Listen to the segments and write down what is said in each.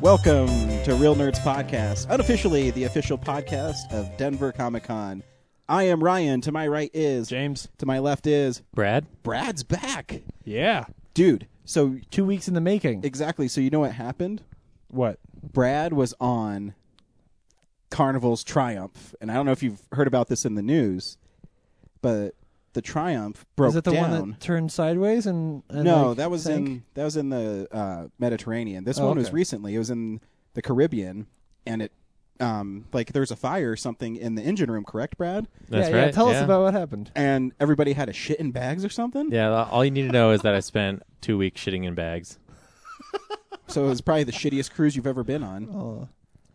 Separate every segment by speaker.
Speaker 1: Welcome to Real Nerds Podcast, unofficially the official podcast of Denver Comic Con. I am Ryan. To my right is
Speaker 2: James,
Speaker 1: To my left is
Speaker 3: Brad,
Speaker 1: Brad's back,
Speaker 2: yeah,
Speaker 1: dude. So
Speaker 2: two weeks in the making.
Speaker 1: exactly. So you know what happened?
Speaker 2: what?
Speaker 1: Brad was on Carnival's Triumph, and I don't know if you've heard about this in the news, but the Triumph broke
Speaker 2: Is it the
Speaker 1: down.
Speaker 2: one that turned sideways and, and
Speaker 1: no,
Speaker 2: like,
Speaker 1: that was
Speaker 2: sank?
Speaker 1: in that was in the uh, Mediterranean. This
Speaker 2: Oh,
Speaker 1: one was
Speaker 2: okay.
Speaker 1: recently. It was in the Caribbean, and it um like there was a fire or something in the engine room. Correct, Brad?
Speaker 3: that's
Speaker 2: yeah,
Speaker 3: right.
Speaker 2: Yeah, tell
Speaker 3: yeah.
Speaker 2: us about what happened.
Speaker 1: And everybody had a shit in bags or something.
Speaker 3: Yeah, well, all you need to know is that I spent two weeks shitting in bags.
Speaker 1: So it was probably the shittiest cruise you've ever been on.
Speaker 2: Oh.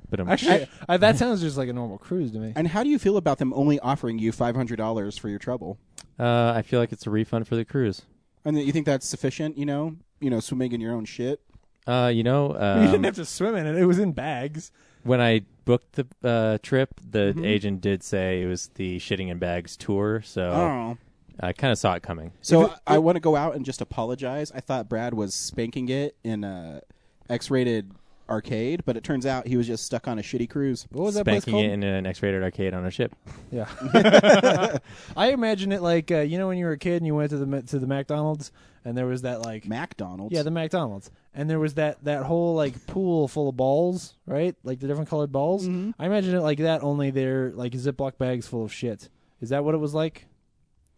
Speaker 3: But um, I'm
Speaker 2: Actually, I, that sounds just like a normal cruise to me.
Speaker 1: And how do you feel about them only offering you five hundred dollars for your trouble?
Speaker 3: uh, I feel like it's a refund for the cruise.
Speaker 1: And you think that's sufficient? You know, you know, swimming in your own shit.
Speaker 3: Uh, you know,
Speaker 2: you didn't
Speaker 3: um,
Speaker 2: have to swim in it; it was in bags.
Speaker 3: when I booked the uh, trip, the
Speaker 2: Mm-hmm.
Speaker 3: agent did say it was the shitting in bags tour, so
Speaker 1: Oh.
Speaker 3: I kind of saw it coming.
Speaker 1: So I, want to go out and just apologize. I thought Brad was spanking it in a X-rated arcade, but it turns out he was just stuck on a shitty cruise.
Speaker 2: What was that place
Speaker 3: Banking
Speaker 2: called?
Speaker 3: it in an X-rated arcade on a ship.
Speaker 2: Yeah, I imagine it like uh, you know when you were a kid and you went to the Ma- to the McDonald's and there was that like
Speaker 1: McDonald's.
Speaker 2: yeah the McDonald's and there was that that whole like pool full of balls right like the different colored balls.
Speaker 1: Mm-hmm.
Speaker 2: I imagine it like that only they're like Ziploc bags full of shit. Is that what it was like?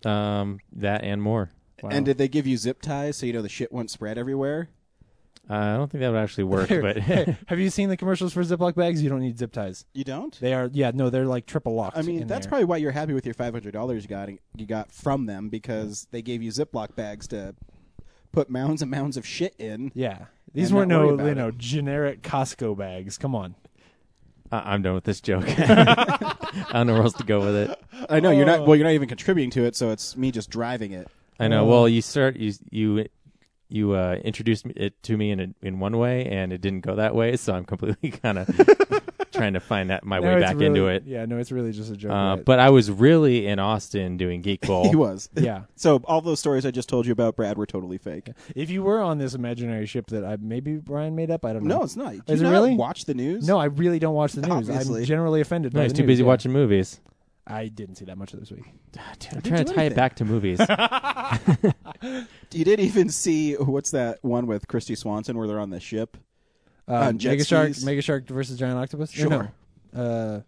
Speaker 3: Um, that and more.
Speaker 2: Wow.
Speaker 1: And did they give you zip ties so you know the shit won't spread everywhere?
Speaker 3: Uh, I don't think that would actually work,
Speaker 2: Here,
Speaker 3: but
Speaker 2: hey, have you seen the commercials for Ziploc bags? You don't need zip ties.
Speaker 1: You don't.
Speaker 2: They are yeah no they're like triple locked.
Speaker 1: I mean,
Speaker 2: in
Speaker 1: that's
Speaker 2: there.
Speaker 1: probably why you're happy with your five hundred dollars you got you got from them because they gave you Ziploc bags to put mounds and mounds of shit in.
Speaker 2: yeah. These
Speaker 1: I'm
Speaker 2: weren't
Speaker 1: not
Speaker 2: no
Speaker 1: worried
Speaker 2: you
Speaker 1: about
Speaker 2: know generic Costco bags. Come on.
Speaker 3: I- I'm done with this joke. I don't know where else to go with it.
Speaker 1: I know you're not. Well, you're not even contributing to it, so it's me just driving it.
Speaker 3: I know.
Speaker 2: Oh.
Speaker 3: Well, you start you you you uh, introduced me- it to me in a, in one way, and it didn't go that way. So I'm completely kind of trying to find that my
Speaker 2: No,
Speaker 3: way
Speaker 2: it's
Speaker 3: back
Speaker 2: really-
Speaker 3: into it.
Speaker 2: Yeah, no, it's really just a joke.
Speaker 3: Uh,
Speaker 2: right?
Speaker 3: But I was really in Austin doing Geek Bowl.
Speaker 1: He was.
Speaker 2: yeah,
Speaker 1: So all those stories I just told you about Brad were totally fake.
Speaker 2: if you were on this imaginary ship that I maybe Brian made up, I don't know.
Speaker 1: No, it's not. Do
Speaker 2: Is
Speaker 1: you
Speaker 2: it
Speaker 1: not
Speaker 2: really?
Speaker 1: Watch the news.
Speaker 2: No, I really don't watch the news.
Speaker 1: Obviously.
Speaker 2: I'm generally offended.
Speaker 3: no,
Speaker 2: by
Speaker 3: he's
Speaker 2: the
Speaker 3: too
Speaker 2: news,
Speaker 3: busy
Speaker 2: yeah.
Speaker 3: watching movies.
Speaker 2: I didn't see that much of this week.
Speaker 3: Dude, I'm
Speaker 1: do
Speaker 3: trying to tie
Speaker 1: anything.
Speaker 3: it back to movies.
Speaker 1: you did even see what's that one with Christy Swanson where they're on the ship?
Speaker 2: Uh,
Speaker 1: jet
Speaker 2: Mega Shark,
Speaker 1: skis.
Speaker 2: Mega Shark versus Giant Octopus.
Speaker 1: Sure.
Speaker 2: No, no. Uh,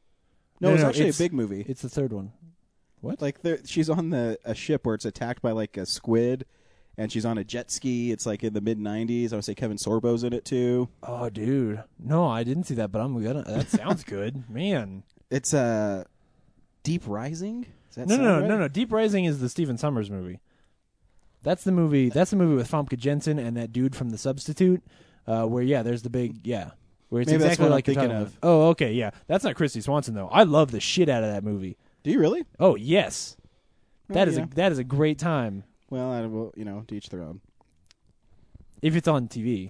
Speaker 1: No,
Speaker 2: no,
Speaker 1: it's
Speaker 2: no,
Speaker 1: actually
Speaker 2: it's-
Speaker 1: a big movie.
Speaker 2: it's the third one. What?
Speaker 1: like there- she's on the a ship where it's attacked by like a squid, and she's on a jet ski. It's like in the mid '90s. I would say Kevin Sorbo's in it too.
Speaker 2: Oh, dude. No, I didn't see that, but I'm gonna. That sounds good, man.
Speaker 1: It's uh, Deep Rising. Does that
Speaker 2: No,
Speaker 1: sound
Speaker 2: no,
Speaker 1: right?
Speaker 2: no, no. Deep Rising is the Stephen Summers movie. That's the movie. That's the movie with Famke Jensen and that dude from The Substitute. Uh, where yeah, there's the big yeah. Where it's
Speaker 1: Maybe that's
Speaker 2: exactly
Speaker 1: what I'm
Speaker 2: like you're
Speaker 1: thinking
Speaker 2: talking
Speaker 1: of.
Speaker 2: about. Oh, okay, yeah. That's not Christy Swanson though. I love the shit out of that movie.
Speaker 1: Do you really?
Speaker 2: Oh yes, that is
Speaker 1: Oh, yeah.
Speaker 2: a that is a great time
Speaker 1: Well, I will. You know, to each their own.
Speaker 2: if it's on TV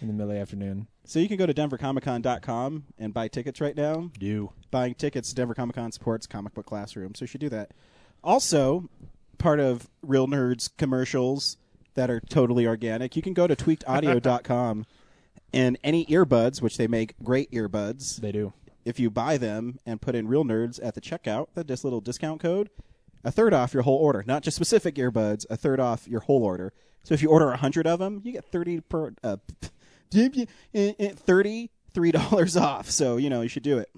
Speaker 2: in the middle of the afternoon.
Speaker 1: So you can go to denvercomiccon.com and buy tickets right now.
Speaker 2: You
Speaker 1: buying tickets, Denver Comic Con supports Comic Book Classroom, so you should do that. Also, part of Real Nerds commercials that are totally organic, you can go to tweakedaudio.com and any earbuds, which they make great earbuds,
Speaker 2: they do.
Speaker 1: if you buy them and put in Real Nerds at the checkout, that this little discount code, a third off your whole order. Not just specific earbuds, a third off your whole order. So if you order 100 of them, you get 30 per uh, eh, 33 dollars off. So, you know, you should do it.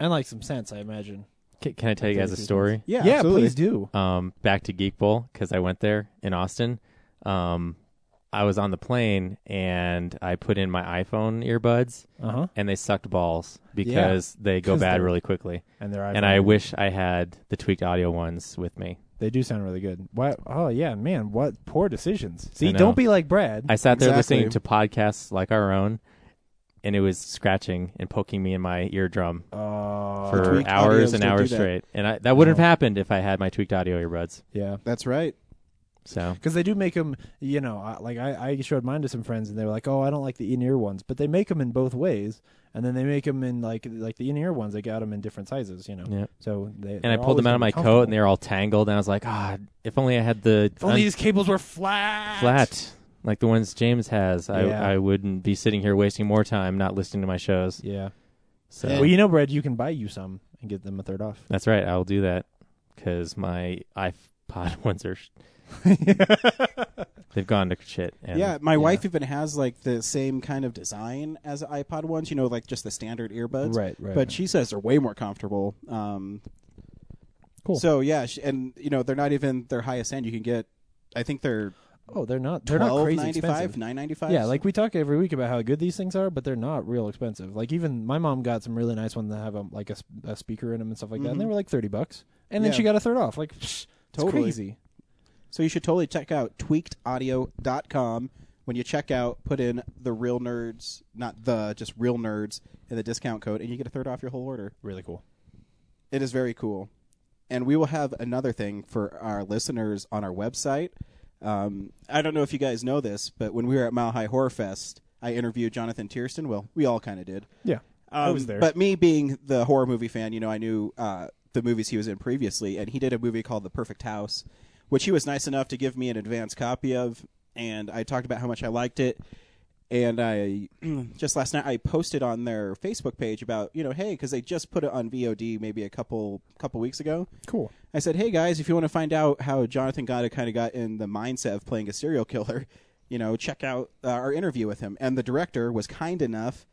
Speaker 2: And like some sense, I imagine.
Speaker 3: Can, can I tell you guys a
Speaker 2: Thank you.
Speaker 3: story?
Speaker 1: Yeah,
Speaker 2: yeah,
Speaker 1: absolutely.
Speaker 2: please do.
Speaker 3: um, back to Geek Bowl because I went there in Austin. Um, I was on the plane and I put in my iPhone earbuds
Speaker 2: Uh huh.
Speaker 3: and they sucked balls because they go
Speaker 2: 'Cause
Speaker 3: bad
Speaker 2: they're-
Speaker 3: really quickly.
Speaker 2: And their
Speaker 3: And
Speaker 2: iPhone.
Speaker 3: I wish I had the tweaked audio ones with me.
Speaker 2: They do sound really good. What? Oh yeah, man. What poor decisions. See,
Speaker 3: know.
Speaker 2: don't be like Brad.
Speaker 3: I sat there
Speaker 1: Exactly.
Speaker 3: listening to podcasts like our own and it was scratching and poking me in my eardrum
Speaker 2: Uh,
Speaker 1: Oh, The
Speaker 3: for
Speaker 1: tweaked audios
Speaker 3: hours and
Speaker 1: don't do
Speaker 3: hours
Speaker 1: that.
Speaker 3: straight. And I, that wouldn't have happened if I had my tweaked audio earbuds.
Speaker 2: yeah.
Speaker 1: That's right.
Speaker 3: So
Speaker 2: Because they do make them, you know, I- like I, I showed mine to some friends, and they were like, "Oh, I don't like the in-ear ones," but they make them in both ways, and then they make them in like like the in-ear ones. They got them in different sizes, you know.
Speaker 3: Yeah.
Speaker 2: So they
Speaker 3: and I pulled them out of my coat and they were all tangled and I was like, ah, if only I had the
Speaker 2: if only
Speaker 3: un-
Speaker 2: these cables were flat.
Speaker 3: flat like the ones James has, I
Speaker 2: Yeah.
Speaker 3: I wouldn't be sitting here wasting more time not listening to my shows.
Speaker 2: Yeah.
Speaker 3: So
Speaker 2: Well, you know, Brad, you can buy you some and get them a third off.
Speaker 3: that's right. I'll do that because my iPod ones are sh- they've gone to shit. And
Speaker 1: yeah, my wife even has like the same kind of design as the iPod ones. You know, like just the standard earbuds.
Speaker 2: Right, right,
Speaker 1: But
Speaker 2: right.
Speaker 1: she says they're way more comfortable. Um,
Speaker 2: Cool.
Speaker 1: So yeah, she, and you know they're not even their highest end. You can get, I think they're
Speaker 2: oh, they're not. They're not
Speaker 1: twelve
Speaker 2: crazy
Speaker 1: ninety
Speaker 2: expensive.
Speaker 1: five, nine ninety five.
Speaker 2: Yeah, like we talk every week about how good these things are, but they're not real expensive. Like even my mom got some really nice ones that have a, like a, s- a speaker in them and stuff like that, and they were like thirty bucks. And then
Speaker 1: Yeah.
Speaker 2: she got a third off. Like, psh,
Speaker 1: Totally.
Speaker 2: it's crazy.
Speaker 1: So you should totally check out tweakedaudio.com. When you check out, put in the real nerds, not the, just real nerds, and the discount code, and you get a third off your whole order.
Speaker 2: Really cool.
Speaker 1: It is very cool. And we will have another thing for our listeners on our website. Um, I don't know if you guys know this, but when we were at Mile High Horror Fest, I interviewed Jonathan Tiersten. Well, we all kind of did.
Speaker 2: Yeah, I
Speaker 1: Um,
Speaker 2: was there.
Speaker 1: But me being the horror movie fan, you know, I knew uh, the movies he was in previously, and he did a movie called The Perfect House, which he was nice enough to give me an advance copy of, and I talked about how much I liked it. And I just last night I posted on their Facebook page about you know hey because they just put it on VOD maybe a couple couple weeks ago.
Speaker 2: cool.
Speaker 1: I said hey guys if you want to find out how Jonathan Gotta kind of got in the mindset of playing a serial killer, you know check out uh, our interview with him. And the director was kind enough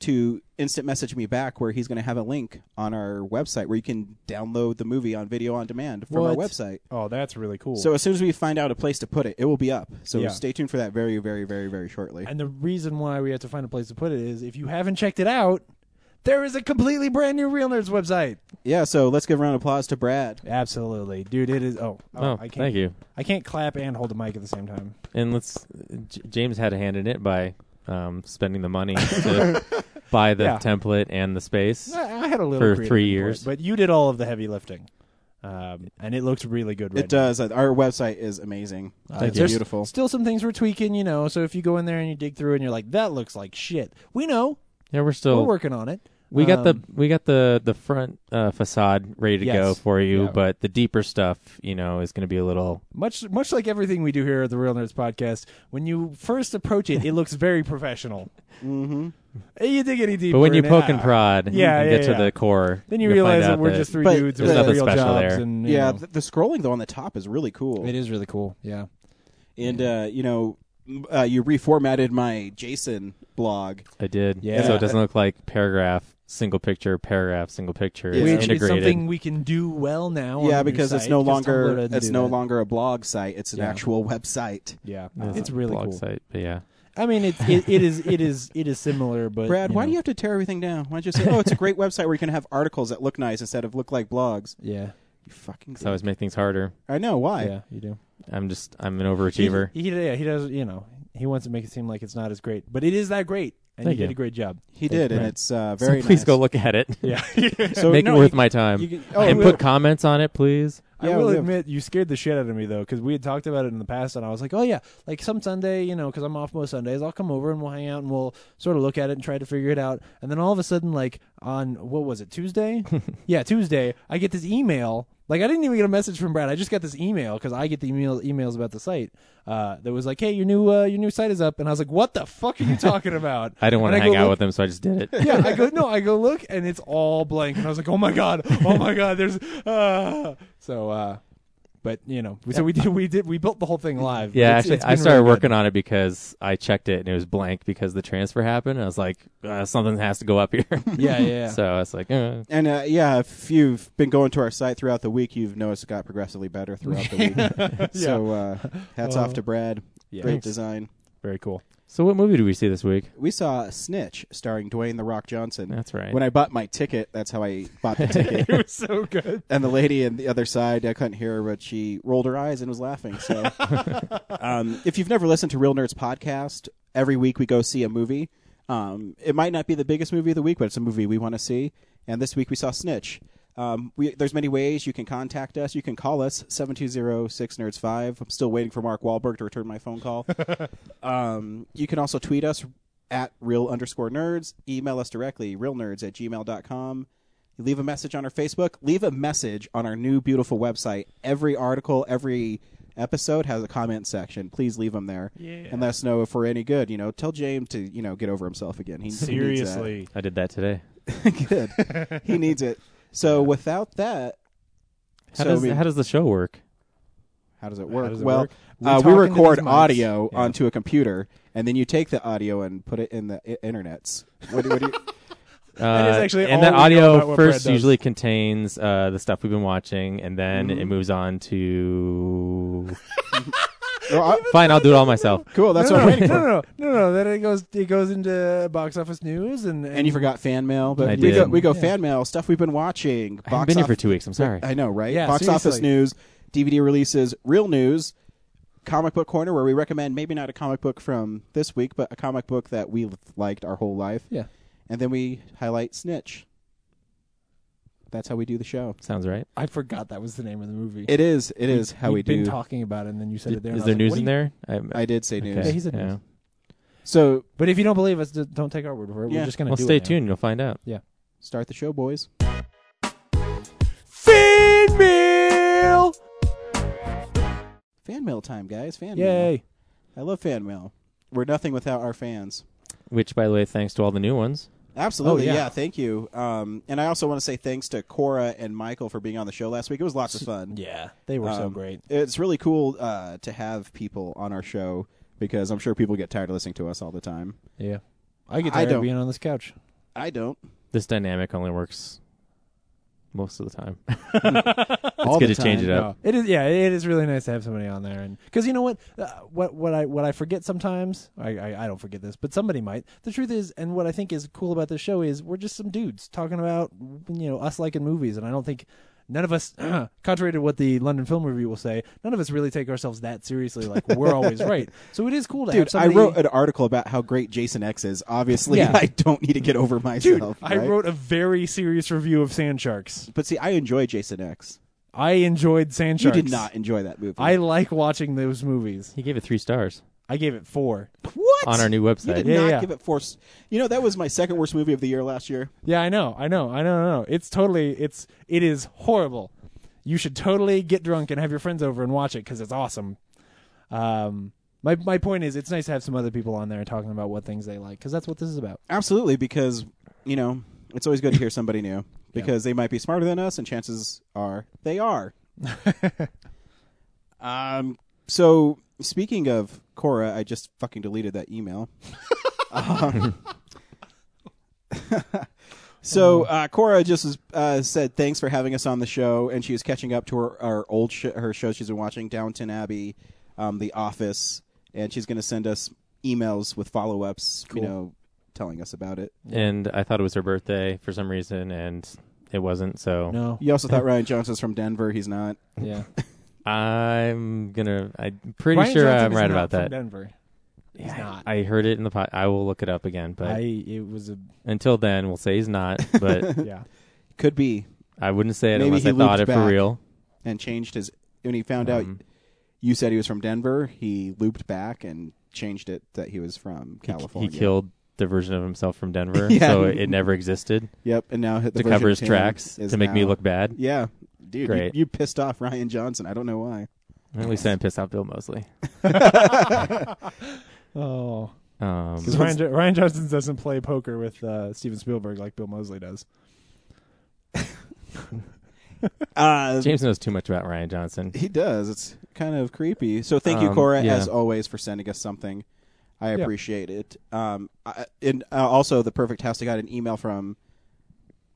Speaker 1: to instant message me back where he's going to have a link on our website where you can download the movie on video on demand from our
Speaker 2: What?
Speaker 1: website.
Speaker 2: Oh, that's really cool.
Speaker 1: So as soon as we find out a place to put it, it will be up. So
Speaker 2: Yeah.
Speaker 1: stay tuned for that very, very, very, very shortly.
Speaker 2: and the reason why we have to find a place to put it is if you haven't checked it out, there is a completely brand new Real Nerds website.
Speaker 1: Yeah, so let's give a round of applause to Brad.
Speaker 2: Absolutely, dude. It is. Oh,
Speaker 3: Oh,
Speaker 2: I can't,
Speaker 3: thank you.
Speaker 2: I can't clap and hold the mic at the same time.
Speaker 3: And let's J- James had a hand in it by um, spending the money to buy the
Speaker 2: Yeah.
Speaker 3: template and the space.
Speaker 2: I I had a little
Speaker 3: For
Speaker 2: creative
Speaker 3: three
Speaker 2: input,
Speaker 3: years.
Speaker 2: but you did all of the heavy lifting, um, and it looks really good. Right
Speaker 1: It
Speaker 2: now.
Speaker 1: does. Uh, Our website is amazing.
Speaker 2: Like,
Speaker 1: it's
Speaker 2: there's
Speaker 1: beautiful.
Speaker 2: Still, some things we're tweaking, you know. So if you go in there and you dig through and you're like, "That looks like shit," we know
Speaker 3: Yeah, we're still
Speaker 2: we're working on it.
Speaker 3: We got the
Speaker 2: Um,
Speaker 3: we got the the front uh, facade ready to go
Speaker 2: Yes.
Speaker 3: for you,
Speaker 2: Yeah.
Speaker 3: but the deeper stuff, you know, is going to be a little.
Speaker 2: much much like everything we do here at the Real Nerds Podcast. When you first approach it, it looks very professional.
Speaker 1: Mm-hmm.
Speaker 2: Eh, you dig any deeper,
Speaker 3: But when you
Speaker 2: in it,
Speaker 3: poke and
Speaker 2: ah,
Speaker 3: prod,
Speaker 2: Yeah,
Speaker 3: and
Speaker 2: yeah,
Speaker 3: get to
Speaker 2: yeah.
Speaker 3: the core,
Speaker 2: then you
Speaker 3: you'll find
Speaker 2: realize that
Speaker 3: out
Speaker 2: we're just three
Speaker 1: But
Speaker 2: dudes
Speaker 1: there's
Speaker 2: with
Speaker 1: nothing
Speaker 2: real
Speaker 3: special
Speaker 2: jobs,
Speaker 3: there.
Speaker 2: and you
Speaker 1: Yeah,
Speaker 2: know,
Speaker 1: th- the scrolling, though, on the top is really cool.
Speaker 2: it is really cool. Yeah,
Speaker 1: And, uh, you know, m- uh, you reformatted my JSON blog.
Speaker 3: I did.
Speaker 2: Yeah.
Speaker 3: So it doesn't look like paragraph, single picture, paragraph, single picture.
Speaker 1: Yeah.
Speaker 3: It's
Speaker 2: which is
Speaker 3: integrated.
Speaker 2: something we can do well now.
Speaker 1: yeah,
Speaker 2: on the new
Speaker 1: because it's
Speaker 2: site.
Speaker 1: no
Speaker 2: Just
Speaker 1: longer
Speaker 2: upload it and
Speaker 1: it's
Speaker 2: do
Speaker 1: no
Speaker 2: that.
Speaker 1: longer a blog site. It's an
Speaker 2: Yeah.
Speaker 1: actual website.
Speaker 2: Yeah,
Speaker 3: It's,
Speaker 2: it's
Speaker 3: a
Speaker 2: really
Speaker 3: blog
Speaker 2: cool.
Speaker 3: site, but yeah.
Speaker 2: I mean, it's it, it is it is it is similar, but
Speaker 1: Brad,
Speaker 2: you
Speaker 1: why
Speaker 2: know.
Speaker 1: do you have to tear everything down? Why don't you say, "Oh, it's a great website where you can have articles that look nice instead of look like blogs"?
Speaker 2: Yeah,
Speaker 1: You fucking.
Speaker 3: So I always make things harder.
Speaker 1: I know why.
Speaker 2: yeah, you do.
Speaker 3: I'm just I'm an overachiever.
Speaker 2: He, he, yeah, he does. You know, he wants to make it seem like it's not as great, but it is that great, and
Speaker 3: Thank
Speaker 2: you did a
Speaker 3: you.
Speaker 2: great job.
Speaker 1: He
Speaker 2: Thank
Speaker 1: did,
Speaker 2: you,
Speaker 1: and
Speaker 2: Brad.
Speaker 1: it's uh,
Speaker 3: So
Speaker 1: very.
Speaker 3: please
Speaker 1: nice.
Speaker 3: go look at it.
Speaker 2: Yeah,
Speaker 1: So,
Speaker 3: Make
Speaker 1: no,
Speaker 3: it worth
Speaker 1: you-
Speaker 3: my time.
Speaker 1: you can- oh,
Speaker 3: and
Speaker 1: we'll-
Speaker 3: put comments on it, please.
Speaker 1: Yeah,
Speaker 2: I will
Speaker 1: we have-
Speaker 2: admit you scared the shit out of me though, because we had talked about it in the past, and I was like, oh yeah, like some Sunday, you know, because I'm off most Sundays, I'll come over and we'll hang out and we'll sort of look at it and try to figure it out. And then all of a sudden, like on what was it Tuesday? yeah, Tuesday, I get this email. Like I didn't even get a message from Brad. I just got this email because I get the email emails about the site uh, that was like, "Hey, your new uh, your new site is up," and I was like, "What the fuck are you talking about?"
Speaker 3: I didn't want to
Speaker 2: And I
Speaker 3: hang
Speaker 2: go
Speaker 3: out
Speaker 2: look-
Speaker 3: with them, so I just did it.
Speaker 2: yeah, I go no, I go look, and it's all blank, and I was like, oh my god, oh my god, there's uh so uh, but you know, so we did, we did, we built the whole thing live.
Speaker 3: Yeah,
Speaker 2: It's-
Speaker 3: actually,
Speaker 2: it's
Speaker 3: I
Speaker 2: been
Speaker 3: started
Speaker 2: really
Speaker 3: working on it because I checked it and it was blank because the transfer happened. And I was like, uh, something has to go up here.
Speaker 2: good. Yeah, yeah, yeah.
Speaker 3: so I was like, uh,
Speaker 1: And uh, yeah, if you've been going to our site throughout the week, you've noticed it got progressively better throughout the week. So uh, hats off to Brad.
Speaker 2: Yeah.
Speaker 1: Great
Speaker 2: Thanks.
Speaker 1: design.
Speaker 2: very cool.
Speaker 3: so what movie do we see this week?
Speaker 1: We saw Snitch starring Dwayne the Rock Johnson.
Speaker 3: That's right.
Speaker 1: When I bought my ticket, that's how I bought the ticket.
Speaker 2: It was so good.
Speaker 1: and the lady on the other side, I couldn't hear her, but she rolled her eyes and was laughing. So, um, if you've never listened to Real Nerds podcast, every week we go see a movie. Um, it might not be the biggest movie of the week, but it's a movie we want to see. And this week we saw Snitch. Um, we, there's many ways you can contact us. You can call us 720-6nerds5. I'm still waiting for Mark Wahlberg to return my phone call. um, you can also tweet us at real underscore nerds. Email us directly, realnerds at gmail.com. You leave a message on our Facebook. Leave a message on our new beautiful website. Every article, every episode has a comment section. Please leave them there
Speaker 2: Yeah.
Speaker 1: and let us know if we're any good. You know, tell James to you know get over himself again. He he needs that.
Speaker 4: Seriously.
Speaker 3: I did that today.
Speaker 1: good. He needs it. So without that, So
Speaker 3: How does
Speaker 1: we-
Speaker 3: how does the show work?
Speaker 1: how does it work?
Speaker 2: does it
Speaker 1: well,
Speaker 2: work? We
Speaker 1: Uh,
Speaker 2: talk
Speaker 1: we
Speaker 2: into
Speaker 1: record
Speaker 2: these mics.
Speaker 1: audio
Speaker 3: Yeah.
Speaker 1: onto a computer, and then you take the audio and put it in the I- internets. What, do- what do you,
Speaker 3: Uh,
Speaker 4: is actually
Speaker 3: and
Speaker 4: all
Speaker 3: that
Speaker 4: we know about
Speaker 3: audio
Speaker 4: what Brad
Speaker 3: first
Speaker 4: does.
Speaker 3: usually contains uh, the stuff we've been watching, and then
Speaker 2: Mm-hmm.
Speaker 3: it moves on to.
Speaker 1: Well, I-
Speaker 3: Fine, I'll do it all myself.
Speaker 1: cool. That's
Speaker 2: no,
Speaker 1: what
Speaker 2: no,
Speaker 1: I'm waiting
Speaker 2: no,
Speaker 1: for.
Speaker 2: no, no, no, no. Then it goes it goes into box office news and
Speaker 1: And you forgot fan mail, but
Speaker 3: I
Speaker 1: we go
Speaker 3: did.
Speaker 1: we go
Speaker 2: Yeah.
Speaker 1: fan mail stuff we've been watching.
Speaker 3: I haven't been here
Speaker 1: off-
Speaker 3: for two weeks. I'm sorry.
Speaker 1: I know, right?
Speaker 2: Yeah,
Speaker 1: box office
Speaker 2: seriously.
Speaker 1: news, DVD releases, real news, comic book corner where we recommend maybe not a comic book from this week, but a comic book that we liked our whole life.
Speaker 2: Yeah.
Speaker 1: and then we highlight Snitch. That's how we do the show.
Speaker 3: Sounds right.
Speaker 2: I forgot that was the name of the movie.
Speaker 1: It is. It is how
Speaker 2: We've
Speaker 1: we
Speaker 2: been
Speaker 1: do.
Speaker 2: talking about it, and then you said
Speaker 3: Is
Speaker 2: it there. and I was
Speaker 3: there
Speaker 2: like,
Speaker 3: news
Speaker 2: what
Speaker 3: in
Speaker 2: do you-
Speaker 3: there? I,
Speaker 1: I did say news.
Speaker 3: okay.
Speaker 2: Yeah, he said
Speaker 3: Yeah.
Speaker 2: news.
Speaker 1: So
Speaker 2: But if you don't believe us, d- don't take our word for it.
Speaker 1: Yeah.
Speaker 2: We're just gonna.
Speaker 3: Well,
Speaker 2: do
Speaker 3: stay
Speaker 2: it now.
Speaker 3: tuned. You'll find out.
Speaker 1: start the show, boys.
Speaker 2: Feed meal.
Speaker 1: Fan mail time, guys. Fan mail.
Speaker 2: Yay!
Speaker 1: I love fan mail. We're nothing without our fans.
Speaker 3: Which, by the way, thanks to all the new ones.
Speaker 1: Absolutely,
Speaker 2: Oh, yeah.
Speaker 1: yeah. Thank you. Um, and I also want to say thanks to Cora and Michael for being on the show last week. It was lots of fun.
Speaker 2: Yeah, they were so
Speaker 1: Um,
Speaker 2: great.
Speaker 1: It's really cool uh, to have people on our show because I'm sure people get tired of listening to us all the time.
Speaker 2: Yeah, I get
Speaker 1: I
Speaker 2: tired
Speaker 1: don't-
Speaker 2: of being on this couch.
Speaker 1: I don't.
Speaker 3: This dynamic only works most of the time.
Speaker 1: all
Speaker 3: good
Speaker 1: the
Speaker 3: to change
Speaker 1: time.
Speaker 3: it up.
Speaker 2: No, Oh. it is. Yeah, it is really nice to have somebody on there, and because you know what, uh, what what I what I forget sometimes. I, I I don't forget this, but somebody might. The truth is, and what I think is cool about this show is we're just some dudes talking about you know us liking movies, and I don't think. None of us, contrary to what the London Film Review will say, none of us really take ourselves that seriously. Like we're always right, so it is cool to have
Speaker 1: Dude, I
Speaker 2: somebody.
Speaker 1: wrote an article about how great Jason X is. Obviously,
Speaker 2: Yeah.
Speaker 1: I don't need to get over
Speaker 2: Dude,
Speaker 1: myself.
Speaker 2: I
Speaker 1: right?
Speaker 2: wrote a very serious review of Sand Sharks.
Speaker 1: But see, I enjoy Jason X.
Speaker 2: I enjoyed Sand
Speaker 1: You
Speaker 2: Sharks.
Speaker 1: did not enjoy that movie.
Speaker 2: I like watching those movies.
Speaker 3: He gave it three stars
Speaker 2: I gave it four.
Speaker 1: what
Speaker 3: on our new
Speaker 1: You
Speaker 3: website.
Speaker 1: did
Speaker 2: Yeah,
Speaker 1: not
Speaker 2: yeah.
Speaker 1: give it four. s- You know that was my second worst movie of the year last year.
Speaker 2: Yeah, I know, I know, I know, I know. It's totally, it's, it is horrible. You should totally get drunk and have your friends over and watch it because it's awesome. Um, my my point is, it's nice to have some other people on there talking about what things they like because that's what this is about.
Speaker 1: Absolutely, because you know it's always good to hear somebody new because they might be smarter than us, and chances are they are. um. So speaking of Cora, I just fucking deleted that email. Um, so uh, Cora just was, uh, said thanks for having us on the show, and she was catching up to her, our old sh- her shows she's been watching, Downton Abbey, um, The Office, and she's going to send us emails with follow ups, you know, telling us about it.
Speaker 3: And I thought it was her birthday for some reason, and it wasn't. So
Speaker 2: No,
Speaker 1: You also thought Ryan Johnson's from Denver. He's not.
Speaker 2: yeah,
Speaker 3: I'm gonna. I'm pretty
Speaker 2: Ryan
Speaker 3: sure
Speaker 2: Johnson
Speaker 3: I'm
Speaker 2: is not
Speaker 3: right about
Speaker 2: from
Speaker 3: that.
Speaker 2: Denver. He's
Speaker 3: Yeah,
Speaker 2: not.
Speaker 3: I heard it in the pot. I will look it up again, but
Speaker 2: I it was a
Speaker 3: until then, we'll say he's not. But
Speaker 2: yeah.
Speaker 1: Could be.
Speaker 3: I wouldn't say it
Speaker 1: Maybe
Speaker 3: unless
Speaker 1: he
Speaker 3: I thought it
Speaker 1: looped
Speaker 3: for
Speaker 1: back.
Speaker 3: real.
Speaker 1: And changed his. When he found
Speaker 3: Um,
Speaker 1: out you said he was from Denver, he looped back and changed it that he was from
Speaker 3: He-
Speaker 1: California.
Speaker 3: He killed the version of himself from Denver,
Speaker 1: Yeah.
Speaker 3: so it never existed
Speaker 1: Yep. And now hit the
Speaker 3: to
Speaker 1: version
Speaker 3: cover his
Speaker 1: of him
Speaker 3: tracks
Speaker 1: is
Speaker 3: to make me
Speaker 1: now-
Speaker 3: look bad.
Speaker 1: Yeah. Dude, you,
Speaker 3: Great.
Speaker 1: you pissed off Ryan Johnson. I don't know why.
Speaker 3: At least I didn't piss off Bill Mosley.
Speaker 2: Oh,
Speaker 3: Um,
Speaker 2: because Ryan, Jo- Ryan Johnson doesn't play poker with uh, Steven Spielberg like Bill Mosley does.
Speaker 1: Uh,
Speaker 3: James knows too much about Ryan Johnson.
Speaker 1: He does. It's kind of creepy. So thank you,
Speaker 3: Um,
Speaker 1: Cora,
Speaker 3: yeah.
Speaker 1: as always, for sending us something. I
Speaker 2: Yeah.
Speaker 1: appreciate it. Um, I, and uh, also, the perfect house. I got an email from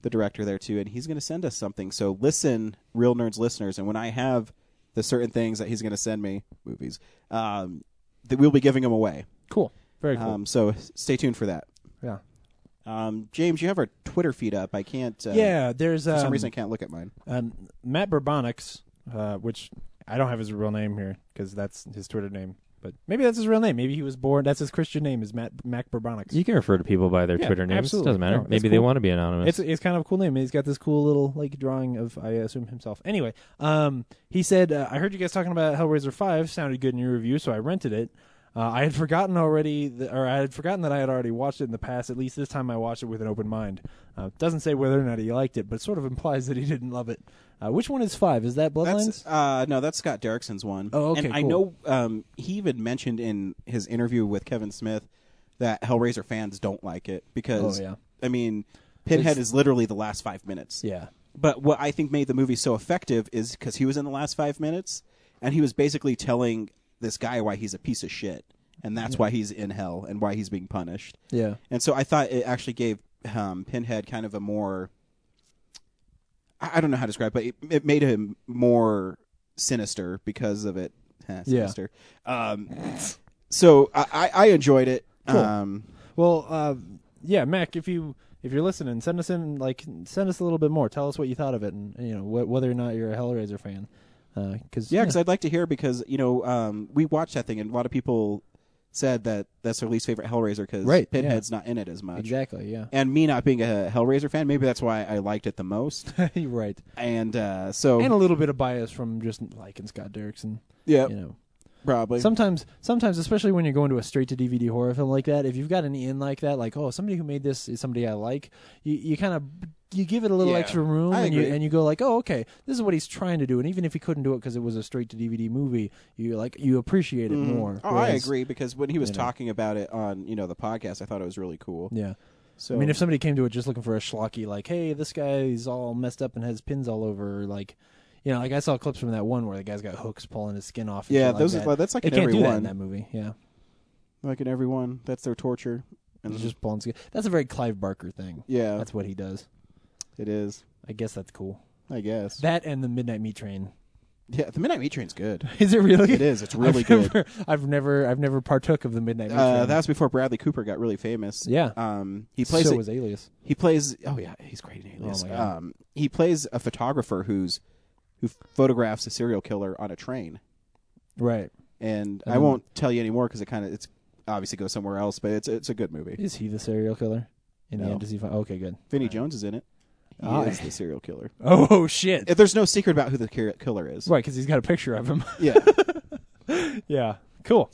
Speaker 1: the director there too, and he's going to send us something. So listen, real nerds listeners, and when I have the certain things that he's going to send me, movies, um, that we'll be giving them away.
Speaker 2: Cool, very cool.
Speaker 1: Um, so stay tuned for that.
Speaker 2: yeah.
Speaker 1: Um, James, you have our Twitter feed up. I can't. Uh,
Speaker 2: yeah, there's
Speaker 1: For some
Speaker 2: um,
Speaker 1: reason, I can't look at mine.
Speaker 2: um, Matt Burbonix, uh, which I don't have his real name here because that's his Twitter name, but maybe that's his real name. Maybe he was born. That's his Christian name is Matt Mac Burbonix.
Speaker 3: You can refer to people by their
Speaker 2: Yeah,
Speaker 3: Twitter names.
Speaker 2: absolutely.
Speaker 3: Doesn't matter.
Speaker 2: No, that's
Speaker 3: Maybe they
Speaker 2: cool.
Speaker 3: want to be anonymous.
Speaker 2: It's it's kind of a cool name. He's got this cool little like drawing of I assume himself. Anyway, um, he said uh, I heard you guys talking about Hellraiser Five sounded good in your review, so I rented it. Uh, I had forgotten already, th- or I had forgotten that I had already watched it in the past. At least this time, I watched it with an open mind. Uh, doesn't say whether or not he liked it, but sort of implies that he didn't love it. Uh, which one is five? Is that Bloodlines?
Speaker 1: That's uh, no, that's Scott Derrickson's one.
Speaker 2: Oh, okay,
Speaker 1: And I
Speaker 2: cool.
Speaker 1: know um, he even mentioned in his interview with Kevin Smith that Hellraiser fans don't like it because
Speaker 2: Oh, yeah.
Speaker 1: I mean, Pinhead is literally the last five minutes.
Speaker 2: yeah.
Speaker 1: But what I think made the movie so effective is because he was in the last five minutes, and he was basically telling this guy why he's a piece of shit, and that's why he's in hell and why he's being punished.
Speaker 2: Yeah.
Speaker 1: And so I thought it actually gave um, Pinhead kind of a more I I don't know how to describe, it, but it, it made him more sinister because of it. Heh,
Speaker 2: Yeah.
Speaker 1: sinister. Um, so I, I, I enjoyed it.
Speaker 2: Cool.
Speaker 1: Um,
Speaker 2: Well, uh, yeah, Mac, if you if you're listening, send us in like send us a little bit more. Tell us what you thought of it, and you know wh- whether or not you're a Hellraiser fan. uh, Because
Speaker 1: yeah, because I'd like to hear because you know um, we watched that thing, and a lot of people said that that's their least favorite Hellraiser because
Speaker 2: Right, yeah.
Speaker 1: Pinhead's not in it as much.
Speaker 2: exactly, yeah,
Speaker 1: And me not being a Hellraiser fan, maybe that's why I liked it the most.
Speaker 2: you're right,
Speaker 1: and uh, so
Speaker 2: and a little bit of bias from just liking Scott Derrickson.
Speaker 1: yeah,
Speaker 2: You know,
Speaker 1: probably.
Speaker 2: sometimes sometimes especially when you're going to a straight to DVD horror film like that, if you've got an in like that, like oh somebody who made this is somebody I like, you you kind of you give it a little
Speaker 1: Yeah,
Speaker 2: extra room
Speaker 1: I
Speaker 2: and you
Speaker 1: agree.
Speaker 2: and you go like oh okay this is what he's trying to do, and even if he couldn't do it because it was a straight to DVD movie, you like you appreciate it more.
Speaker 1: Oh, I
Speaker 2: Whereas-
Speaker 1: agree because when he was
Speaker 2: you know.
Speaker 1: talking about it on you know the podcast, I thought it was really cool.
Speaker 2: Yeah.
Speaker 1: So
Speaker 2: I mean, if somebody came to it just looking for a schlocky, like, hey, this guy's all messed up and has pins all over, or like, you know, like I saw clips from that one where the guy's got hooks pulling his skin off. And
Speaker 1: yeah,
Speaker 2: shit like
Speaker 1: those
Speaker 2: that.
Speaker 1: is, like, that's like
Speaker 2: they
Speaker 1: in
Speaker 2: can't
Speaker 1: every
Speaker 2: do
Speaker 1: one,
Speaker 2: that in that movie. Yeah,
Speaker 1: like in every one, that's their torture, and
Speaker 2: it's just pulling skin. That's a very Clive Barker thing.
Speaker 1: yeah,
Speaker 2: That's what he does.
Speaker 1: it is.
Speaker 2: I guess that's cool.
Speaker 1: I guess.
Speaker 2: That and the Midnight Meat Train.
Speaker 1: yeah, the Midnight Meat Train's good.
Speaker 2: Is it really?
Speaker 1: It is. It's really
Speaker 2: I've
Speaker 1: good.
Speaker 2: Never, I've never, I've never partook of the Midnight Meat Uh,
Speaker 1: Uh,
Speaker 2: Train.
Speaker 1: that was before Bradley Cooper got really famous.
Speaker 2: Yeah.
Speaker 1: Um, he plays.
Speaker 2: so
Speaker 1: a-
Speaker 2: was Alias.
Speaker 1: he plays. Oh yeah, he's great in Alias.
Speaker 2: my God.
Speaker 1: Um, he plays a photographer who's who photographs a serial killer on a train.
Speaker 2: Right.
Speaker 1: And I
Speaker 2: Um,
Speaker 1: won't tell you anymore because it kind of it's obviously goes somewhere else, but it's it's a good movie.
Speaker 2: Is he the serial killer? In the
Speaker 1: No.
Speaker 2: end, does he? Find, okay, good.
Speaker 1: Vinny Jones is in it. He
Speaker 2: Ah.
Speaker 1: is the serial killer.
Speaker 2: Oh shit!
Speaker 1: If There's no secret about who the kir- killer is.
Speaker 2: Right, because he's got a picture of him.
Speaker 1: Yeah,
Speaker 2: Yeah. Cool.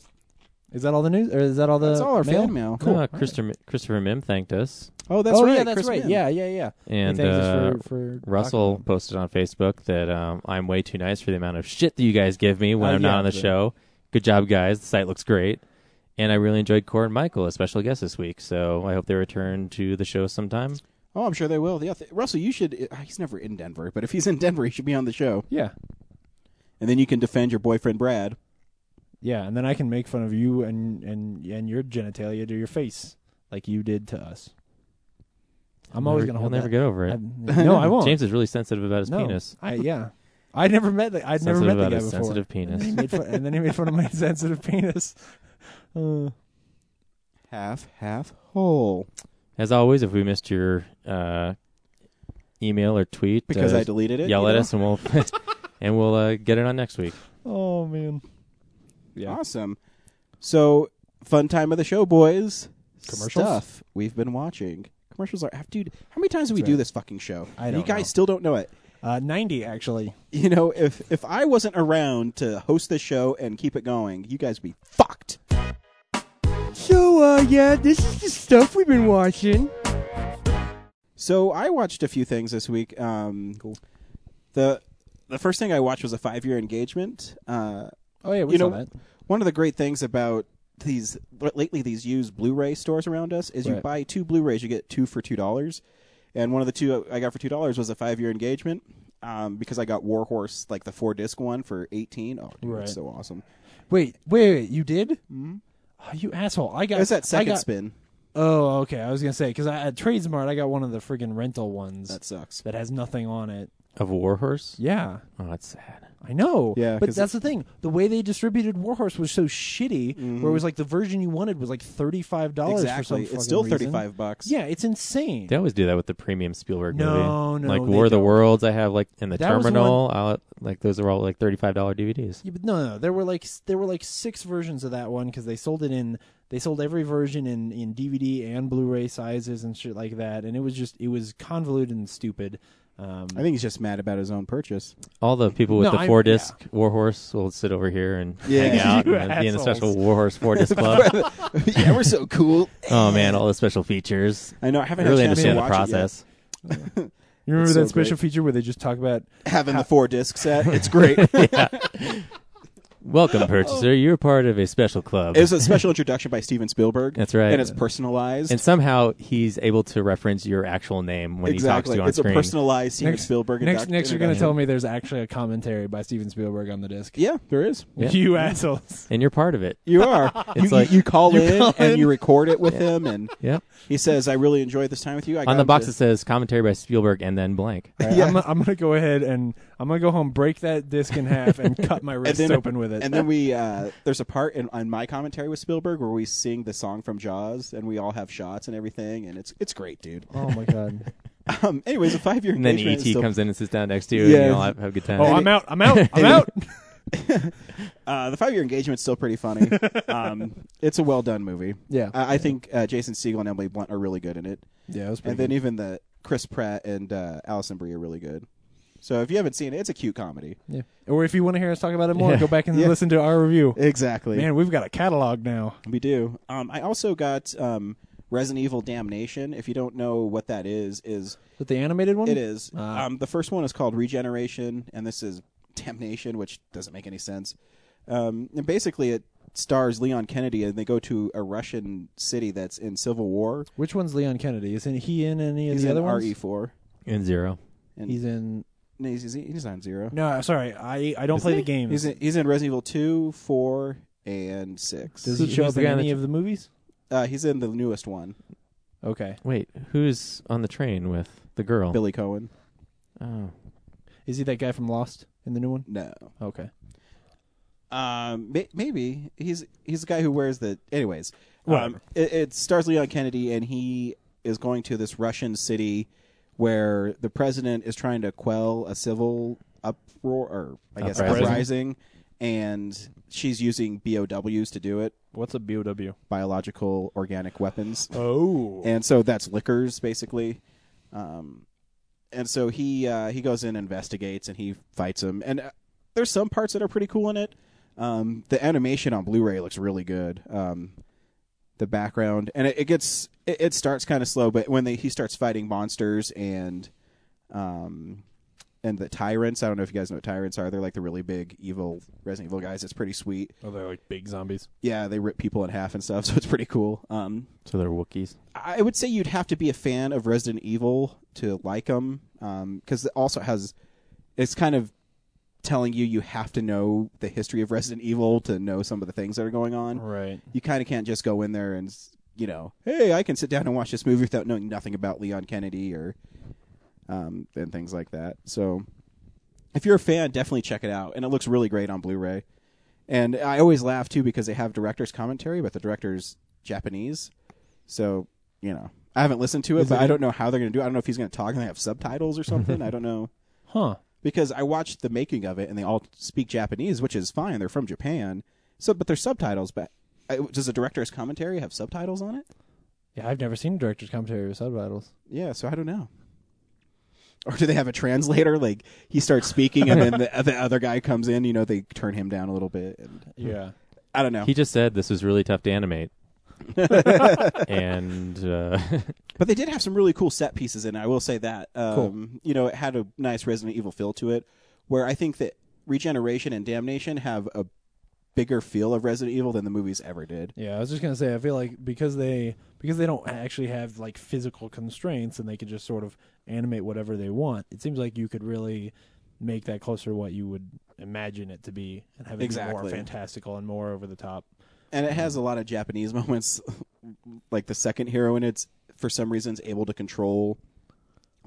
Speaker 2: Is that all the news? Or is that all the
Speaker 1: that's all our
Speaker 2: mail?
Speaker 1: fan mail.
Speaker 3: Uh, Christopher Christopher Mim thanked us,
Speaker 1: Oh, that's
Speaker 2: oh,
Speaker 1: right.
Speaker 2: yeah, that's
Speaker 1: Chris
Speaker 2: right.
Speaker 1: Minn.
Speaker 2: Yeah, yeah, yeah.
Speaker 3: and
Speaker 2: Thanks
Speaker 3: uh,
Speaker 2: for, for
Speaker 3: Russell
Speaker 2: talking
Speaker 3: posted on Facebook that um, I'm way too nice for the amount of shit that you guys give me when
Speaker 2: Oh,
Speaker 3: I'm
Speaker 2: yeah,
Speaker 3: not on the
Speaker 2: but-
Speaker 3: show. Good job, guys. The site looks great. And I really enjoyed Core and Michael as special guests this week, so I hope they return to the show sometime.
Speaker 1: Oh, I'm sure they will. Yeah, th- Russell, you should. uh, He's never in Denver, but if he's in Denver, he should be on the show,
Speaker 2: about it.
Speaker 1: and then you can defend your boyfriend Brad.
Speaker 2: Yeah, yeah, and then I can make fun of you and and and your genitalia to your face like you did to us. I'm always
Speaker 3: Never-
Speaker 2: gonna
Speaker 3: he'll
Speaker 2: hold
Speaker 3: never
Speaker 2: that.
Speaker 3: get over it.
Speaker 2: I- no, I won't.
Speaker 3: James is really sensitive about his
Speaker 2: no,
Speaker 3: penis.
Speaker 2: I, yeah, I never met. The, I'd never
Speaker 3: sensitive
Speaker 2: met the
Speaker 3: about
Speaker 2: guy
Speaker 3: his
Speaker 2: before.
Speaker 3: sensitive
Speaker 2: And then he
Speaker 3: penis.
Speaker 2: made fun- and then he made fun of my sensitive penis. Uh,
Speaker 1: Half, half whole.
Speaker 3: As always, if we missed your uh, email or tweet,
Speaker 1: Because
Speaker 3: uh,
Speaker 1: I deleted it.
Speaker 3: yell
Speaker 1: you
Speaker 3: at
Speaker 1: know?
Speaker 3: us and we'll and we'll uh, get it on next week.
Speaker 2: oh man. Yeah.
Speaker 1: Awesome. So fun time of the show, boys.
Speaker 2: Commercials?
Speaker 1: Stuff we've been watching. Commercials are, dude. How many times do we
Speaker 2: That's
Speaker 1: do
Speaker 2: right.
Speaker 1: this fucking show?
Speaker 2: I
Speaker 1: And
Speaker 2: don't
Speaker 1: you guys
Speaker 2: know.
Speaker 1: still don't know it.
Speaker 2: Uh, Ninety actually.
Speaker 1: you know, if if I wasn't around to host the show and keep it going, you guys would be fucked.
Speaker 4: So, uh, yeah, this is the stuff we've been watching.
Speaker 1: So I watched a few things this week. Um,
Speaker 2: Cool.
Speaker 1: The the first thing I watched was a five year engagement. Uh,
Speaker 2: Oh yeah, we
Speaker 1: you
Speaker 2: saw
Speaker 1: know,
Speaker 2: that.
Speaker 1: one of the great things about these lately these used Blu-ray stores around us is you
Speaker 2: Right.
Speaker 1: buy two Blu-rays, you get two for two dollars. And one of the two I got for two dollars was a five year engagement. Um, because I got Warhorse, like the four disc one for eighteen. Oh, dude,
Speaker 2: Right.
Speaker 1: it's so awesome!
Speaker 2: Wait, wait, wait, you did? Mm-hmm. Oh, you asshole! I got.
Speaker 1: It was that second
Speaker 2: I got,
Speaker 1: spin.
Speaker 2: Oh, okay. I was gonna say because at Tradesmart I got one of the friggin' rental ones
Speaker 1: That sucks.
Speaker 2: that has nothing on it.
Speaker 3: Of Warhorse?
Speaker 2: Yeah,
Speaker 3: Oh, that's sad.
Speaker 2: I know.
Speaker 1: Yeah,
Speaker 2: but
Speaker 1: 'cause
Speaker 2: that's the thing. The way they distributed Warhorse was so shitty. Where it was like the version you wanted was like thirty five dollars. For some
Speaker 1: Mm-hmm. Exactly.
Speaker 2: fucking
Speaker 1: It's still
Speaker 2: reason.
Speaker 1: thirty five bucks.
Speaker 2: Yeah, it's insane.
Speaker 3: They always do that with the premium Spielberg
Speaker 2: No,
Speaker 3: movie.
Speaker 2: no,
Speaker 3: like
Speaker 2: they
Speaker 3: War of the
Speaker 2: don't.
Speaker 3: Worlds. I have like in the
Speaker 2: That was the
Speaker 3: terminal. I'll, like those are all like thirty-five dollar DVDs.
Speaker 2: Yeah, but no, no, there were like s- there were like six versions of that one because they sold it in they sold every version in in DVD and Blu-ray sizes and shit like that, and it was just it was convoluted and stupid. Um,
Speaker 1: I think he's just mad about his own purchase.
Speaker 3: All the people with
Speaker 2: No,
Speaker 3: the
Speaker 2: I'm-
Speaker 3: four disc Warhorse will sit over here and
Speaker 1: Yeah.
Speaker 3: hang out
Speaker 2: You
Speaker 3: and be in the
Speaker 2: assholes.
Speaker 3: special Warhorse four disc club.
Speaker 1: yeah, we're so cool.
Speaker 3: oh man, all the special features.
Speaker 1: I know. I haven't
Speaker 3: I really
Speaker 1: had a chance to
Speaker 3: understand the
Speaker 1: watch it yet.
Speaker 3: process.
Speaker 2: you remember
Speaker 1: It's
Speaker 2: that
Speaker 1: so great.
Speaker 2: special feature where they just talk about
Speaker 1: Having the four disc set, it's great. it
Speaker 3: Welcome,
Speaker 2: Oh.
Speaker 3: purchaser. You're part of a special club.
Speaker 1: was a special introduction by Steven Spielberg.
Speaker 3: That's right.
Speaker 1: and it's personalized.
Speaker 3: and somehow he's able to reference your actual name when
Speaker 1: exactly,
Speaker 3: he talks to you on
Speaker 1: it's
Speaker 3: screen.
Speaker 1: a personalized Steven
Speaker 2: next,
Speaker 1: Spielberg.
Speaker 2: next,
Speaker 1: introdu-
Speaker 2: next you're going to
Speaker 1: introduction.
Speaker 2: tell me there's actually a commentary by Steven Spielberg on the disc.
Speaker 1: Yeah, there is.
Speaker 3: Yeah.
Speaker 2: You assholes.
Speaker 3: and you're part of it.
Speaker 1: You are. you,
Speaker 3: like-
Speaker 1: you call in
Speaker 2: call in.
Speaker 1: and you record it with him, and
Speaker 3: Yeah.
Speaker 1: he says, "I really enjoyed this time with you." I got
Speaker 3: On the
Speaker 1: him
Speaker 3: box
Speaker 1: to-
Speaker 3: it says commentary by Spielberg and then blank.
Speaker 2: All right, I'm, I'm going to go ahead and I'm going to go home, break that disc in half, and cut my wrist
Speaker 1: then-
Speaker 2: open with it.
Speaker 1: and then we uh, there's a part in on my commentary with Spielberg where we sing the song from Jaws, and we all have shots and everything, and it's it's great, dude.
Speaker 2: oh my god.
Speaker 1: Um, anyways, a five year
Speaker 3: And then
Speaker 1: engagement.
Speaker 3: ET
Speaker 2: E
Speaker 1: is still-
Speaker 3: comes in and sits down next to you,
Speaker 1: Yeah.
Speaker 3: and you all have, have a good time.
Speaker 2: Oh, I'm out. I'm out. I'm out.
Speaker 1: Uh, the five year engagement's still pretty funny. um, it's a well done movie.
Speaker 2: Yeah.
Speaker 1: I, I think uh, Jason Segel and Emily Blunt are really good in it,
Speaker 2: Yeah, it was
Speaker 1: and then even the Chris Pratt and uh, Allison Brie are really good. So if you haven't seen it, it's a cute comedy.
Speaker 2: Yeah. Or if you want to hear us talk about it more,
Speaker 3: Yeah.
Speaker 2: go back and
Speaker 1: Yeah.
Speaker 2: listen to our review.
Speaker 1: Exactly.
Speaker 2: Man, we've got a catalog now.
Speaker 1: We do. Um, I also got um, Resident Evil Damnation. If you don't know what that is, is
Speaker 2: With the animated one?
Speaker 1: it is
Speaker 2: Ah.
Speaker 1: um, the first one is called Regeneration, and this is Damnation, which doesn't make any sense. Um, and basically, it stars Leon Kennedy, and they go to a Russian city that's in civil war.
Speaker 2: Which one's Leon Kennedy? Isn't he in any of
Speaker 1: He's
Speaker 2: the
Speaker 1: in E
Speaker 2: other ones?
Speaker 1: RE four.
Speaker 3: in zero.
Speaker 2: He's in.
Speaker 1: No, he's, he's- he's on zero.
Speaker 2: No, sorry. I, I don't play the game.
Speaker 1: He's in, he's in Resident Evil two, four, and six.
Speaker 2: Does he
Speaker 3: Who's
Speaker 2: show up
Speaker 3: the
Speaker 2: in
Speaker 3: guy
Speaker 2: any
Speaker 3: that-
Speaker 2: of the movies?
Speaker 1: Uh, he's in the newest one,
Speaker 2: Okay.
Speaker 3: Wait, who's on the train with the girl?
Speaker 1: Billy Cohen.
Speaker 3: Oh,
Speaker 2: Is he that guy from Lost in the new one?
Speaker 1: No.
Speaker 2: Okay.
Speaker 1: Um, may- maybe he's he's the guy who wears the. Anyways, um,
Speaker 2: Whatever.
Speaker 1: it, it stars Leon Kennedy, and he is going to this Russian city where the president is trying to quell a civil uproar, or I guess
Speaker 3: Uprising.
Speaker 1: uprising, and she's using BOWs to do it,
Speaker 2: What's a BOW?
Speaker 1: biological organic weapons,
Speaker 2: Oh.
Speaker 1: and so that's liquors basically. Um, and so he uh, he goes in, investigates, and he fights him. And uh, there's some parts that are pretty cool in it. Um, the animation on Blu-ray looks really good. Um, the background and it, it gets it, it starts kind of slow, but when they, he starts fighting monsters and um and the tyrants. I don't know if you guys know what tyrants are. They're like the really big evil Resident Evil guys. It's pretty sweet.
Speaker 2: Oh, they're like big zombies.
Speaker 1: Yeah, they rip people in half and stuff, so it's pretty cool. Um,
Speaker 3: so they're Wookiees.
Speaker 1: I would say you'd have to be a fan of Resident Evil to like them, because it also has it's kind of telling you you have to know the history of Resident Evil to know some of the things that are going on.
Speaker 2: Right.
Speaker 1: You kind of can't just go in there and you know, hey, I can sit down and watch this movie without knowing nothing about Leon Kennedy or um, and things like that. So if you're a fan, definitely check it out, and it looks really great on Blu-ray. And I always laugh too because they have director's commentary, but the director's Japanese, so you know I haven't listened to it,
Speaker 2: Is
Speaker 1: but
Speaker 2: it-
Speaker 1: I don't know how they're going to do. it. I don't know if he's going to talk and they have subtitles or something. I don't know
Speaker 2: Huh.
Speaker 1: because I watched the making of it and they all speak Japanese, which is fine. They're from Japan, so but there's subtitles. But I, does the director's commentary have subtitles on it?
Speaker 2: Yeah, I've never seen a director's commentary with subtitles.
Speaker 1: Yeah, so I don't know. Or do they have a translator? Like he starts speaking, and then the, the other guy comes in. You know, they turn him down a little bit. And
Speaker 2: Yeah.
Speaker 1: I don't know,
Speaker 3: He just said this was really tough to animate. and uh,
Speaker 1: but they did have some really cool set pieces in it. I will say that. Um, You know, it had a nice Resident Evil feel to it, where I think that Regeneration and Damnation have a bigger feel of Resident Evil than the movies ever did.
Speaker 2: Yeah, I was just gonna say, I feel like because they because they don't actually have like physical constraints and they can just sort of animate whatever they want. It seems like you could really make that closer to what you would imagine it to be and have it be more
Speaker 1: Exactly.
Speaker 2: fantastical and more over the top.
Speaker 1: And it
Speaker 2: Mm-hmm.
Speaker 1: has a lot of Japanese moments, like the second hero, and it's for some reason is able to control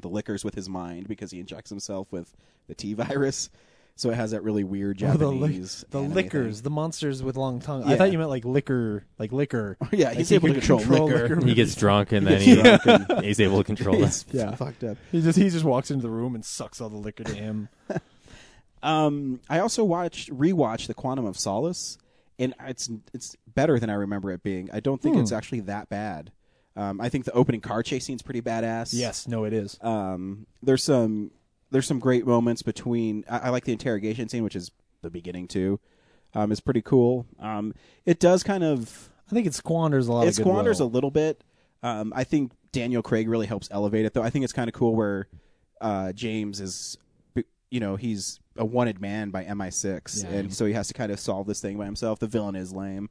Speaker 1: the liquors with his mind because he injects himself with the T virus. So it has that really weird
Speaker 2: Oh, the li-
Speaker 1: Japanese.
Speaker 2: the
Speaker 1: anime
Speaker 2: liquors, the monsters with long tongue. I
Speaker 1: Yeah.
Speaker 2: thought you meant like liquor, like liquor.
Speaker 1: thing. Yeah,
Speaker 2: Like,
Speaker 1: he's
Speaker 2: he
Speaker 1: able to
Speaker 2: could
Speaker 1: control,
Speaker 2: control
Speaker 1: liquor.
Speaker 2: liquor.
Speaker 3: he gets drunk, and then
Speaker 1: gets
Speaker 3: he,
Speaker 1: drunk
Speaker 3: he's able to control it.
Speaker 1: It's
Speaker 2: Yeah.
Speaker 1: fucked up.
Speaker 2: He just he just walks into the room and sucks all the liquor to him.
Speaker 1: Um, I also watched rewatched the Quantum of
Speaker 2: Hmm.
Speaker 1: Solace, and it's it's better than I remember it being. I don't think it's actually that bad. Um, I think the opening car chase scene's pretty badass.
Speaker 2: Yes, no, it is.
Speaker 1: Um, there's some there's some great moments between. I, I like the interrogation scene, which is the beginning too. Um, is pretty cool. Um, it does kind of
Speaker 2: I think it squanders a lot.
Speaker 1: it
Speaker 2: of
Speaker 1: squanders
Speaker 2: goodwill.
Speaker 1: a little bit. Um, I think Daniel Craig really helps elevate it, though. I think it's kind of cool where uh, James is, you know, he's a wanted man by MI6,
Speaker 2: Yeah.
Speaker 1: and so he has to kind of solve this thing by himself. The villain is lame.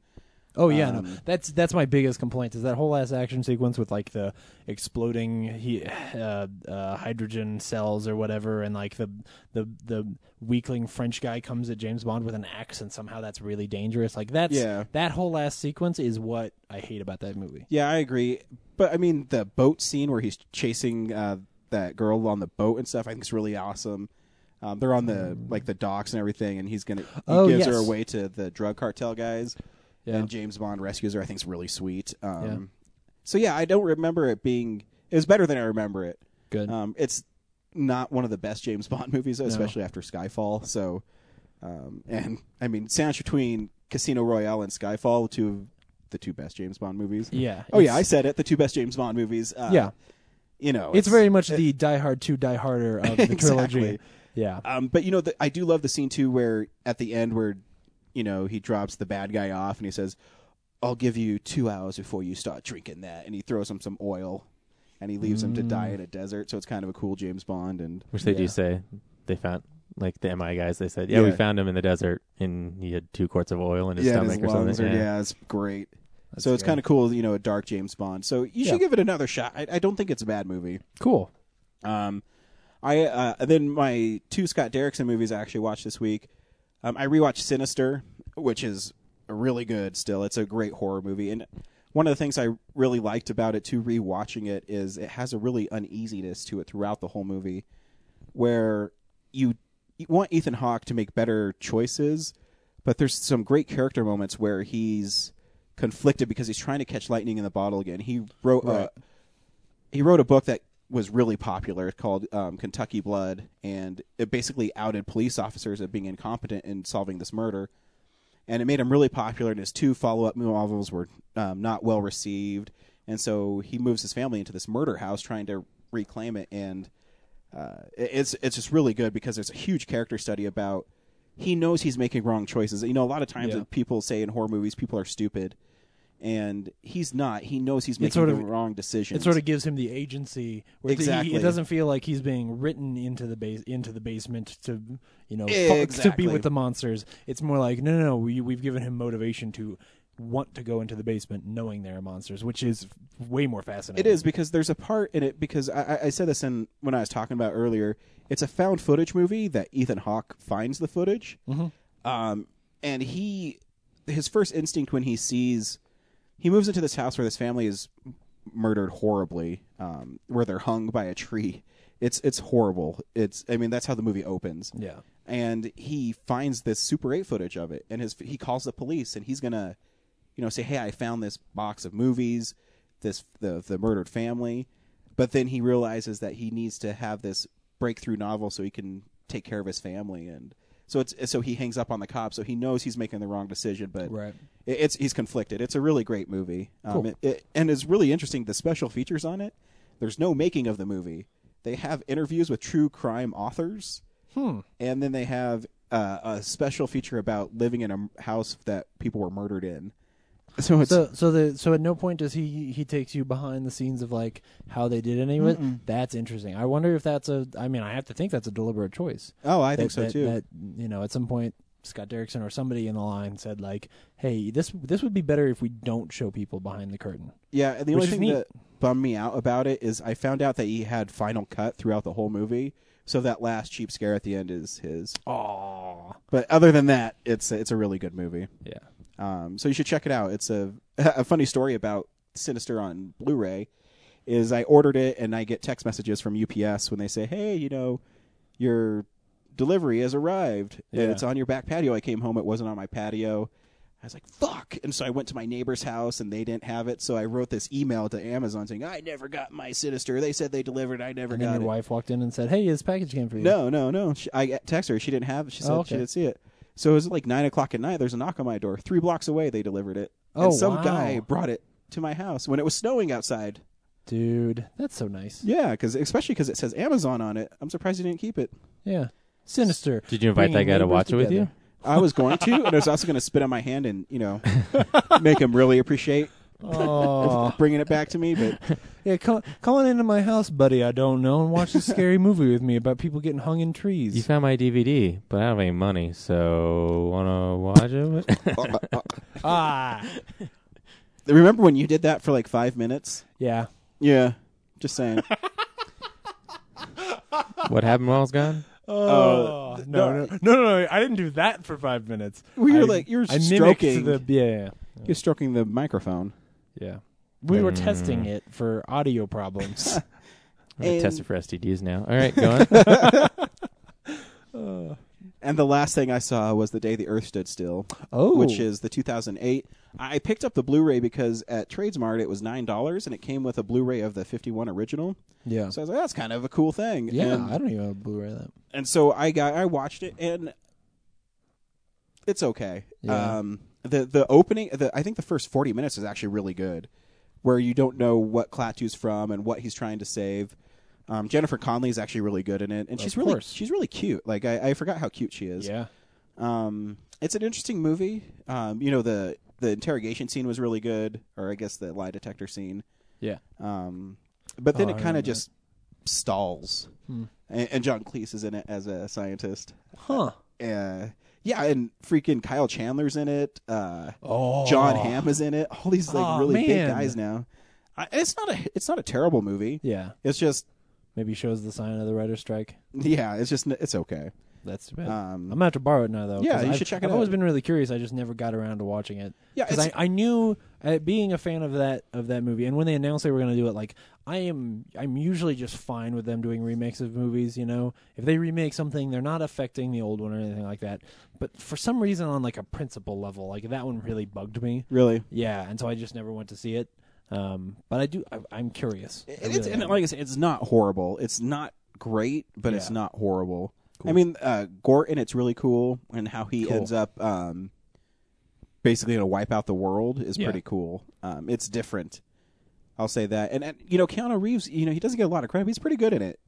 Speaker 2: Oh yeah, no.
Speaker 1: Um,
Speaker 2: That's that's my biggest complaint is that whole last action sequence with like the exploding he, uh, uh, hydrogen cells or whatever, and like the the the weakling French guy comes at James Bond with an axe, and somehow that's really dangerous. Like that's
Speaker 1: Yeah.
Speaker 2: that whole last sequence is what I hate about that movie.
Speaker 1: Yeah, I agree. But I mean, the boat scene where he's chasing uh, that girl on the boat and stuff, I think is really awesome. Um, they're on the like the docks and everything, and he's gonna he
Speaker 2: Oh,
Speaker 1: gives her
Speaker 2: yes.
Speaker 1: away to the drug cartel guys,
Speaker 2: Yeah.
Speaker 1: and James Bond rescues her. I think is really sweet. Um, So yeah, I don't remember it being. It was better than I remember it.
Speaker 2: Good.
Speaker 1: Um, it's not one of the best James Bond movies, especially after Skyfall. So, um, and I mean, sandwich between Casino Royale and Skyfall, two of the two best James Bond movies.
Speaker 2: yeah.
Speaker 1: Oh yeah, I
Speaker 2: it's-
Speaker 1: said it. The two best James Bond movies. Uh,
Speaker 2: yeah.
Speaker 1: you know,
Speaker 2: It's, very much the Die Hard Two, Die Harder of the trilogy.
Speaker 1: Exactly.
Speaker 2: Yeah.
Speaker 1: Um, but you know, the, I do love the scene too, where at the end, where you know he drops the bad guy off, and he says, "I'll give you two hours before you start drinking that," and he throws him some oil, and he leaves him to die
Speaker 2: Mm.
Speaker 1: in a desert. So it's kind of a cool James Bond, and
Speaker 3: Which they
Speaker 2: Yeah.
Speaker 3: do say they found, like the MI guys, they said, yeah, we
Speaker 1: Yeah.
Speaker 3: found him in the desert and he had two quarts of oil in his
Speaker 1: yeah, and
Speaker 3: stomach
Speaker 1: his
Speaker 3: or
Speaker 1: lungs
Speaker 3: something.
Speaker 1: are- yeah, it's great.
Speaker 2: That's
Speaker 1: so it's
Speaker 2: great.
Speaker 1: kind of cool, you know, a dark James Bond. So you
Speaker 2: Yeah.
Speaker 1: should give it another shot. I, I don't think it's a bad movie.
Speaker 2: Cool.
Speaker 1: Um, I uh, then my two Scott Derrickson movies I actually watched this week. Um, I rewatched Sinister, which is really good. Still, it's a great horror movie, and one of the things I really liked about it too, rewatching it, is it has a really uneasiness to it throughout the whole movie, where you, you want Ethan Hawke to make better choices, but there's some great character moments where he's conflicted because he's trying to catch lightning in the bottle again. He wrote uh,
Speaker 2: Right.
Speaker 1: a he wrote a book that was really popular called um, Kentucky Blood, and it basically outed police officers as being incompetent in solving this murder. And it made him really popular, and his two follow up novels were um, not well received. And so he moves his family into this murder house trying to reclaim it. And uh, it- it's, it's just really good because there's a huge character study about he knows he's making wrong choices. You know, a lot of times
Speaker 2: Yeah.
Speaker 1: that people say in horror movies, people are stupid. And he's not. He knows he's making
Speaker 2: sort
Speaker 1: the
Speaker 2: of-
Speaker 1: wrong decision.
Speaker 2: It sort of gives him the agency. Where it's- he-
Speaker 1: Exactly.
Speaker 2: it doesn't feel like he's being written into the base into the basement to you know
Speaker 1: Eh,
Speaker 2: fu- to be
Speaker 1: exactly.
Speaker 2: with the monsters. It's more like no, no, no. We, we've given him motivation to want to go into the basement, knowing there are monsters, which is way more
Speaker 1: It
Speaker 2: fascinating.
Speaker 1: is because there's a part in it because I, I- I said this in when I was talking about earlier. It's a found footage movie that Ethan Hawke finds the footage, um, and he his first instinct when he sees he moves into this house where this family is murdered horribly, um, where they're hung by a tree. It's it's horrible. It's I mean that's how the movie opens
Speaker 2: Yeah.
Speaker 1: and he finds this Super 8 footage of it, and his he calls the police, and he's gonna, you know, say, "Hey, I found this box of movies, this the the murdered family," but then he realizes that he needs to have this breakthrough novel so he can take care of his family, and so it's so he hangs up on the cop, so he knows he's making the wrong decision, but
Speaker 2: Right.
Speaker 1: it, it's he's conflicted. It's a really great movie, um,
Speaker 2: Cool.
Speaker 1: it, it, and it's really interesting. The special features on it, there's no making of the movie. They have interviews with true crime authors
Speaker 2: Hmm.
Speaker 1: and then they have uh, a special feature about living in a m- house that people were murdered in. So it's
Speaker 2: So so the so at no point does he he takes you behind the scenes of like how they did any of it. That's interesting. I wonder if that's a. I mean, I have to think that's a deliberate choice.
Speaker 1: oh, I think
Speaker 2: that-
Speaker 1: so
Speaker 2: that-
Speaker 1: too.
Speaker 2: That you know, at some point, Scott Derrickson or somebody in the line said like, "Hey, this this would be better if we don't show people behind the curtain."
Speaker 1: yeah, and the
Speaker 2: which
Speaker 1: only
Speaker 2: is
Speaker 1: thing
Speaker 2: neat.
Speaker 1: that bummed me out about it is I found out that he had Final Cut throughout the whole movie, so that last cheap scare at the end is his.
Speaker 2: Oh,
Speaker 1: But other than that, it's it's a really good movie.
Speaker 3: Yeah.
Speaker 1: Um, so you should check it out. It's a a funny story about Sinister on Blu-ray. Is I ordered it and I get text messages from UPS when they say, "Hey, you know, your delivery has arrived.
Speaker 2: Yeah.
Speaker 1: And it's on your back patio." I came home; it wasn't on my patio. I was like, "Fuck!" And so I went to my neighbor's house and they didn't have it. So I wrote this email to Amazon saying, "I never got my Sinister. They said they delivered. I never
Speaker 2: and then
Speaker 1: got
Speaker 2: your
Speaker 1: it."
Speaker 2: wife walked in and said, "Hey, this package came for you."
Speaker 1: No, no, no. She, I texted her. She didn't have it. She said
Speaker 2: Oh, okay.
Speaker 1: she didn't see it. So it was like nine o'clock at night. There's a knock on my door. Three blocks away, they delivered it.
Speaker 2: Oh,
Speaker 1: and some
Speaker 2: wow.
Speaker 1: guy brought it to my house when it was snowing outside.
Speaker 2: Dude, that's so nice.
Speaker 1: Yeah, because especially because it says Amazon on it. I'm surprised you didn't keep it.
Speaker 2: Yeah. Sinister.
Speaker 3: Did you invite that
Speaker 2: Bringing
Speaker 3: guy to
Speaker 2: neighbors
Speaker 3: watch it with you?
Speaker 2: together.
Speaker 1: I was going to, and I was also going to spit on my hand and you know make him really appreciate uh,
Speaker 2: Oh.
Speaker 1: bringing it back to me. But
Speaker 2: yeah, come, come on into my house, buddy. I don't know, and watch this scary movie with me about people getting hung in trees.
Speaker 3: You found my DVD, but I don't have any money, so wanna watch it?
Speaker 2: ah.
Speaker 1: uh, remember when you did that for like five minutes?
Speaker 2: Yeah.
Speaker 1: Yeah, just saying.
Speaker 3: what happened while I was gone?
Speaker 2: Oh, no,
Speaker 1: no.
Speaker 2: no, no, no, no! I didn't do that for five minutes.
Speaker 1: Well, you were
Speaker 2: I-
Speaker 1: like- you were
Speaker 2: I mimicked
Speaker 1: stroking.
Speaker 2: The, yeah,
Speaker 1: You're stroking the microphone.
Speaker 2: yeah, yeah. We were
Speaker 3: Mm.
Speaker 2: testing it for audio problems.
Speaker 3: I'm gonna
Speaker 1: And-
Speaker 3: test it for STDs now. All right, go on.
Speaker 1: And the last thing I saw was the day the Earth stood still,
Speaker 2: oh,
Speaker 1: which is the 2008. I picked up the Blu-ray because at Tradesmart it was nine dollars, and it came with a Blu-ray of the 51 original.
Speaker 2: yeah,
Speaker 1: So I was like, that's kind of a cool thing.
Speaker 2: yeah.
Speaker 1: And
Speaker 2: I don't even have Blu-ray that.
Speaker 1: and so I got I watched it and it's okay.
Speaker 2: Yeah.
Speaker 1: Um the the opening the I think the first 40 minutes is actually really good where you don't know what Klaatu's from and what he's trying to save. Um, Jennifer Conley is actually really good in it and she's really
Speaker 2: course.
Speaker 1: she's really cute. Like I, I forgot how cute she is.
Speaker 2: Yeah,
Speaker 1: Um it's an interesting movie. Um you know the the interrogation scene was really good or I guess the lie detector scene.
Speaker 2: yeah.
Speaker 1: Um, but then
Speaker 2: Oh, I
Speaker 1: it kind
Speaker 2: remember Hmm.
Speaker 1: of just stalls, and, and John Cleese is in it as a scientist.
Speaker 2: Huh?
Speaker 1: Uh, yeah, and freaking Kyle Chandler's in it. Uh,
Speaker 2: Oh,
Speaker 1: John Hamm is in it. All these like
Speaker 2: Aw,
Speaker 1: really big
Speaker 2: man.
Speaker 1: guys now. I, it's not a it's not a terrible movie.
Speaker 2: Yeah,
Speaker 1: It's just
Speaker 2: maybe shows the sign of the writer's strike.
Speaker 1: yeah, it's just n- it's okay.
Speaker 2: That's too bad. I'm
Speaker 1: Um,
Speaker 2: gonna have to borrow it now, though.
Speaker 1: Yeah,
Speaker 2: 'cause
Speaker 1: you
Speaker 2: I've-
Speaker 1: should check it
Speaker 2: I've always
Speaker 1: out.
Speaker 2: been really curious. I just never got around to watching it.
Speaker 1: Yeah,
Speaker 2: because I,
Speaker 1: it's-
Speaker 2: I knew uh, being a fan of that of that movie, and when they announced they were going to do it, like I am, I'm usually just fine with them doing remakes of movies. You know, if they remake something, they're not affecting the old one or anything like that. But for some reason, on like a principle level, like that one really bugged me.
Speaker 1: really.
Speaker 2: Yeah, and so I just never went to see it. Um, but I do, I, I'm curious. I
Speaker 1: And it's
Speaker 2: really
Speaker 1: and
Speaker 2: am.
Speaker 1: like I said, it's not horrible. It's not great, but it's
Speaker 2: Yeah.
Speaker 1: not horrible. I mean, uh, Gorton, it's really cool, and how he
Speaker 2: Cool.
Speaker 1: ends up um, basically going to wipe out the world is
Speaker 2: Yeah.
Speaker 1: pretty cool. Um, it's different. I'll say that. And, and you know, Keanu Reeves, you know, he doesn't get a lot of credit. But he's pretty good in it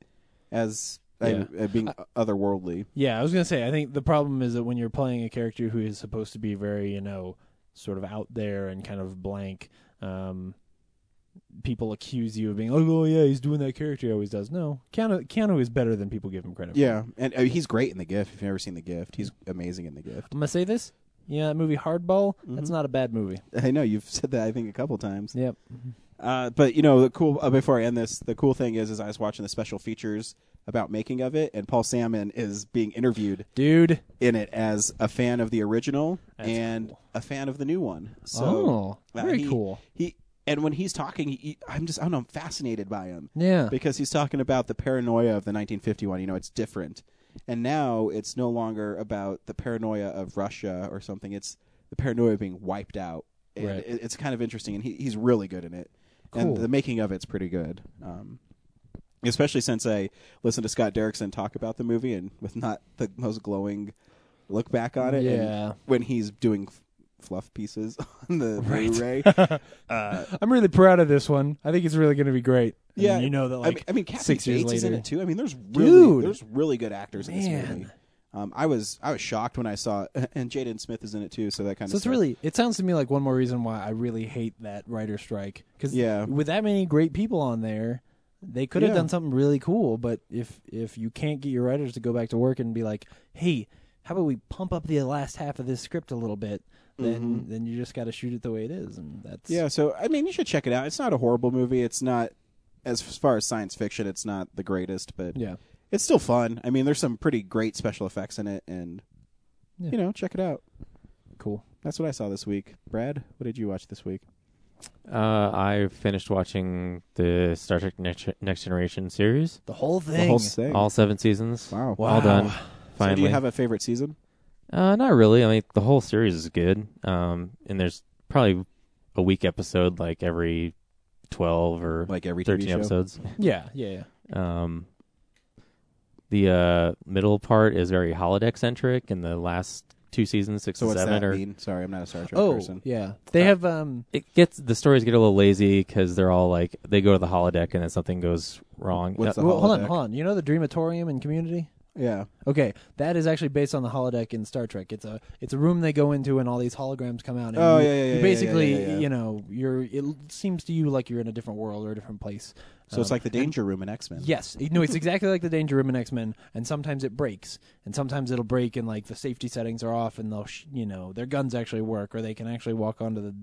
Speaker 1: as
Speaker 2: Yeah.
Speaker 1: uh, uh, being otherworldly.
Speaker 2: Yeah, I was gonna say. I think the problem is that when you're playing a character who is supposed to be very, you know, sort of out there and kind of blank, um, people accuse you of being, oh, oh yeah, he's doing that character he always does. No, Keanu, Keanu is better than people give him credit. for.
Speaker 1: Yeah, and uh, he's great in The Gift. If you've never seen The Gift, he's amazing in The Gift.
Speaker 2: I'm gonna say this. Yeah, that movie Hardball.
Speaker 1: Mm-hmm.
Speaker 2: That's not a bad movie.
Speaker 1: I know you've said that I think a couple times.
Speaker 2: Yep.
Speaker 1: Uh, but you know the cool. Uh, before I end this, the cool thing is, is I was watching the special features about making of it, and Paul Salmon is being interviewed
Speaker 2: Dude.
Speaker 1: in it as a fan of the original and
Speaker 2: cool.
Speaker 1: a fan of the new one. So
Speaker 2: oh,
Speaker 1: uh,
Speaker 2: very
Speaker 1: he-
Speaker 2: cool.
Speaker 1: He and when he's talking, he, I'm just I don't know, I'm fascinated by him
Speaker 2: Yeah.
Speaker 1: because he's talking about the paranoia of the 1951. You know, it's different, and now it's no longer about the paranoia of Russia or something. It's the paranoia of being wiped out. And
Speaker 2: Right.
Speaker 1: it, it's kind of interesting, and he, he's really good in it. And
Speaker 2: Cool.
Speaker 1: the making of it's pretty good, um, especially since I listened to Scott Derrickson talk about the movie and with not the most glowing look back on it. and
Speaker 2: Yeah.
Speaker 1: when he's doing f- fluff pieces on the
Speaker 2: Right.
Speaker 1: Blu-ray.
Speaker 2: I'm really proud of this one. I think it's really gonna be great. And
Speaker 1: Yeah,
Speaker 2: you know that like
Speaker 1: I mean, I mean Kathy
Speaker 2: six years
Speaker 1: Bates is in
Speaker 2: later.
Speaker 1: it too. I mean, there's really
Speaker 2: Dude.
Speaker 1: there's really good actors in this
Speaker 2: Man.
Speaker 1: movie. Um, I was I was shocked when I saw, it. and Jaden Smith is in it too. So that kind
Speaker 2: So
Speaker 1: of
Speaker 2: it's really it sounds to me like one more reason why I really hate that writer strike because
Speaker 1: Yeah.
Speaker 2: with that many great people on there, they could have
Speaker 1: Yeah.
Speaker 2: done something really cool. But if if you can't get your writers to go back to work and be like, hey, how about we pump up the last half of this script a little bit, then then you just got to shoot it the way it is, and that's
Speaker 1: Mm-hmm. yeah. So I mean, you should check it out. It's not a horrible movie. It's not as far as science fiction. It's not the greatest, but
Speaker 2: yeah.
Speaker 1: it's still fun. I mean, there's some pretty great special effects in it, and
Speaker 2: Yeah.
Speaker 1: you know, check it out.
Speaker 2: cool.
Speaker 1: That's what I saw this week. Brad, what did you watch this week?
Speaker 3: Uh, I finished watching the Star Trek Next, Next Generation series,
Speaker 2: The whole thing.
Speaker 1: The whole thing.
Speaker 3: all seven seasons.
Speaker 1: wow.
Speaker 2: Wow.
Speaker 3: All done.
Speaker 1: So
Speaker 3: Finally.
Speaker 1: do you have a favorite season?
Speaker 3: Uh, not really. I mean, the whole series is good. Um, and there's probably a week episode like every twelve or
Speaker 1: Like every TV
Speaker 3: thirteen
Speaker 1: show?
Speaker 3: episodes.
Speaker 2: yeah, yeah, yeah.
Speaker 3: Um, the uh, middle part is very holodeck centric, and the last two seasons, six
Speaker 1: So
Speaker 3: to
Speaker 1: what's
Speaker 3: seven,
Speaker 1: that
Speaker 3: or
Speaker 1: mean? Sorry, I'm not a Star Trek
Speaker 2: Oh,
Speaker 1: person.
Speaker 2: yeah. They
Speaker 3: Uh,
Speaker 2: have um
Speaker 3: it gets the stories get a little lazy because they're all like they go to the holodeck and then something goes wrong.
Speaker 1: What's
Speaker 3: Uh,
Speaker 1: the
Speaker 2: well, hold on,
Speaker 1: holodeck.
Speaker 2: hold on. You know the Dreamatorium in Community?
Speaker 1: Yeah.
Speaker 2: Okay, that is actually based on the holodeck in Star Trek. It's a it's a room they go into and all these holograms come out. And
Speaker 1: Oh,
Speaker 2: you,
Speaker 1: yeah, yeah, yeah,
Speaker 2: you
Speaker 1: yeah,
Speaker 2: Basically,
Speaker 1: yeah, yeah, yeah.
Speaker 2: you know, you're it l- seems to you like you're in a different world or a different place.
Speaker 1: So it's
Speaker 2: Um,
Speaker 1: like the danger room in X Men.
Speaker 2: Yes, no, it's exactly like the Danger Room in X Men, and sometimes it breaks, and sometimes it'll break, and like the safety settings are off, and they'll, sh- you know, their guns actually work, or they can actually walk onto the,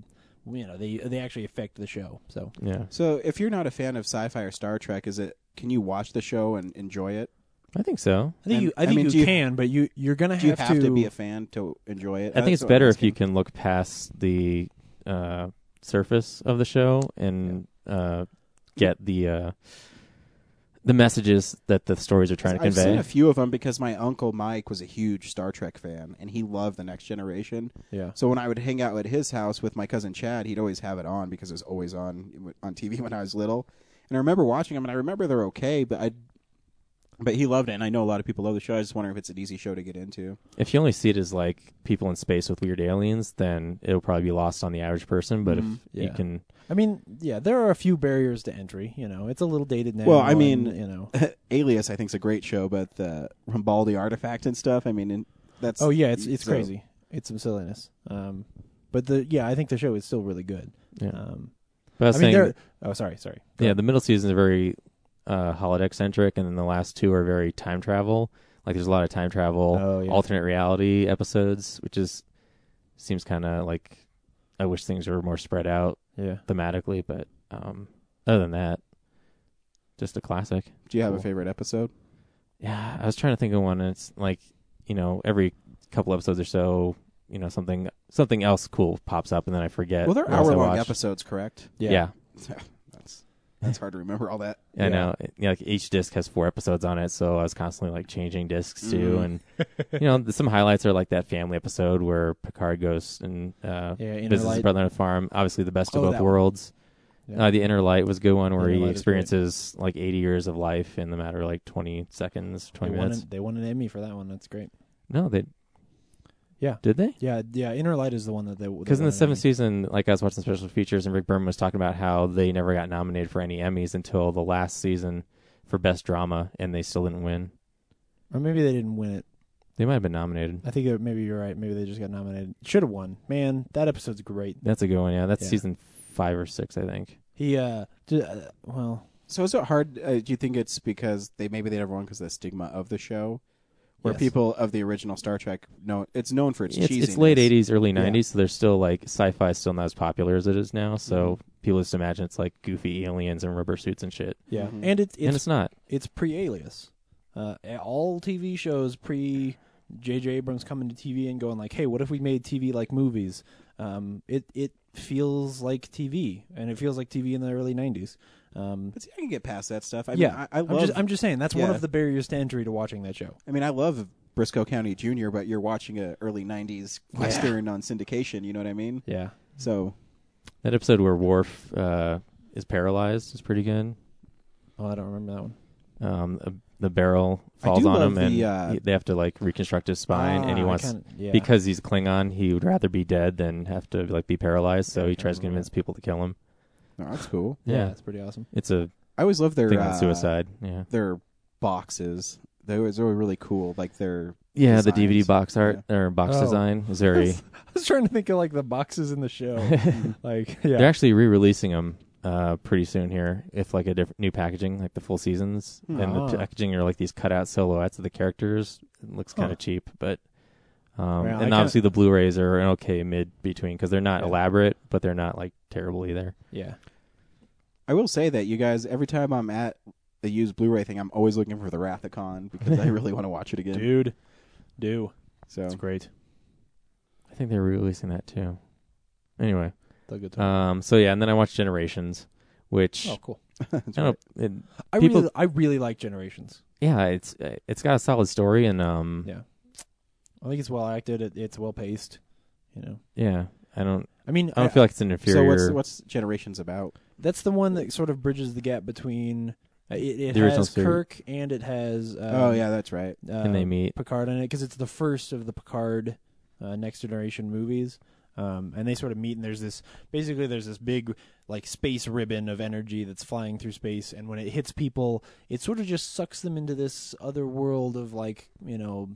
Speaker 2: you know, they they actually affect the show. So
Speaker 3: yeah,
Speaker 1: So if you're not a fan of sci-fi or Star Trek, is it? Can you watch the show and enjoy it?
Speaker 3: I think so.
Speaker 2: I think
Speaker 1: And-
Speaker 2: you, I
Speaker 1: I
Speaker 2: think
Speaker 1: mean,
Speaker 2: you,
Speaker 1: do you-
Speaker 2: can, but you you're gonna
Speaker 1: Do you
Speaker 2: have,
Speaker 1: have to, be a fan to enjoy it?
Speaker 3: I think
Speaker 1: That's
Speaker 3: it's
Speaker 1: what I'm
Speaker 3: better if
Speaker 1: asking.
Speaker 3: you can look past the uh, surface of the show and uh, get the uh, the messages that the stories are trying to
Speaker 1: I've
Speaker 3: convey.
Speaker 1: seen a few of them because my uncle Mike was a huge Star Trek fan, and he loved the Next Generation.
Speaker 2: yeah.
Speaker 1: So when I would hang out at his house with my cousin Chad, he'd always have it on because it was always on on TV when I was little. And I remember watching them, and I remember they're okay, but I. But he loved it, and I know a lot of people love the show. I just wonder if it's an easy show to get into.
Speaker 3: if you only see it as like people in space with weird aliens, then it'll probably be lost on the average person. But
Speaker 1: Mm.
Speaker 3: if you
Speaker 2: Yeah.
Speaker 3: can,
Speaker 2: I mean, yeah, there are a few barriers to entry. You know, it's a little dated now.
Speaker 1: Well, I
Speaker 2: and,
Speaker 1: mean-
Speaker 2: you know,
Speaker 1: Alias, I think, is a great show, but the Rambaldi artifact and stuff. I mean, and that's
Speaker 2: oh yeah, it's it's
Speaker 1: so-
Speaker 2: crazy, it's some silliness. Um, but the yeah, I think the show is still really good.
Speaker 3: Yeah.
Speaker 2: Um,
Speaker 3: but I
Speaker 2: I
Speaker 3: was
Speaker 2: mean,
Speaker 3: saying,
Speaker 2: there. Oh, sorry, sorry. Go
Speaker 3: yeah, the middle season is very uh, holodeck centric, and then the last two are very time travel. Like there's a lot of time travel,
Speaker 2: Oh, yeah.
Speaker 3: alternate reality episodes, which is seems kind of like I wish things were more spread out
Speaker 2: ahead. yeah.
Speaker 3: thematically. But um, other than that, just a classic.
Speaker 1: Do you have a
Speaker 3: Cool.
Speaker 1: favorite episode?
Speaker 3: Yeah, I was trying to think of one. And it's like you know, every couple episodes or so, you know, something something else cool pops up, and then I forget.
Speaker 1: Well, they're
Speaker 3: what else I
Speaker 1: hour long
Speaker 3: watched.
Speaker 1: episodes, correct?
Speaker 3: Yeah.
Speaker 1: that's that's hard to remember all that.
Speaker 3: I know. Yeah, like each disc has four episodes on it, so I was constantly like changing discs too.
Speaker 2: Mm-hmm.
Speaker 1: Mhm.
Speaker 3: And you know, th- some highlights are like that family episode where Picard goes and uh,
Speaker 2: Yeah, Inner
Speaker 3: visits
Speaker 2: Light.
Speaker 3: his brother on a farm. Obviously, the best of
Speaker 2: Oh, that
Speaker 3: both
Speaker 2: one.
Speaker 3: worlds.
Speaker 2: Yeah.
Speaker 3: Uh, the Inner Light was a good one where
Speaker 2: Inner Light is
Speaker 3: he experiences like 80 years of life in the matter of like 20 seconds, 20
Speaker 2: they
Speaker 3: minutes.
Speaker 2: Won an, they won an Emmy for that one. That's great.
Speaker 3: No, they.
Speaker 2: Yeah.
Speaker 3: Did they?
Speaker 2: Yeah, yeah. Inner Light is the one that they
Speaker 3: Because in the seventh
Speaker 2: season,
Speaker 3: season, like I was watching special features, and Rick Berman was talking about how they never got nominated for any Emmys until the last season for best drama, and they still didn't win.
Speaker 2: or maybe they didn't win it.
Speaker 3: They might have been nominated.
Speaker 2: I think that maybe you're right. Maybe they just got nominated. Should have won. Man, that episode's great.
Speaker 3: That's a good one. Yeah, that's
Speaker 2: Yeah.
Speaker 3: season five or six, I think.
Speaker 2: He, uh, d- uh well,
Speaker 1: So is it hard? Uh, do you think it's because they maybe they never won because of the stigma of the show, where
Speaker 2: Yes.
Speaker 1: people of the original Star Trek know it's known for its
Speaker 3: It's,
Speaker 1: cheesiness.
Speaker 3: it's late '80s, early '90s, so there's still like sci-fi is still not as popular as it is now. So people just imagine it's like goofy aliens and rubber suits and shit,
Speaker 2: yeah,
Speaker 1: Mhm.
Speaker 2: and it's
Speaker 3: and
Speaker 2: it's
Speaker 3: it's not.
Speaker 2: it's pre-Alias. Uh, all TV shows pre J.J. Abrams coming to TV and going like, "Hey, what if we made TV like movies?" Um, it it feels like TV, and it feels like TV in the early '90s. Um,
Speaker 1: But see, I can get past that stuff. I
Speaker 2: yeah,
Speaker 1: mean, I, I
Speaker 2: am
Speaker 1: love.
Speaker 2: just, I'm just saying that's one
Speaker 1: yeah.
Speaker 2: of the barriers to entry to watching that show.
Speaker 1: I mean, I love Briscoe County Jr., but you're watching a early '90s western on syndication. You know what I mean?
Speaker 2: Yeah,
Speaker 1: So
Speaker 3: That episode where Worf uh, is paralyzed is pretty good.
Speaker 2: Oh, I don't remember that one.
Speaker 3: Um, uh, the barrel
Speaker 1: I do
Speaker 3: falls on
Speaker 1: love
Speaker 3: him, and
Speaker 1: the, uh,
Speaker 3: he- they have to like reconstruct his spine, and he
Speaker 2: Ah, I
Speaker 3: wants
Speaker 2: kinda- yeah.
Speaker 3: because he's a Klingon, he would rather be dead than have to like be paralyzed. So
Speaker 2: Yeah, I
Speaker 3: he
Speaker 2: kinda
Speaker 3: tries to
Speaker 2: remember
Speaker 3: convince people to kill him.
Speaker 1: no, that's cool.
Speaker 2: yeah,
Speaker 3: Yeah.
Speaker 2: that's pretty awesome.
Speaker 3: It's a
Speaker 1: I always love their
Speaker 3: thing
Speaker 1: uh,
Speaker 3: on suicide. Yeah,
Speaker 1: Their boxes. They was always really cool. Like their
Speaker 3: yeah. The
Speaker 1: designs.
Speaker 3: DVD box art or box
Speaker 2: Oh.
Speaker 3: design is very.
Speaker 2: I was trying to think of like the boxes in the show, like
Speaker 3: They're
Speaker 2: yeah,
Speaker 3: actually re-releasing them uh, pretty soon here, if like a different new packaging, like the full seasons, and
Speaker 2: Ah.
Speaker 3: the packaging are like these cutout silhouettes of the characters. It looks kind
Speaker 2: Huh.
Speaker 3: of cheap, but um,
Speaker 2: Yeah, I
Speaker 3: and
Speaker 2: kinda-
Speaker 3: obviously the Blu-rays are an okay mid between because they're not
Speaker 2: Yeah.
Speaker 3: elaborate, but they're not like terrible either.
Speaker 2: yeah.
Speaker 1: I will say that you guys, every time I'm at the used Blu-ray thing, I'm always looking for the Wrath of Khan because I really want to watch it again.
Speaker 2: Dude, do
Speaker 1: so
Speaker 2: it's great.
Speaker 3: I think they're re-releasing that too. Anyway,
Speaker 2: They'll get to
Speaker 3: um, so yeah, and then I watched Generations, which
Speaker 2: Oh, cool.
Speaker 1: that's
Speaker 3: I
Speaker 1: right.
Speaker 3: don't know, it,
Speaker 2: I
Speaker 3: People-
Speaker 2: really, I really like Generations.
Speaker 3: yeah, it's it's got a solid story and um,
Speaker 2: Yeah. I think it's well acted. It, it's well paced. You know,
Speaker 3: yeah, I don't
Speaker 2: I mean,
Speaker 3: I don't
Speaker 2: I-
Speaker 3: feel like it's an
Speaker 1: So
Speaker 3: inferior.
Speaker 1: what's what's Generations about?
Speaker 2: that's the one that sort of bridges the gap between uh, it, it
Speaker 3: The original
Speaker 2: has
Speaker 3: series.
Speaker 2: Kirk and it has um,
Speaker 1: oh yeah, that's right.
Speaker 2: uh,
Speaker 3: and they meet.
Speaker 2: Picard in it because it's the first of the Picard uh, next generation movies. Um, and they sort of meet, and there's this basically there's this big like space ribbon of energy that's flying through space, and when it hits people, it sort of just sucks them into this other world of like you know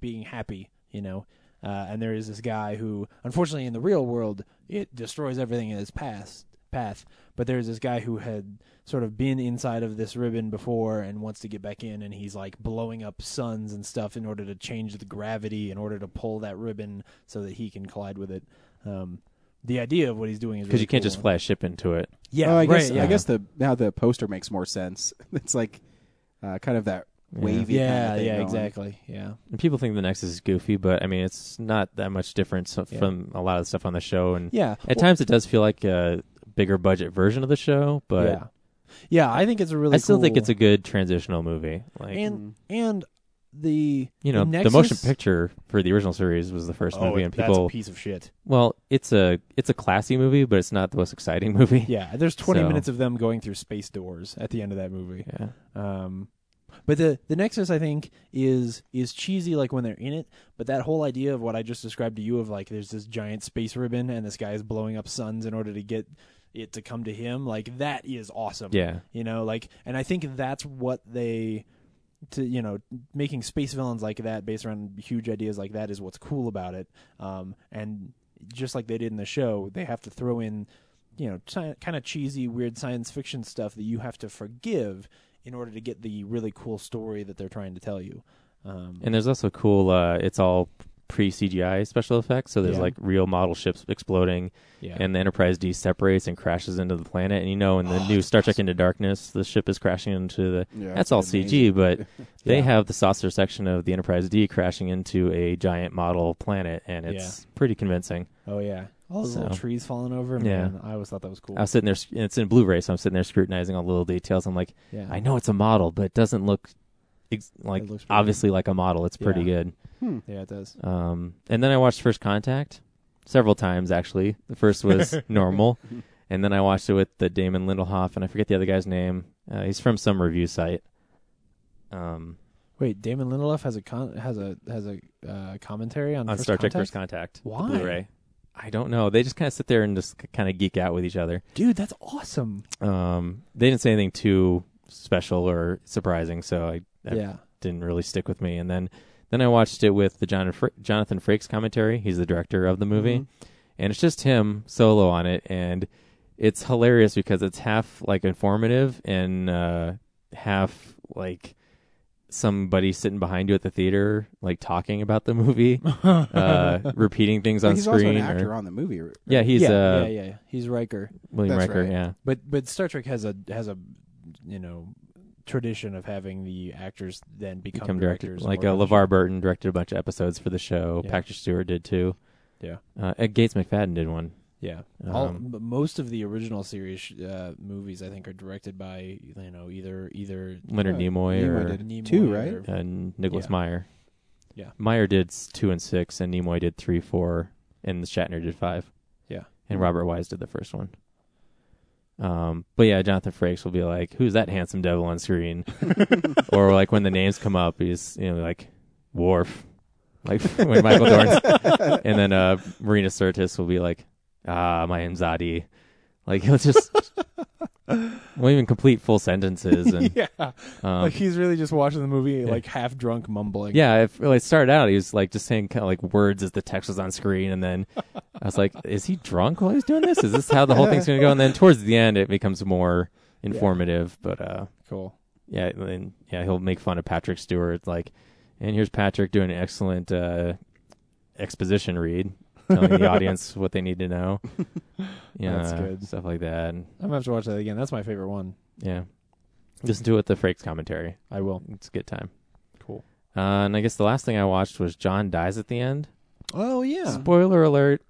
Speaker 2: being happy, you know. Uh, and there is this guy who, unfortunately, in the real world, it destroys everything in his past path. But there's this guy who had sort of been inside of this ribbon before and wants to get back in, and he's like blowing up suns and stuff in order to change the gravity in order to pull that ribbon so that he can collide with it. Um, the idea of what he's doing is
Speaker 3: because
Speaker 2: really
Speaker 3: you can't
Speaker 2: cool.
Speaker 3: just fly a ship into it.
Speaker 2: Yeah,
Speaker 1: oh, I
Speaker 2: right.
Speaker 1: guess
Speaker 2: yeah.
Speaker 1: I guess the now the poster makes more sense. It's like uh, kind of that
Speaker 3: Yeah.
Speaker 1: wavy. kind
Speaker 2: yeah,
Speaker 1: of thing
Speaker 2: yeah,
Speaker 1: going.
Speaker 2: exactly. Yeah,
Speaker 3: And people think the Nexus is goofy, but I mean, it's not that much different so-
Speaker 2: Yeah.
Speaker 3: from a lot of the stuff on the show. And
Speaker 2: yeah.
Speaker 3: at times, it does feel like a bigger budget version of the show, but
Speaker 2: yeah, yeah. I think it's a really.
Speaker 3: I still think
Speaker 2: cool-
Speaker 3: it's a good transitional movie. Like
Speaker 2: and
Speaker 1: Mm-hmm.
Speaker 2: and the
Speaker 3: you know, the,
Speaker 2: Nexus-
Speaker 3: motion picture for the original series was the first movie,
Speaker 2: it-
Speaker 3: and
Speaker 2: Oh, that's
Speaker 3: people.
Speaker 2: a piece of shit.
Speaker 3: well, it's a it's a classy movie, but it's not the most exciting movie.
Speaker 2: Yeah, there's 20
Speaker 3: So-
Speaker 2: minutes of them going through space doors at the end of that movie.
Speaker 3: Yeah.
Speaker 2: Um, but the the Nexus, I think, is is cheesy like when they're in it. But that whole idea of what I just described to you of like there's this giant space ribbon and this guy is blowing up suns in order to get it to come to him, like that is awesome.
Speaker 3: Yeah.
Speaker 2: You know, like, and I think that's what they, to you know, making space villains like that based around huge ideas like that is what's cool about it. Um, and just like they did in the show, they have to throw in, you know, chi- kind of cheesy, weird science fiction stuff that you have to forgive in order to get the really cool story that they're trying to tell you. Um,
Speaker 3: And there's also cool. Uh, it's all pre CGI special effects, so there's
Speaker 2: Yeah.
Speaker 3: like real model ships exploding,
Speaker 2: yeah,
Speaker 3: and the Enterprise D separates and crashes into the planet. And you know, in the
Speaker 2: Oh,
Speaker 3: new Star Trek Into Darkness, the ship is crashing into the.
Speaker 1: Yeah,
Speaker 3: that's all
Speaker 1: amazing.
Speaker 3: CG, but they
Speaker 2: Yeah.
Speaker 3: have the saucer section of the Enterprise D crashing into a giant model planet, and it's pretty convincing.
Speaker 2: oh yeah, all those
Speaker 3: So-
Speaker 2: little trees falling over.
Speaker 3: Yeah.
Speaker 2: Man, I always thought that was cool.
Speaker 3: I was sitting there, and it's in Blu-ray, so I'm sitting there scrutinizing all the little details. I'm like,
Speaker 2: yeah,
Speaker 3: I know it's a model, but it doesn't look ex- like
Speaker 2: It looks pretty
Speaker 3: obviously like a model. It's pretty
Speaker 2: Yeah.
Speaker 3: good.
Speaker 2: yeah, it does.
Speaker 3: Um, and then I watched First Contact several times actually. The first was normal, and then I watched it with the Damon Lindelhoff, and I forget the other guy's name. Uh, he's from some review site. Um,
Speaker 2: Wait, Damon Lindelof has a con- has a has a uh, commentary on,
Speaker 3: on
Speaker 2: First
Speaker 3: Star Trek
Speaker 2: Contact?
Speaker 3: First Contact, the
Speaker 2: Why?
Speaker 3: Blu-ray. I don't know. They just kind of sit there and just kind of geek out with each other.
Speaker 2: Dude, that's awesome.
Speaker 3: Um, they didn't say anything too special or surprising, so I, I
Speaker 2: yeah.
Speaker 3: didn't really stick with me. And then then I watched it with the John Fr- Jonathan Frakes commentary. He's the director of the movie,
Speaker 1: Mm-hmm.
Speaker 3: and it's just him solo on it, and it's hilarious because it's half like informative and uh, half like somebody sitting behind you at the theater like talking about the movie uh repeating things
Speaker 1: Well,
Speaker 3: on
Speaker 1: he's
Speaker 3: screen
Speaker 1: also an
Speaker 3: or-
Speaker 1: actor on the movie. right?
Speaker 3: yeah he's
Speaker 2: yeah,
Speaker 3: uh
Speaker 2: yeah, yeah. He's Riker.
Speaker 3: william
Speaker 1: That's
Speaker 3: riker
Speaker 1: right.
Speaker 3: yeah
Speaker 2: But but Star Trek has a has a you know tradition of having the actors then become,
Speaker 3: become director
Speaker 2: directors.
Speaker 3: like uh,
Speaker 2: or-
Speaker 3: levar burton directed a bunch of episodes for the show
Speaker 2: Yeah.
Speaker 3: patrick stewart did too
Speaker 2: Yeah.
Speaker 3: uh, uh, gates mcfadden did one
Speaker 2: Yeah. All,
Speaker 3: Um,
Speaker 2: but most of the original series uh, movies I think are directed by you know either either
Speaker 3: leonard
Speaker 1: Uh,
Speaker 3: nimoy,
Speaker 1: Nimoy
Speaker 3: or
Speaker 1: did
Speaker 2: Nimoy
Speaker 1: Two, right?
Speaker 2: or-
Speaker 3: and Nicholas
Speaker 2: Yeah.
Speaker 3: Meyer.
Speaker 2: Yeah.
Speaker 3: Meyer did s- two and six, and Nimoy did three, four, and Shatner did five.
Speaker 2: Yeah.
Speaker 3: and Robert Wise did the first one. Um, but yeah, Jonathan Frakes will be like, "Who's that handsome devil on screen?" or like when the names come up, he's you know like Worf, like when Michael Dorn, and then uh, Marina Sirtis will be like, "Ah, my Anzadi." Like he'll just won't even complete full sentences, and
Speaker 2: yeah,
Speaker 3: um,
Speaker 2: like he's really just watching the movie like half drunk mumbling.
Speaker 3: yeah, if well, it started out, he was like just saying kind of like words as the text was on screen, and then I was like, "Is he drunk while he's doing this? Is this how the whole thing's going to go?" And then towards the end, it becomes more informative. But uh,
Speaker 2: cool.
Speaker 3: yeah, and yeah, he'll make fun of Patrick Stewart, like, and here's Patrick doing an excellent uh, exposition read, telling the audience what they need to know. Yeah,
Speaker 2: That's good.
Speaker 3: stuff like that. And,
Speaker 2: I'm gonna have to watch that again. That's my favorite one.
Speaker 3: yeah, listen to it the Frakes commentary.
Speaker 2: I will.
Speaker 3: It's a good time.
Speaker 2: Cool.
Speaker 3: Uh, and I guess the last thing I watched was John dies at the end.
Speaker 2: Oh yeah.
Speaker 3: Spoiler alert.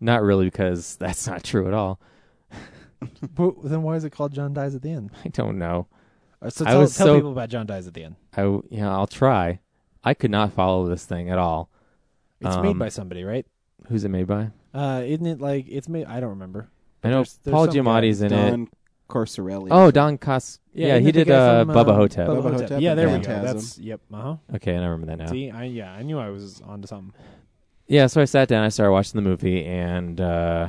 Speaker 3: not really, because that's not true at all.
Speaker 2: But then why is it called John Dies at the End?
Speaker 3: I don't know.
Speaker 2: Uh, So
Speaker 3: I
Speaker 2: tell,
Speaker 3: was
Speaker 2: tell
Speaker 3: so-
Speaker 2: people about John Dies at the End.
Speaker 3: I w- you know, I'll try. I could not follow this thing at all.
Speaker 2: It's made
Speaker 3: Um,
Speaker 2: by somebody, right?
Speaker 3: Who's it made by?
Speaker 2: Uh, isn't it like it's made? I don't remember.
Speaker 3: I know
Speaker 2: there's- there's
Speaker 3: Paul
Speaker 2: some guy,
Speaker 3: Giamatti's in it.
Speaker 1: Don Corsorelli.
Speaker 3: Oh, Don Cos. Yeah,
Speaker 2: isn't
Speaker 3: he
Speaker 2: it the
Speaker 3: did
Speaker 2: guy
Speaker 3: uh,
Speaker 2: from, um,
Speaker 3: Bubba Hotep.
Speaker 1: Bubba Hotep
Speaker 2: Yeah,
Speaker 1: and
Speaker 2: there we go.
Speaker 1: Phantasm.
Speaker 2: That's yep. Uh huh.
Speaker 3: Okay, and I remember that now.
Speaker 2: See, I yeah, I knew I was onto something.
Speaker 3: yeah, so I sat down, I started watching the movie, and uh,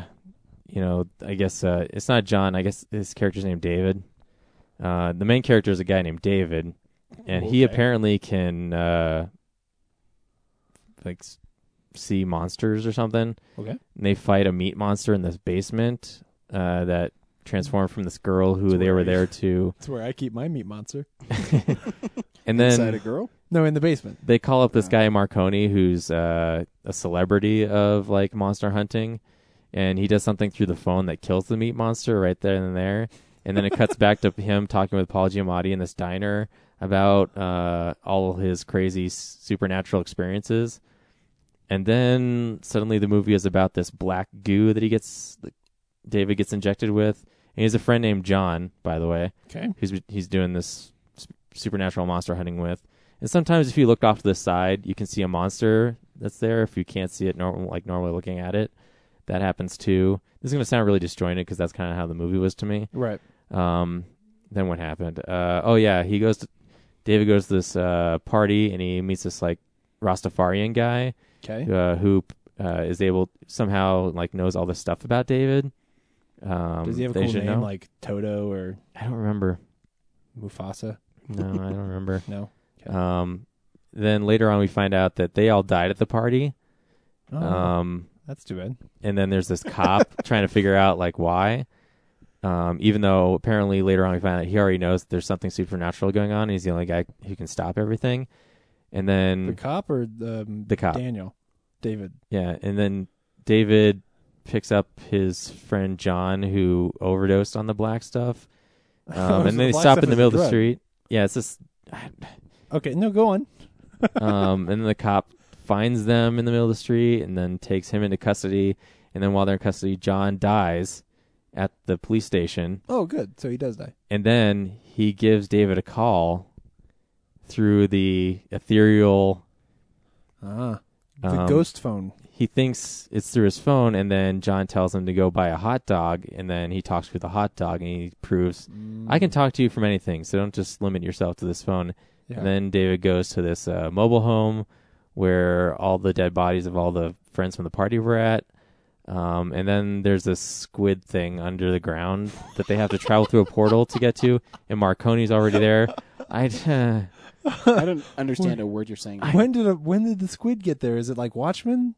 Speaker 3: you know, I guess uh, it's not John. I guess his character's named David. Uh, the main character is a guy named David, and he
Speaker 2: Okay.
Speaker 3: apparently can uh, like s- see monsters or something.
Speaker 2: Okay.
Speaker 3: And they fight a meat monster in this basement uh, that transformed from this girl who
Speaker 2: That's
Speaker 3: they were
Speaker 2: right.
Speaker 3: there to,
Speaker 2: That's where I keep my meat monster.
Speaker 3: and then
Speaker 1: Inside a girl.
Speaker 2: No, in the basement.
Speaker 3: they call up this
Speaker 1: Uh.
Speaker 3: guy Marconi, who's uh, a celebrity of like monster hunting, and he does something through the phone that kills the meat monster right there and there. And then it cuts back to him talking with Paul Giamatti in this diner about uh, all his crazy s- supernatural experiences. And then suddenly the movie is about this black goo that he gets, that David gets injected with. And he has a friend named John, by the way
Speaker 2: Okay.
Speaker 3: who's he's doing this s- supernatural monster hunting with. And sometimes if you look off to the side, you can see a monster that's there. If you can't see it normal, like normally looking at it, that happens too. This is going to sound really disjointed because that's kind of how the movie was to me.
Speaker 2: Right.
Speaker 3: Um, then what happened? Uh, oh yeah, he goes to David goes to this uh, party and he meets this like Rastafarian guy
Speaker 2: Okay.
Speaker 3: uh, who uh, is able somehow like knows all this stuff about David. Um,
Speaker 2: Does he have a
Speaker 3: they
Speaker 2: cool
Speaker 3: should
Speaker 2: name
Speaker 3: know.
Speaker 2: like Toto or
Speaker 3: I don't remember.
Speaker 2: Mufasa?
Speaker 3: No, I don't remember.
Speaker 2: No.
Speaker 3: Um, then later on, we find out that they all died at the party.
Speaker 2: Oh,
Speaker 3: Um,
Speaker 2: that's too bad.
Speaker 3: and then there's this cop trying to figure out like why. Um, even though apparently later on we find out he already knows there's something supernatural going on. He's the only guy who can stop everything. And then
Speaker 2: The cop or the um,
Speaker 3: hmm. The cop.
Speaker 2: Daniel, David.
Speaker 3: yeah, and then David picks up his friend John who overdosed on the black stuff. Um,
Speaker 2: So
Speaker 3: and then
Speaker 2: the
Speaker 3: they
Speaker 2: black
Speaker 3: stop
Speaker 2: stuff
Speaker 3: in the
Speaker 2: is
Speaker 3: middle of the
Speaker 2: drug.
Speaker 3: street. Yeah, it's this
Speaker 2: Okay, no, go on.
Speaker 3: um, and then the cop finds them in the middle of the street and then takes him into custody. And then while they're in custody, John dies at the police station.
Speaker 2: Oh, good. So he does die.
Speaker 3: And then he gives David a call through the ethereal.
Speaker 2: Ah, the
Speaker 3: Um,
Speaker 2: ghost phone.
Speaker 3: He thinks it's through his phone, and then John tells him to go buy a hot dog. And then he talks through the hot dog, and he proves I can talk to you from anything, so don't just limit yourself to this phone.
Speaker 2: Mm, Yeah.
Speaker 3: And then David goes to this uh, mobile home where all the dead bodies of all the friends from the party were at. Um, and then there's this squid thing under the ground that they have to travel through a portal to get to, and Marconi's already there. I uh,
Speaker 1: I don't understand a word you're saying.
Speaker 2: when did a, when did the squid get there? Is it like Watchmen?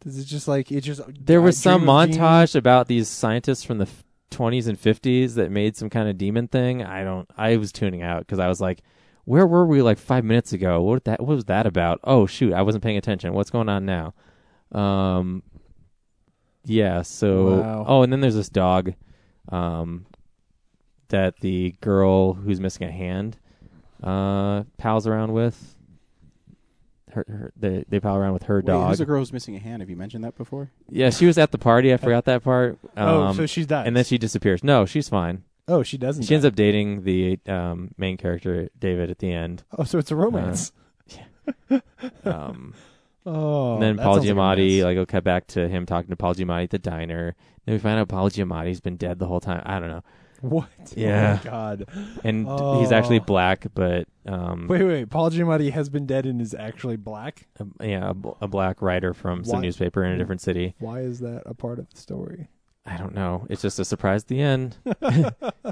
Speaker 2: Does it just like it just?
Speaker 3: there
Speaker 2: I
Speaker 3: was some
Speaker 2: dream of
Speaker 3: montage about these scientists from the f- 20s and 50s that made some kind of demon thing. I don't. I was tuning out because I was like, "Where were we like five minutes ago? What that? What was that about? Oh shoot, I wasn't paying attention. What's going on now?" Um. Yeah. So.
Speaker 2: Wow.
Speaker 3: Oh, and then there's this dog, um, that the girl who's missing a hand, uh, pals around with. Her, her they they pal around with her
Speaker 1: Wait,
Speaker 3: dog.
Speaker 1: Who's a girl who's missing a hand? Have you mentioned that before?
Speaker 3: Yeah, she was at the party. I forgot that part. Um,
Speaker 2: oh, so she dies.
Speaker 3: and then she disappears. No, she's fine.
Speaker 2: Oh, she doesn't.
Speaker 3: She ends
Speaker 2: die.
Speaker 3: up dating the um, main character David at the end.
Speaker 2: Oh, so it's a romance.
Speaker 3: Um,
Speaker 2: oh.
Speaker 3: and then
Speaker 2: that
Speaker 3: Paul
Speaker 2: sounds like a
Speaker 3: Giamatti,
Speaker 2: mess.
Speaker 3: like, we'll cut back to him talking to Paul Giamatti at the diner. Then we find out Paul Giamatti's been dead the whole time. I don't know,
Speaker 2: what?
Speaker 3: Yeah.
Speaker 2: Oh, my God.
Speaker 3: and
Speaker 2: Oh.
Speaker 3: he's actually black, but um,
Speaker 2: Wait, wait. Paul Giamatti has been dead and is actually black.
Speaker 3: a- yeah, a, bl- a black writer from some
Speaker 2: Why-
Speaker 3: newspaper in a different city.
Speaker 2: Why is that a part of the story?
Speaker 3: I don't know. It's just a surprise at the end.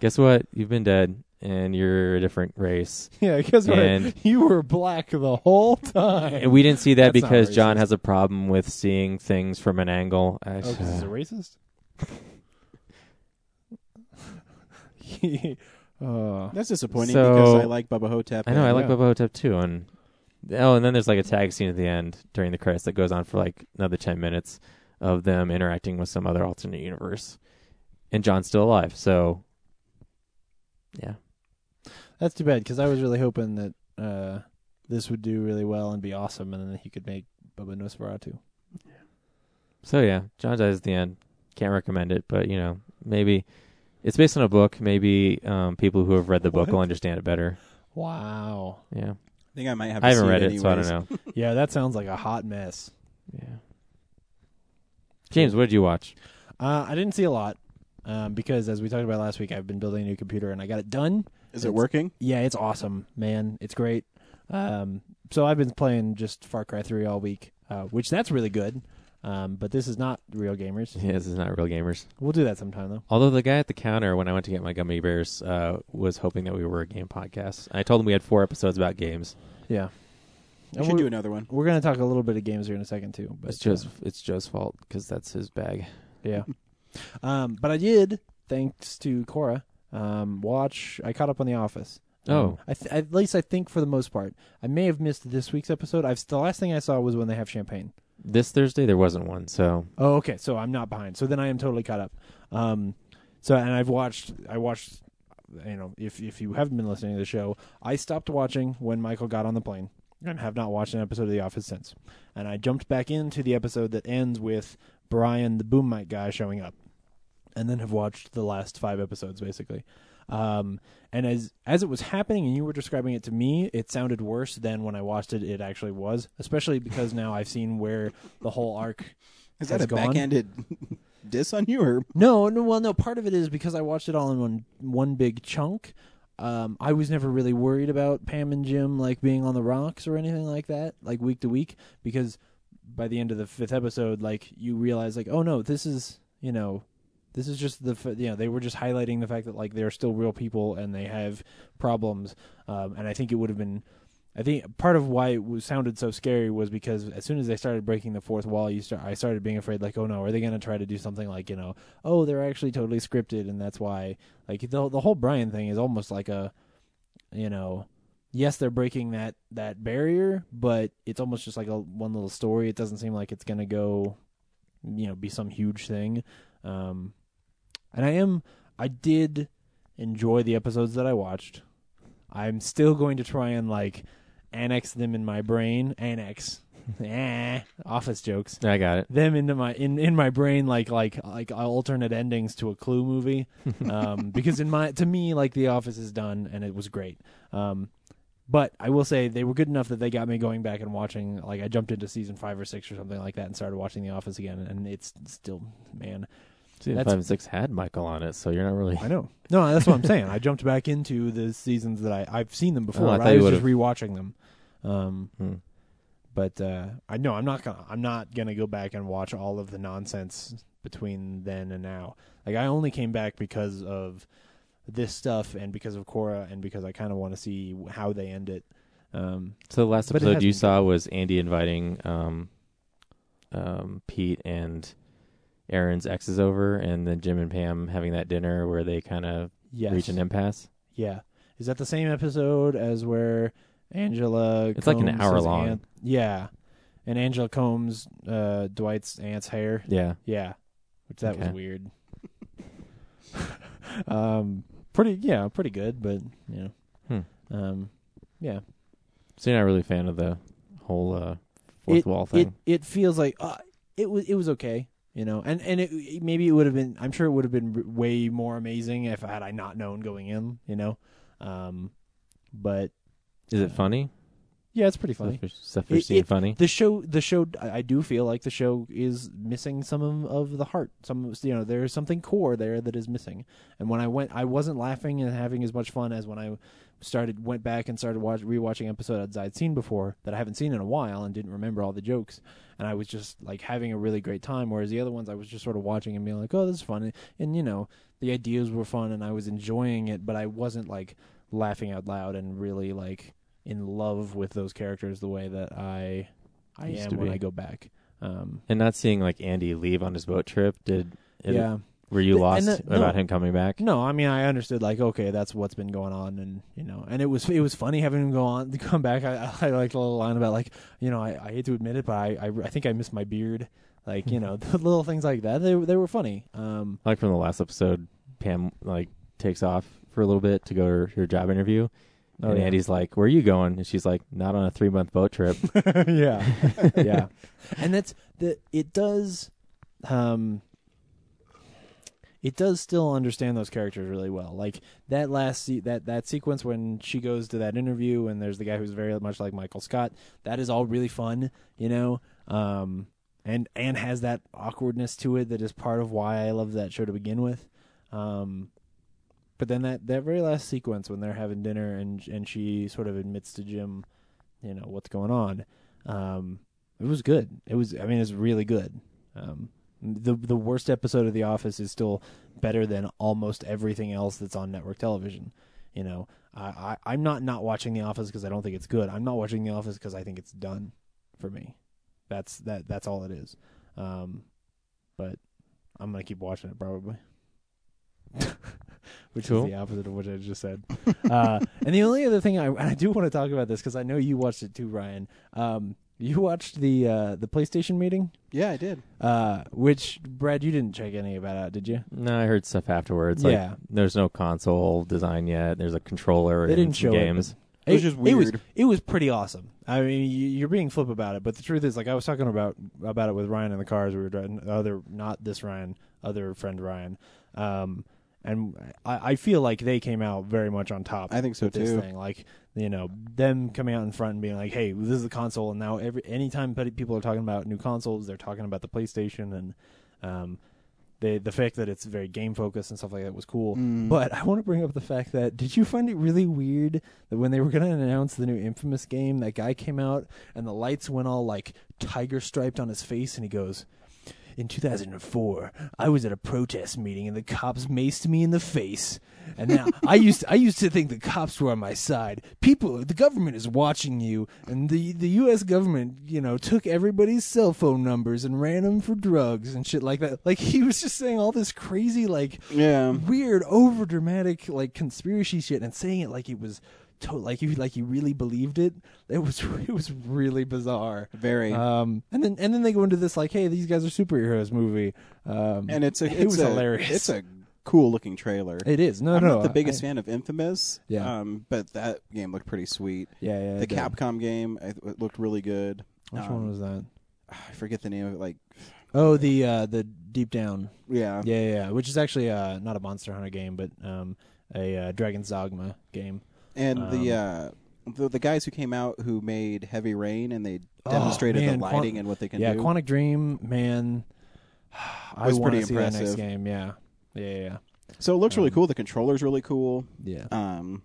Speaker 3: Guess what? You've been dead, and you're a different race.
Speaker 2: Yeah, because
Speaker 3: And-
Speaker 2: you were black the whole time.
Speaker 3: And we didn't see that
Speaker 2: That's not
Speaker 3: because John
Speaker 2: racist.
Speaker 3: has a problem with seeing things from an angle. I,
Speaker 2: Oh, 'cause he's a racist. He- uh,
Speaker 1: That's disappointing
Speaker 3: So-
Speaker 1: because I like Bubba Hotep.
Speaker 3: I know. I like
Speaker 2: Yeah.
Speaker 3: Bobo Hotep too. And oh, and then there's like a tag scene at the end during the credits that goes on for like another ten minutes of them interacting with some other alternate universe, and John's still alive. So yeah,
Speaker 2: that's too bad because I was really hoping that uh, this would do really well and be awesome, and then he could make Bubba Nosferatu.
Speaker 3: so yeah, John dies at the end. Can't recommend it, but you know maybe. It's based on a book. Maybe um, people who have read the book will understand it better.
Speaker 2: Wow.
Speaker 3: Yeah,
Speaker 1: I think I might have. To
Speaker 3: I haven't
Speaker 1: see
Speaker 3: read it, so I
Speaker 1: anyways.
Speaker 3: don't know.
Speaker 2: yeah, that sounds like a hot mess.
Speaker 3: Yeah. James, what did you watch?
Speaker 2: Uh, I didn't see a lot um, because, as we talked about last week, I've been building a new computer and I got it done.
Speaker 1: Is it working?
Speaker 2: Yeah, it's awesome, man. It's great. Um, so I've been playing just Far Cry Three all week. uh, which that's really good. Um, but this is not real gamers.
Speaker 3: Yeah, this is not real gamers.
Speaker 2: We'll do that sometime though.
Speaker 3: Although the guy at the counter when I went to get my gummy bears uh, was hoping that we were a game podcast. I told him we had four episodes about games.
Speaker 2: Yeah,
Speaker 1: We
Speaker 2: And
Speaker 1: should
Speaker 2: we're,
Speaker 1: do another one.
Speaker 2: we're gonna talk a little bit of games here in a second too. But
Speaker 3: It's Joe's
Speaker 2: uh,
Speaker 3: it's Joe's fault because that's his bag.
Speaker 2: yeah. um, but I did, thanks to Cora, um, watch. I caught up on The Office. Um,
Speaker 3: Oh.
Speaker 2: I th- at least I think for the most part, I may have missed this week's episode. I've the last thing I saw was when they have champagne.
Speaker 3: This Thursday there wasn't one, so
Speaker 2: Oh, okay. So I'm not behind. So then I am totally caught up. Um, so and I've watched. I watched. You know, if if you haven't been listening to the show, I stopped watching when Michael got on the plane, and have not watched an episode of The Office since. And I jumped back into the episode that ends with Brian the boom mic guy showing up, and then have watched the last five episodes basically. Um, and as as it was happening, and you were describing it to me, it sounded worse than when I watched it. It actually was, especially because now I've seen where the whole arc
Speaker 1: Is that
Speaker 2: has
Speaker 1: a
Speaker 2: gone.
Speaker 1: backhanded diss on you or
Speaker 2: No, no, well, no. Part of it is because I watched it all in one one big chunk. Um, I was never really worried about Pam and Jim like being on the rocks or anything like that, like week to week, because by the end of the fifth episode, like you realize, like, oh no, this is you know, this is just the f- you know they were just highlighting the fact that like they're still real people and they have problems, um, and I think it would have been. I think part of why it was, sounded so scary was because as soon as they started breaking the fourth wall, you start. I started being afraid, like, oh no, are they going to try to do something like you know, oh they're actually totally scripted, and that's why like the the whole Brian thing is almost like a, you know, yes they're breaking that that barrier, but it's almost just like a one little story. It doesn't seem like it's going to go, you know, be some huge thing. Um, and I am I did enjoy the episodes that I watched. I'm still going to try and like annex them in my brain. Annex. eh, office jokes.
Speaker 3: I got it.
Speaker 2: Them into my in, in my brain like like like alternate endings to a Clue movie, um, because in my to me like The Office is done and it was great. Um, but I will say they were good enough that they got me going back and watching. Like I jumped into season five or six or something like that and started watching The Office again, and it's still man,
Speaker 3: See,
Speaker 2: That's-
Speaker 3: five and six had Michael on it, so you're not really.
Speaker 2: I know. No, that's what I'm saying. I jumped back into the seasons that I I've seen them before.
Speaker 3: Oh, I
Speaker 2: I,
Speaker 3: thought you
Speaker 2: was
Speaker 3: would've-
Speaker 2: just rewatching them. Um,
Speaker 3: Hmm.
Speaker 2: but uh, I know I'm not gonna I'm not gonna go back and watch all of the nonsense between then and now. Like I only came back because of this stuff and because of Cora and because I kind of want to see how they end it. Um,
Speaker 3: So the last
Speaker 2: But it
Speaker 3: episode
Speaker 2: has
Speaker 3: you
Speaker 2: been
Speaker 3: saw was Andy inviting um, um, Pete and Aaron's exes over, and then Jim and Pam having that dinner where they kind of
Speaker 2: yes.
Speaker 3: reach an impasse.
Speaker 2: Yeah. Is that the same episode as where Angela?
Speaker 3: It's like an
Speaker 2: combs
Speaker 3: hour
Speaker 2: his
Speaker 3: long.
Speaker 2: aunt- yeah, and Angela combs uh, Dwight's aunt's hair.
Speaker 3: Yeah,
Speaker 2: Yeah, which that was
Speaker 3: Okay.
Speaker 2: weird. um, pretty yeah, pretty good, but you know,
Speaker 3: Hmm.
Speaker 2: um, yeah.
Speaker 3: so you're not really a fan of the whole uh, fourth
Speaker 2: it,
Speaker 3: wall thing.
Speaker 2: It, it feels like uh, it was it was okay, you know, and and it, it- maybe it would have been. I'm sure it would have been r- way more amazing if had I not known going in, you know. Um, but
Speaker 3: Is it funny?
Speaker 2: yeah, it's pretty
Speaker 3: Stuff
Speaker 2: funny.
Speaker 3: you're- Stuff you're
Speaker 2: It-
Speaker 3: seeing
Speaker 2: it-
Speaker 3: funny?
Speaker 2: The show, the show, I I do feel like the show is missing some of, of the heart. Some, of- you know, there's something core there that is missing. And when I went, I wasn't laughing and having as much fun as when I started, went back and started watch, rewatching episodes I'd seen before that I haven't seen in a while and didn't remember all the jokes. And I was just like having a really great time. Whereas the other ones, I was just sort of watching and being like, oh, this is fun. And you know, the ideas were fun and I was enjoying it, but I wasn't like laughing out loud and really like in love with those characters the way that I I
Speaker 3: Used
Speaker 2: am
Speaker 3: to
Speaker 2: when
Speaker 3: be.
Speaker 2: I go back. Um,
Speaker 3: And not seeing like Andy leave on his boat trip. Did it,
Speaker 2: yeah.
Speaker 3: were you
Speaker 2: Th- and
Speaker 3: lost
Speaker 2: that- no.
Speaker 3: about him coming back?
Speaker 2: No, I mean I understood like okay, that's what's been going on, and you know, and it was it was funny having him go on to come back. I, I liked the little line about like you know I, I hate to admit it, but I, I I think I missed my beard, like you know the little things like that. They were- they were funny. Um,
Speaker 3: like from the last episode, Pam like takes off for a little bit to go to her, her job interview,
Speaker 2: Oh,
Speaker 3: and
Speaker 2: yeah.
Speaker 3: Andy's like, "Where are you going?" And she's like, "Not on a three month boat trip."
Speaker 2: yeah, yeah, and that's the it does, um, it does still understand those characters really well. Like that last se- that that sequence when she goes to that interview and there's the guy who's very much like Michael Scott. That is all really fun, you know. Um, and and has that awkwardness to it that is part of why I love that show to begin with. Um, but then that, that very last sequence when they're having dinner and and she sort of admits to Jim, you know what's going on. Um, It was good. It was. I mean, it's really good. Um, the the worst episode of The Office is still better than almost everything else that's on network television. You know, I, I I'm not not watching The Office because I don't think it's good. I'm not watching The Office because I think it's done for me. That's that that's all it is. Um, but I'm gonna keep watching it probably. Which
Speaker 3: Cool.
Speaker 2: is the opposite of what I just said. uh, and the only other thing I and I do want to talk about this because I know you watched it too, Ryan. Um, you watched the uh, the PlayStation meeting,
Speaker 1: Yeah, I did.
Speaker 2: uh, which Brad, you didn't check any of that out, did you?
Speaker 3: No, I heard stuff afterwards. Like,
Speaker 2: Yeah.
Speaker 3: There's no console design yet. There's a controller.
Speaker 2: They
Speaker 3: and
Speaker 2: didn't
Speaker 3: some
Speaker 2: show it,
Speaker 3: games.
Speaker 1: It was just
Speaker 2: It was,
Speaker 1: weird.
Speaker 2: it was pretty awesome. I mean, you, you're being flip about it, but the truth is, like I was talking about about it with Ryan in the car as we were driving. Other, not this Ryan, other friend Ryan. Um, and I, I feel like they came out very much on top.
Speaker 1: I think so
Speaker 2: with this
Speaker 1: too.
Speaker 2: thing. Like you know, them coming out in front and being like, "Hey, this is the console," and now every anytime pe- people are talking about new consoles, they're talking about the PlayStation and um, the the fact that it's very game focused and stuff like that was cool.
Speaker 1: Mm.
Speaker 2: But I want to bring up the fact that did you find it really weird that when they were going to announce the new Infamous game, that guy came out and the lights went all like tiger striped on his face, and he goes. In 2004, I was at a protest meeting and the cops maced me in the face. And now I used I used to think the cops were on my side. People, the government is watching you, and the the U.S. government, you know, took everybody's cell phone numbers and ran them for drugs and shit like that. Like he was just saying all this crazy, like
Speaker 1: Yeah.
Speaker 2: weird, over dramatic, like conspiracy shit, and saying it like it was. To- like he like he really believed it. It was it was really bizarre.
Speaker 1: Very.
Speaker 2: Um, and then and then they go into this like, hey, these guys are superheroes movie. Um,
Speaker 1: and it's a it's
Speaker 2: it was
Speaker 1: a,
Speaker 2: hilarious.
Speaker 1: It's a cool looking trailer.
Speaker 2: it is no
Speaker 1: I'm
Speaker 2: no
Speaker 1: not the biggest
Speaker 2: I-
Speaker 1: fan of Infamous.
Speaker 2: Yeah.
Speaker 1: Um, but that game looked pretty sweet.
Speaker 2: Yeah, yeah.
Speaker 1: the
Speaker 2: it did.
Speaker 1: Capcom game I th- it looked really good.
Speaker 2: Which
Speaker 1: um,
Speaker 2: one was that?
Speaker 1: I forget the name of it. Like,
Speaker 2: Oh, the uh, the Deep Down.
Speaker 1: yeah,
Speaker 2: Yeah, yeah, yeah. Which is actually uh, not a Monster Hunter game, but um, a uh, Dragon's Dogma game.
Speaker 1: and the
Speaker 2: Um,
Speaker 1: uh, the the guys who came out who made Heavy Rain and they
Speaker 2: Oh,
Speaker 1: demonstrated
Speaker 2: man,
Speaker 1: the
Speaker 2: Quan-
Speaker 1: lighting and what they can
Speaker 2: yeah,
Speaker 1: do.
Speaker 2: Quantic Dream, man. I
Speaker 1: Was
Speaker 2: want
Speaker 1: pretty
Speaker 2: to see that next
Speaker 1: impressive.
Speaker 2: game. Yeah, yeah, yeah, yeah.
Speaker 1: so it looks
Speaker 2: Um,
Speaker 1: really cool. The controller's really cool.
Speaker 2: yeah.
Speaker 1: Um,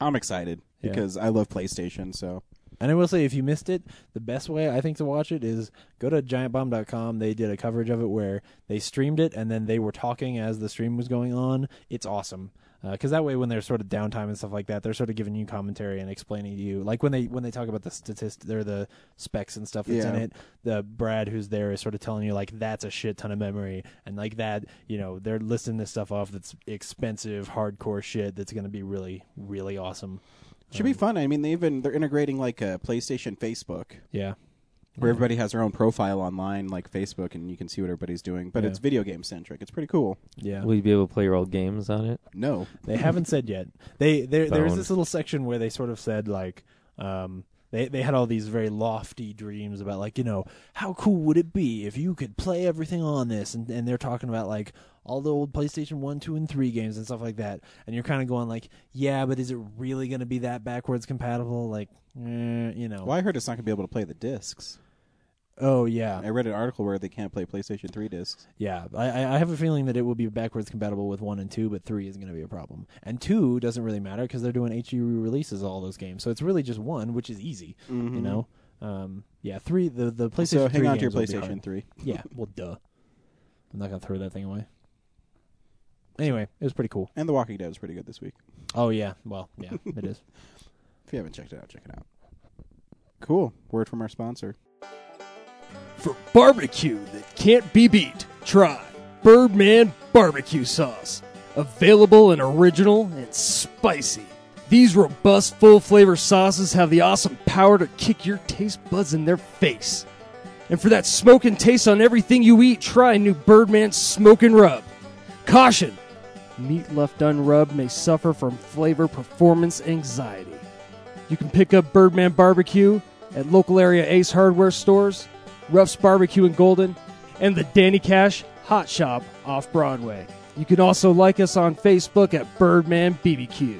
Speaker 1: I'm excited
Speaker 2: Yeah.
Speaker 1: because I love PlayStation. So
Speaker 2: And I will say, if you missed it, the best way I think to watch it is go to giantbomb.com. They did a coverage of it where they streamed it and then they were talking as the stream was going on. It's awesome. Because that way, when there's sort of downtime and stuff like that, they're sort of giving you commentary and explaining to you, like when they when they talk about the statistics or the specs and stuff that's in
Speaker 1: Yeah.
Speaker 2: it. The Brad who's there is sort of telling you like that's a shit ton of memory and like that, you know, they're listing this stuff off that's expensive, hardcore shit that's going to be really, really awesome.
Speaker 1: should
Speaker 2: Um,
Speaker 1: be fun. I mean, they even they're integrating like a PlayStation Facebook
Speaker 2: Yeah,
Speaker 1: where everybody has their own profile online, like Facebook, and you can see what everybody's doing. But
Speaker 2: Yeah.
Speaker 1: it's video game centric. It's pretty cool.
Speaker 2: yeah.
Speaker 3: Will you be able to play your old games on it?
Speaker 1: No,
Speaker 2: They haven't said yet. They there there is
Speaker 3: Bone.
Speaker 2: this little section where they sort of said like um they they had all these very lofty dreams about like, you know, how cool would it be if you could play everything on this and and they're talking about like all the old PlayStation 1, 2 and 3 games and stuff like that. And you're kind of going like, yeah, but is it really going to be that backwards compatible like eh, you know.
Speaker 1: well, I heard it's not gonna be able to play the discs.
Speaker 2: Oh yeah.
Speaker 1: I read an article where they can't play PlayStation Three discs.
Speaker 2: Yeah, I, I I have a feeling that it will be backwards compatible with one and two, but three isn't going to be a problem. And two doesn't really matter because they're doing HD releases of all those games, so it's really just one, which is easy. You know, um, yeah, three the the PlayStation.
Speaker 1: Mm-hmm. So hang
Speaker 2: 3
Speaker 1: on to your
Speaker 2: games will be
Speaker 1: PlayStation
Speaker 2: hard.
Speaker 1: Three.
Speaker 2: yeah, well, duh. I'm not going to throw that thing away. Anyway, it was pretty cool.
Speaker 1: And The Walking Dead is pretty good this week.
Speaker 2: Oh yeah, well yeah, it is.
Speaker 1: If you haven't checked it out, check it out. Cool. Word from our sponsor.
Speaker 4: For barbecue that can't be beat, try Birdman Barbecue Sauce. Available in original and spicy. These robust, full flavor sauces have the awesome power to kick your taste buds in their face. And for that smoke and taste on everything you eat, try new Birdman Smoke and Rub. Caution! Meat left unrubbed may suffer from flavor performance anxiety. You can pick up Birdman Barbecue at local area Ace Hardware stores, Ruff's Barbecue in Golden, and the Danny Cash Hot Shop off Broadway. You can also like us on Facebook at Birdman BBQ.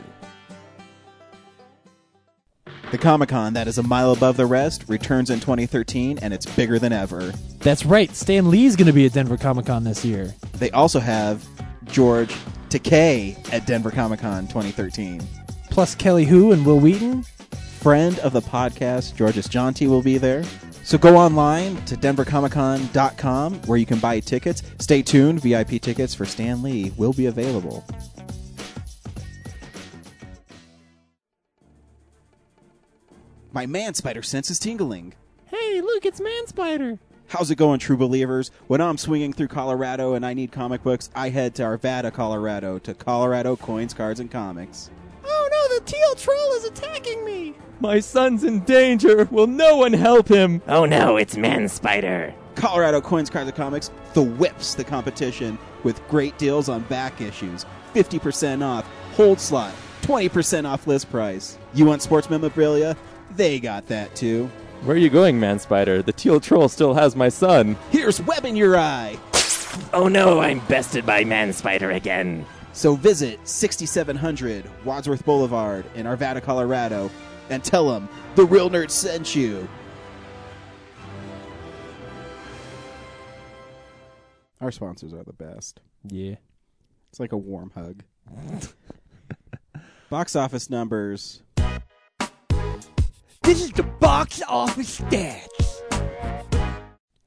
Speaker 1: The Comic Con that is a mile above the rest returns in 2013, and it's bigger than ever.
Speaker 2: That's right. Stan Lee's going to be at Denver Comic Con this year.
Speaker 1: They also have George Takei at Denver Comic Con 2013.
Speaker 2: Plus Kelly Who and Will Wheaton.
Speaker 1: Friend of the podcast, Georges Jonti will be there. So go online to denvercomiccon.com where you can buy tickets. Stay tuned. VIP tickets for Stan Lee will be available. My man spider sense is tingling.
Speaker 3: Hey, look, it's Man Spider.
Speaker 1: How's it going, true believers? When I'm swinging through Colorado and I need comic books, I head to Arvada, Colorado, to Colorado Coins, Cards, and Comics.
Speaker 3: Oh no, the teal troll is attacking me. My son's in danger. Will no one help him? Oh no, it's Man Spider.
Speaker 1: Colorado Coins, Cards, and Comics, the whips the competition with great deals on back issues, 50% off, hold slot, 20% off list price. You want sports memorabilia? They got that too.
Speaker 3: Where are you going, Man Spider? The teal troll still has my son.
Speaker 1: Here's web in your eye.
Speaker 5: Oh no, I'm bested by Man Spider again.
Speaker 1: So visit 6700 Wadsworth Boulevard in Arvada, Colorado, and tell them the real nerd sent you. Our sponsors are the best.
Speaker 2: Yeah.
Speaker 1: It's like a warm hug. Box office numbers.
Speaker 4: This is the box office stats.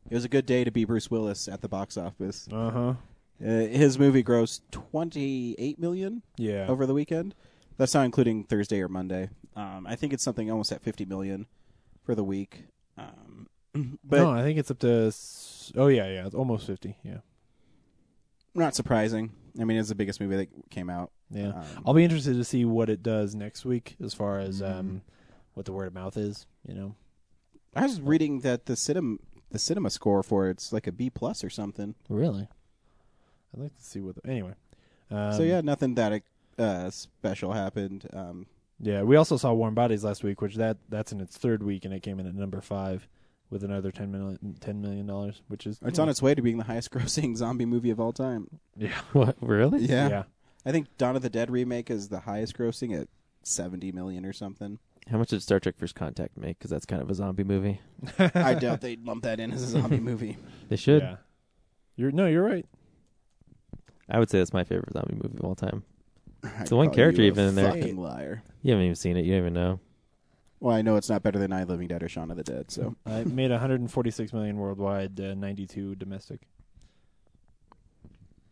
Speaker 1: It was a good day to be Bruce Willis at the box office.
Speaker 2: Uh huh.
Speaker 1: Uh, his movie grossed 28 million
Speaker 2: Yeah.
Speaker 1: over the weekend. That's not including Thursday or Monday. Um, I think it's something almost at 50 million for the week. Um, but
Speaker 2: no, I think it's up to. s- Oh yeah, yeah, it's almost fifty. Yeah,
Speaker 1: not surprising. I mean, it's the biggest movie that came out.
Speaker 2: yeah.
Speaker 1: Um,
Speaker 2: I'll be interested to see what it does next week as far as
Speaker 1: Mm-hmm.
Speaker 2: um, what the word of mouth is. You know.
Speaker 1: I was reading that the cinema the cinema score for it's like a B plus or something.
Speaker 2: Really. I'd like to see what. The, anyway. Um,
Speaker 1: so yeah, nothing that uh, special happened. Um,
Speaker 2: Yeah, we also saw Warm Bodies last week, which that that's in its third week, and it came in at number five with another ten million ten million dollars, which is
Speaker 1: it's on its way to being the highest grossing zombie movie of all time.
Speaker 2: yeah
Speaker 3: What? Really?
Speaker 1: Yeah.
Speaker 2: yeah
Speaker 1: I think Dawn of the Dead remake is the highest grossing at seventy million or something.
Speaker 3: How much did Star Trek First Contact make? Because that's kind of a zombie movie.
Speaker 1: I doubt they'd lump that in as a zombie movie.
Speaker 3: They should.
Speaker 2: yeah. You're no, you're right.
Speaker 3: I would say that's my favorite zombie movie of all time.
Speaker 1: It's
Speaker 3: the one character even in there.
Speaker 1: Fucking liar.
Speaker 3: You haven't even seen it. You don't even know.
Speaker 1: Well, I know it's not better than I Living Dead or Shaun of the Dead.
Speaker 3: Hmm.
Speaker 1: So
Speaker 2: I made 146 million worldwide, uh, 92 domestic.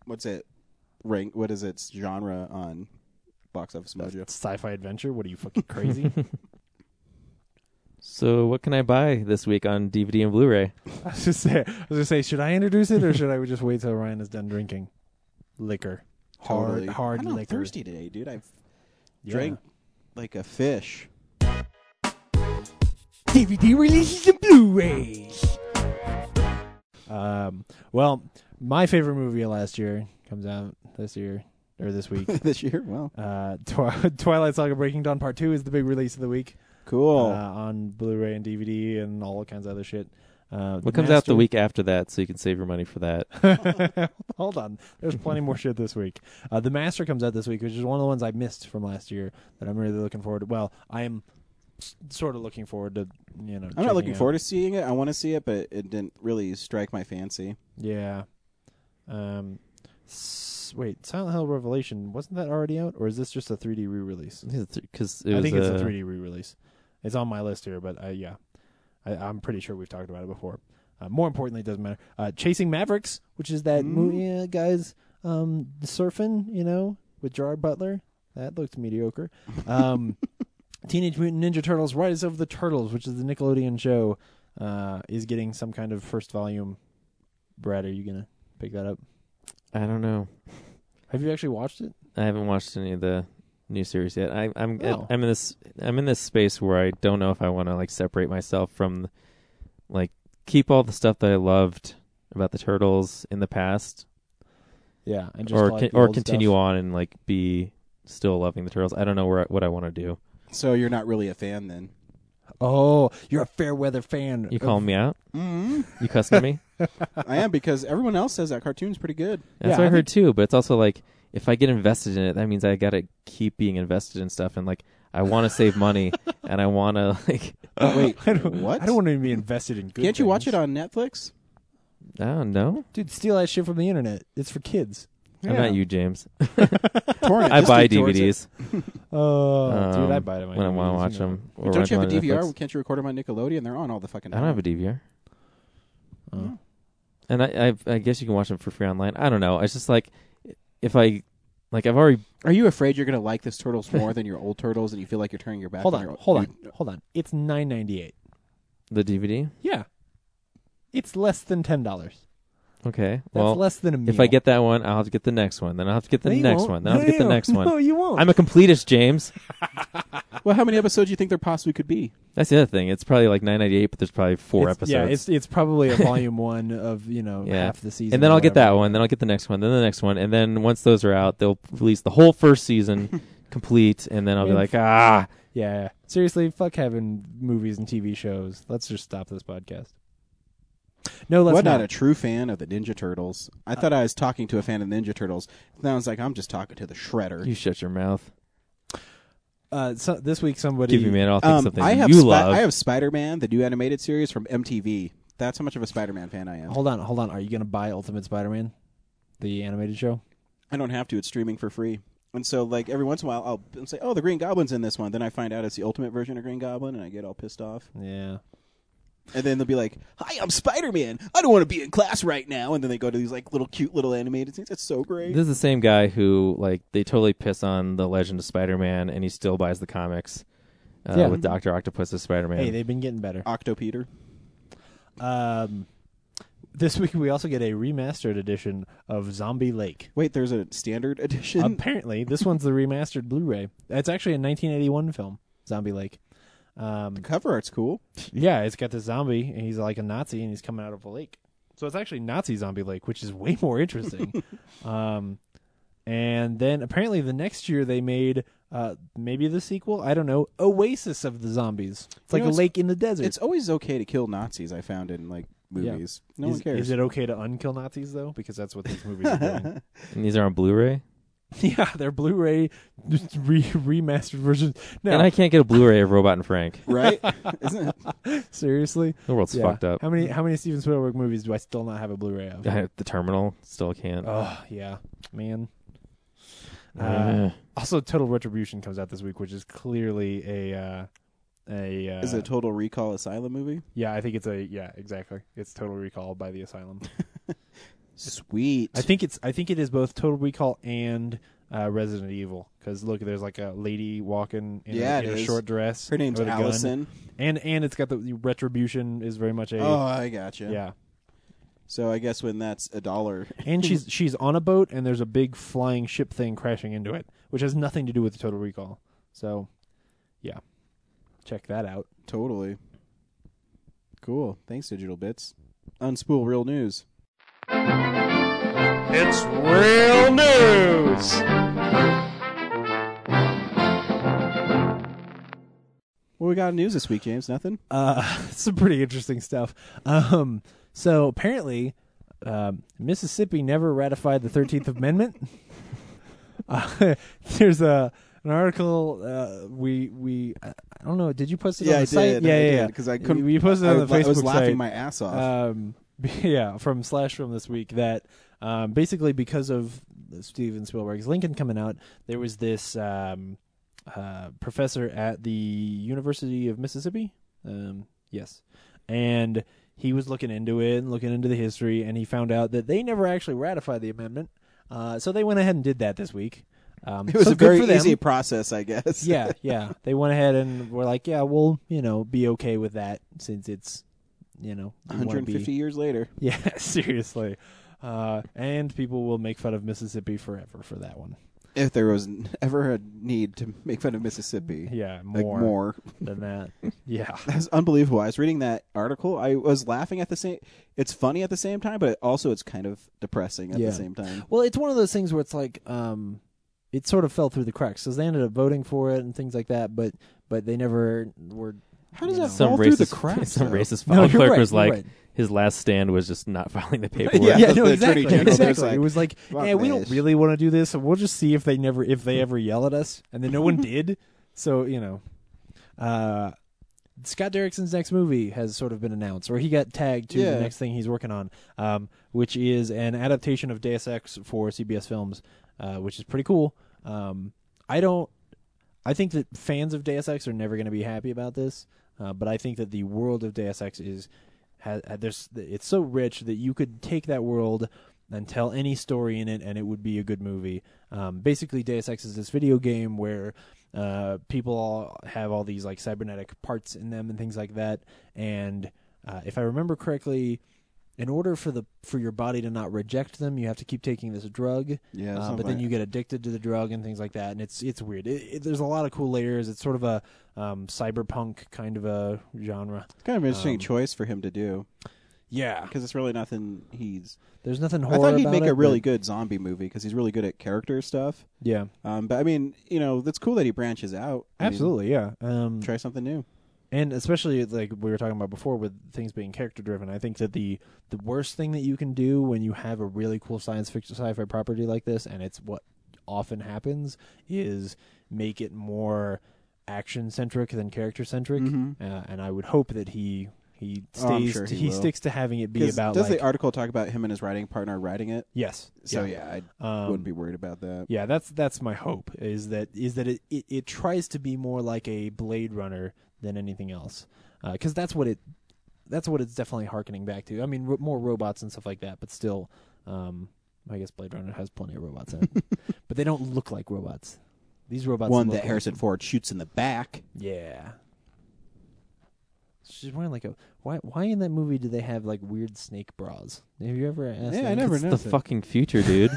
Speaker 1: what's it rank? What is its genre on Box Office Mojo?
Speaker 2: Sci-fi adventure? What are you fucking crazy?
Speaker 3: So what can I buy this week on DVD and Blu-ray?
Speaker 2: I was just say, I was gonna say, should I introduce it or should I just wait till Ryan is done drinking liquor? Hard,
Speaker 1: Totally.
Speaker 2: hard
Speaker 1: I'm
Speaker 2: liquor.
Speaker 1: thirsty today, dude. I've
Speaker 2: Yeah.
Speaker 1: drank like a fish.
Speaker 4: DVD releases and Blu-rays.
Speaker 2: Um, well, my favorite movie of last year comes out this year or this week.
Speaker 1: this year. Well,
Speaker 2: Uh, Twi- Twilight Saga: Breaking Dawn Part Two is the big release of the week uh,
Speaker 1: cool.
Speaker 2: on Blu-ray and DVD and all kinds of other shit. Uh,
Speaker 3: What comes out the week after that, so you can save your money for that?
Speaker 2: week? Hold on, there's plenty more shit this week. Uh, the Master comes out this week, which is one of the ones I missed from last year that I'm really looking forward to. Well, I am s- sort of looking forward to you know.
Speaker 1: I'm not looking forward
Speaker 2: To-
Speaker 1: to seeing it. I want to see it, but it didn't really strike my fancy.
Speaker 2: yeah. Um. s- Wait, Silent Hill Revelation wasn't that already out, or is this just a 3D re-release?
Speaker 3: Because it
Speaker 2: I
Speaker 3: was
Speaker 2: think it's
Speaker 3: uh,
Speaker 2: a 3D re-release. It's on my list here, but uh, yeah, I, I'm pretty sure we've talked about it before. Uh, more importantly, it doesn't matter. Uh, Chasing Mavericks, which is
Speaker 3: Mm-hmm.
Speaker 2: that movie uh, guys um, surfing, you know, with Gerard Butler. That looked mediocre. Um, Teenage Mutant Ninja Turtles: Rise of the Turtles, which is the Nickelodeon show, uh, is getting some kind of first volume. Brad, are you gonna pick that up?
Speaker 3: I don't know.
Speaker 2: Have you actually watched it?
Speaker 3: I haven't watched any of the new series yet. I, I'm
Speaker 2: Oh.
Speaker 3: I'm in this I'm in this space where I don't know if I want to like separate myself from like keep all the stuff that I loved about the turtles in the past,
Speaker 2: Yeah, and
Speaker 3: or con- or continue on and like be still loving the turtles. I don't know where I, what I want to do.
Speaker 1: So you're not really a fan then?
Speaker 2: Oh, you're a fair weather fan.
Speaker 3: You
Speaker 2: of
Speaker 3: calling me out?
Speaker 2: Mm-hmm.
Speaker 1: mm
Speaker 3: You cussing me?
Speaker 1: I am because everyone else says that cartoon's pretty good.
Speaker 3: That's
Speaker 2: Yeah,
Speaker 3: what I,
Speaker 2: I
Speaker 3: heard too. But it's also like if I get invested in it, that means I got to keep being invested in stuff and like. I want to save money, and I want to like.
Speaker 1: Wait,
Speaker 2: I don't,
Speaker 1: what?
Speaker 2: I don't want to be invested in good.
Speaker 1: Can't you watch
Speaker 2: things.
Speaker 1: it on Netflix?
Speaker 3: I don't know.
Speaker 2: Dude, steal that shit from the internet. It's for kids.
Speaker 3: I'm
Speaker 2: Yeah.
Speaker 3: not you, James.
Speaker 1: Torrent.
Speaker 3: I
Speaker 1: just
Speaker 3: buy
Speaker 1: keep torrenting.
Speaker 3: DVDs
Speaker 2: Oh, dude, I
Speaker 3: um,
Speaker 2: buy it. on my
Speaker 3: when I want
Speaker 2: DVDs, you
Speaker 3: to watch
Speaker 2: know.
Speaker 3: them. or when
Speaker 1: Don't you
Speaker 3: I
Speaker 1: have a
Speaker 3: go to
Speaker 1: DVR?
Speaker 3: Netflix.
Speaker 1: Can't you record them on Nickelodeon? They're on all the fucking
Speaker 3: I
Speaker 1: time.
Speaker 3: don't have a DVR.
Speaker 2: Oh.
Speaker 3: And I, I, I guess you can watch them for free online. I don't know. It's just like if I, like I've already.
Speaker 1: Are you afraid you're going to like this Turtles more than your old Turtles and you feel like you're turning your back
Speaker 2: Hold
Speaker 1: on
Speaker 2: on,
Speaker 1: your old
Speaker 2: hold on, hold on. It's nine ninety eight.
Speaker 3: The DVD?
Speaker 2: Yeah, it's less than ten dollars.
Speaker 3: Okay.
Speaker 2: That's
Speaker 3: well,
Speaker 2: less than a meal.
Speaker 3: if I get that one, I'll have to get the next one. Then I'll have to get the
Speaker 2: No, you
Speaker 3: next
Speaker 2: won't.
Speaker 3: one. Then
Speaker 2: No,
Speaker 3: I'll have to get
Speaker 2: you
Speaker 3: the next
Speaker 2: won't.
Speaker 3: one.
Speaker 2: No, you won't.
Speaker 3: I'm a completist, James.
Speaker 1: Well, how many episodes do you think there possibly could be?
Speaker 3: That's the other thing. It's probably like 9.98, but there's probably four
Speaker 2: It's-
Speaker 3: episodes.
Speaker 2: Yeah, it's it's probably a volume one of you know
Speaker 3: Yeah.
Speaker 2: half the season.
Speaker 3: and then
Speaker 2: or
Speaker 3: I'll get
Speaker 2: whatever.
Speaker 3: that one. Then I'll get the next one. Then the next one. And then once those are out, they'll release the whole first season complete. And then I'll be
Speaker 2: And-
Speaker 3: like, ah,
Speaker 2: Yeah, yeah. seriously, fuck having movies and TV shows. Let's just stop this podcast. No, let's
Speaker 1: What
Speaker 2: not.
Speaker 1: not a true fan of the Ninja Turtles? I
Speaker 3: Uh,
Speaker 1: thought I was talking to a fan of the Ninja Turtles. Now I was like, I'm just talking to the Shredder.
Speaker 3: you shut your mouth.
Speaker 2: Uh, so, this week somebody
Speaker 3: Give me, man. I'll think
Speaker 1: Um,
Speaker 3: something
Speaker 1: I have
Speaker 3: you
Speaker 1: Spi-
Speaker 3: love.
Speaker 1: I have Spider-Man, the new animated series from MTV. That's how much of a Spider-Man fan I am.
Speaker 2: Hold on, hold on. Are you gonna buy Ultimate Spider-Man, the animated show?
Speaker 1: I don't have to. It's streaming for free. And so, like every once in a while, I'll I'll say, "Oh, the Green Goblin's in this one." Then I find out it's the ultimate version of Green Goblin, and I get all pissed off.
Speaker 2: Yeah.
Speaker 1: And then they'll be like, "Hi, I'm Spider-Man. I don't want to be in class right now." And then they go to these like little cute little animated scenes. It's so great.
Speaker 3: This is the same guy who like they totally piss on the Legend of Spider-Man, and he still buys the comics uh,
Speaker 2: Yeah.
Speaker 3: with Doctor Octopus as Spider-Man.
Speaker 2: Hey, they've been getting better.
Speaker 1: Octo Peter.
Speaker 2: Um, this week we also get a remastered edition of Zombie Lake.
Speaker 1: Wait, there's a standard edition.
Speaker 2: Apparently, this one's the remastered Blu-ray. It's actually a 1981 film, Zombie Lake. Um,
Speaker 1: Cover art's cool.
Speaker 2: yeah, it's got this zombie, and he's like a Nazi, and he's coming out of a lake. So it's actually Nazi Zombie Lake, which is way more interesting. um, and then apparently the next year they made uh, maybe the sequel. I don't know. Oasis of the Zombies.
Speaker 1: You
Speaker 2: It's like
Speaker 1: know,
Speaker 2: a
Speaker 1: it's-
Speaker 2: lake in the desert.
Speaker 1: It's always okay to kill Nazis. I found in like
Speaker 2: Yeah.
Speaker 1: movies. No
Speaker 2: is,
Speaker 1: one cares.
Speaker 2: Is it okay to unkill Nazis though? Because that's what these movies are doing.
Speaker 3: and these are on Blu-ray,
Speaker 2: yeah, they're Blu-ray re- remastered versions.
Speaker 3: and
Speaker 2: No,
Speaker 3: I can't get a Blu-ray of Robot and Frank.
Speaker 1: right? Isn't it?
Speaker 2: seriously,
Speaker 3: The world's
Speaker 2: Yeah.
Speaker 3: fucked up.
Speaker 2: How many how many Steven Spielberg movies do I still not have a Blu-ray of?
Speaker 3: the Terminal still can't.
Speaker 2: Oh yeah, man. Uh,
Speaker 3: Ugh.
Speaker 2: also, Total Retribution comes out this week, which is clearly a uh, a. Uh,
Speaker 1: Is it a Total Recall Asylum movie?
Speaker 2: yeah, I think it's a yeah, exactly. It's Total Recall by the Asylum.
Speaker 1: Sweet.
Speaker 2: I think it's I think it is both Total Recall and uh, Resident Evil because look, there's like a lady walking in,
Speaker 1: Yeah,
Speaker 2: a,
Speaker 1: it
Speaker 2: in a
Speaker 1: is.
Speaker 2: short dress.
Speaker 1: her name's
Speaker 2: with a gun.
Speaker 1: Allison.
Speaker 2: and and it's got the the Retribution is very much a
Speaker 1: Oh, I gotcha.
Speaker 2: yeah,
Speaker 1: So I guess when that's a dollar,
Speaker 2: and she's she's on a boat and there's a big flying ship thing crashing into it, which has nothing to do with Total Recall. So, yeah, check that out.
Speaker 1: totally. Cool. Thanks, Digital Bits. Unspool real news.
Speaker 4: It's real news.
Speaker 1: What we got in news this week, James? Nothing.
Speaker 2: uh, some pretty interesting stuff. Um, so apparently, um, Mississippi never ratified the Thirteenth Amendment. Uh, there's a an article uh, we we I I don't know. Did you post it on the site? Yeah, yeah, yeah.
Speaker 1: Because I couldn't.
Speaker 2: We posted it on
Speaker 1: I,
Speaker 2: the Facebook
Speaker 1: I was laughing
Speaker 2: site
Speaker 1: my ass off.
Speaker 2: um, yeah, from Slash Film this week that um, basically because of Steven Spielberg's Lincoln coming out, there was this um, uh, professor at the University of Mississippi. Um, yes, and he was looking into it and looking into the history, and he found out that they never actually ratified the amendment. Uh, so they went ahead and did that this week. Um,
Speaker 1: it was
Speaker 2: so
Speaker 1: a
Speaker 2: good
Speaker 1: very
Speaker 2: for them
Speaker 1: easy process, I guess.
Speaker 2: yeah, yeah. They went ahead and were like, yeah, we'll, you know, be okay with that since it's, you know, you wanna be-
Speaker 1: 150 years later.
Speaker 2: Yeah, seriously. Uh, and people will make fun of Mississippi forever for that one.
Speaker 1: If there was n- ever a need to make fun of Mississippi,
Speaker 2: Yeah,
Speaker 1: like
Speaker 2: more,
Speaker 1: more.
Speaker 2: than that. Yeah.
Speaker 1: That was unbelievable. I was reading that article. I was laughing at the same. It's funny at the same time, but also it's kind of depressing at
Speaker 2: Yeah.
Speaker 1: the same time.
Speaker 2: Well, it's one of those things where it's like, um, it sort of fell through the cracks because they ended up voting for it and things like that, but but they never were.
Speaker 1: How does
Speaker 2: you
Speaker 1: that
Speaker 2: know.
Speaker 3: some
Speaker 1: fall
Speaker 3: racist,
Speaker 1: through the cracks?
Speaker 3: some
Speaker 1: though?
Speaker 3: racist
Speaker 2: No, you're
Speaker 3: file clerk
Speaker 2: right,
Speaker 3: was
Speaker 2: you're
Speaker 3: like
Speaker 2: right.
Speaker 3: his last stand was just not filing the paperwork.
Speaker 2: yeah,
Speaker 1: the-
Speaker 2: no,
Speaker 1: the
Speaker 2: exactly,
Speaker 1: attorney general
Speaker 2: exactly.
Speaker 1: there's like,
Speaker 2: it was like,
Speaker 1: "Fuck
Speaker 2: yeah, we don't
Speaker 1: this."
Speaker 2: really want to do this, so we'll just see if they never, if they ever yell at us, and then no one did. So you know, uh, Scott Derrickson's next movie has sort of been announced, or he got tagged to
Speaker 1: Yeah.
Speaker 2: the next thing he's working on, um, which is an adaptation of Deus Ex for CBS Films, uh, which is pretty cool. Um, I don't. I think that fans of Deus Ex are never going to be happy about this, uh, but I think that the world of Deus Ex is has, there's it's so rich that you could take that world and tell any story in it, and it would be a good movie. Um, basically, Deus Ex is this video game where uh, people all have all these like cybernetic parts in them and things like that. And uh, if I remember correctly, in order for the for your body to not reject them, you have to keep taking this drug.
Speaker 1: Yeah,
Speaker 2: Uh,
Speaker 1: something
Speaker 2: but then
Speaker 1: like-
Speaker 2: you get addicted to the drug and things like that, and it's it's weird. It, it, there's a lot of cool layers. It's sort of a um, cyberpunk kind of a genre.
Speaker 1: Kind of an interesting
Speaker 2: Um,
Speaker 1: choice for him to do
Speaker 2: Yeah,
Speaker 1: because it's really nothing he's.
Speaker 2: there's nothing
Speaker 1: I
Speaker 2: horror.
Speaker 1: thought he'd
Speaker 2: about
Speaker 1: make
Speaker 2: it,
Speaker 1: a really
Speaker 2: but-
Speaker 1: good zombie movie because he's really good at character stuff.
Speaker 2: yeah,
Speaker 1: Um, but I mean, you know, that's cool that he branches out. I mean,
Speaker 2: absolutely, yeah. Um,
Speaker 1: try something new.
Speaker 2: and especially like we were talking about before with things being character driven i think that the the worst thing that you can do when you have a really cool science fiction sci-fi property like this and it's what often happens is make it more action centric than character centric uh, and i would hope that he he
Speaker 1: Mm-hmm. Oh, I'm
Speaker 2: stays
Speaker 1: sure
Speaker 2: to-
Speaker 1: he
Speaker 2: he,
Speaker 1: will.
Speaker 2: sticks to having it be
Speaker 1: 'Cause
Speaker 2: about
Speaker 1: does
Speaker 2: like
Speaker 1: the article talk about him and his writing partner writing it?
Speaker 2: yes
Speaker 1: So yeah, I
Speaker 2: Um,
Speaker 1: wouldn't be worried about that.
Speaker 2: yeah that's that's my hope is that is that it, it, it tries to be more like a blade runner than anything else because that's what it that's what it's definitely harkening back to i mean ro- more robots and stuff like that but still um i guess blade runner has plenty of robots in it but they don't look like robots these robots
Speaker 1: One
Speaker 2: look
Speaker 1: that
Speaker 2: like-
Speaker 1: Harrison Ford shoots in the back.
Speaker 2: yeah she's wearing like a why why in that movie do they have like weird snake bras have you ever asked
Speaker 1: Yeah, I
Speaker 2: that?
Speaker 1: never
Speaker 3: It's the
Speaker 1: noticed it.
Speaker 3: fucking future, dude.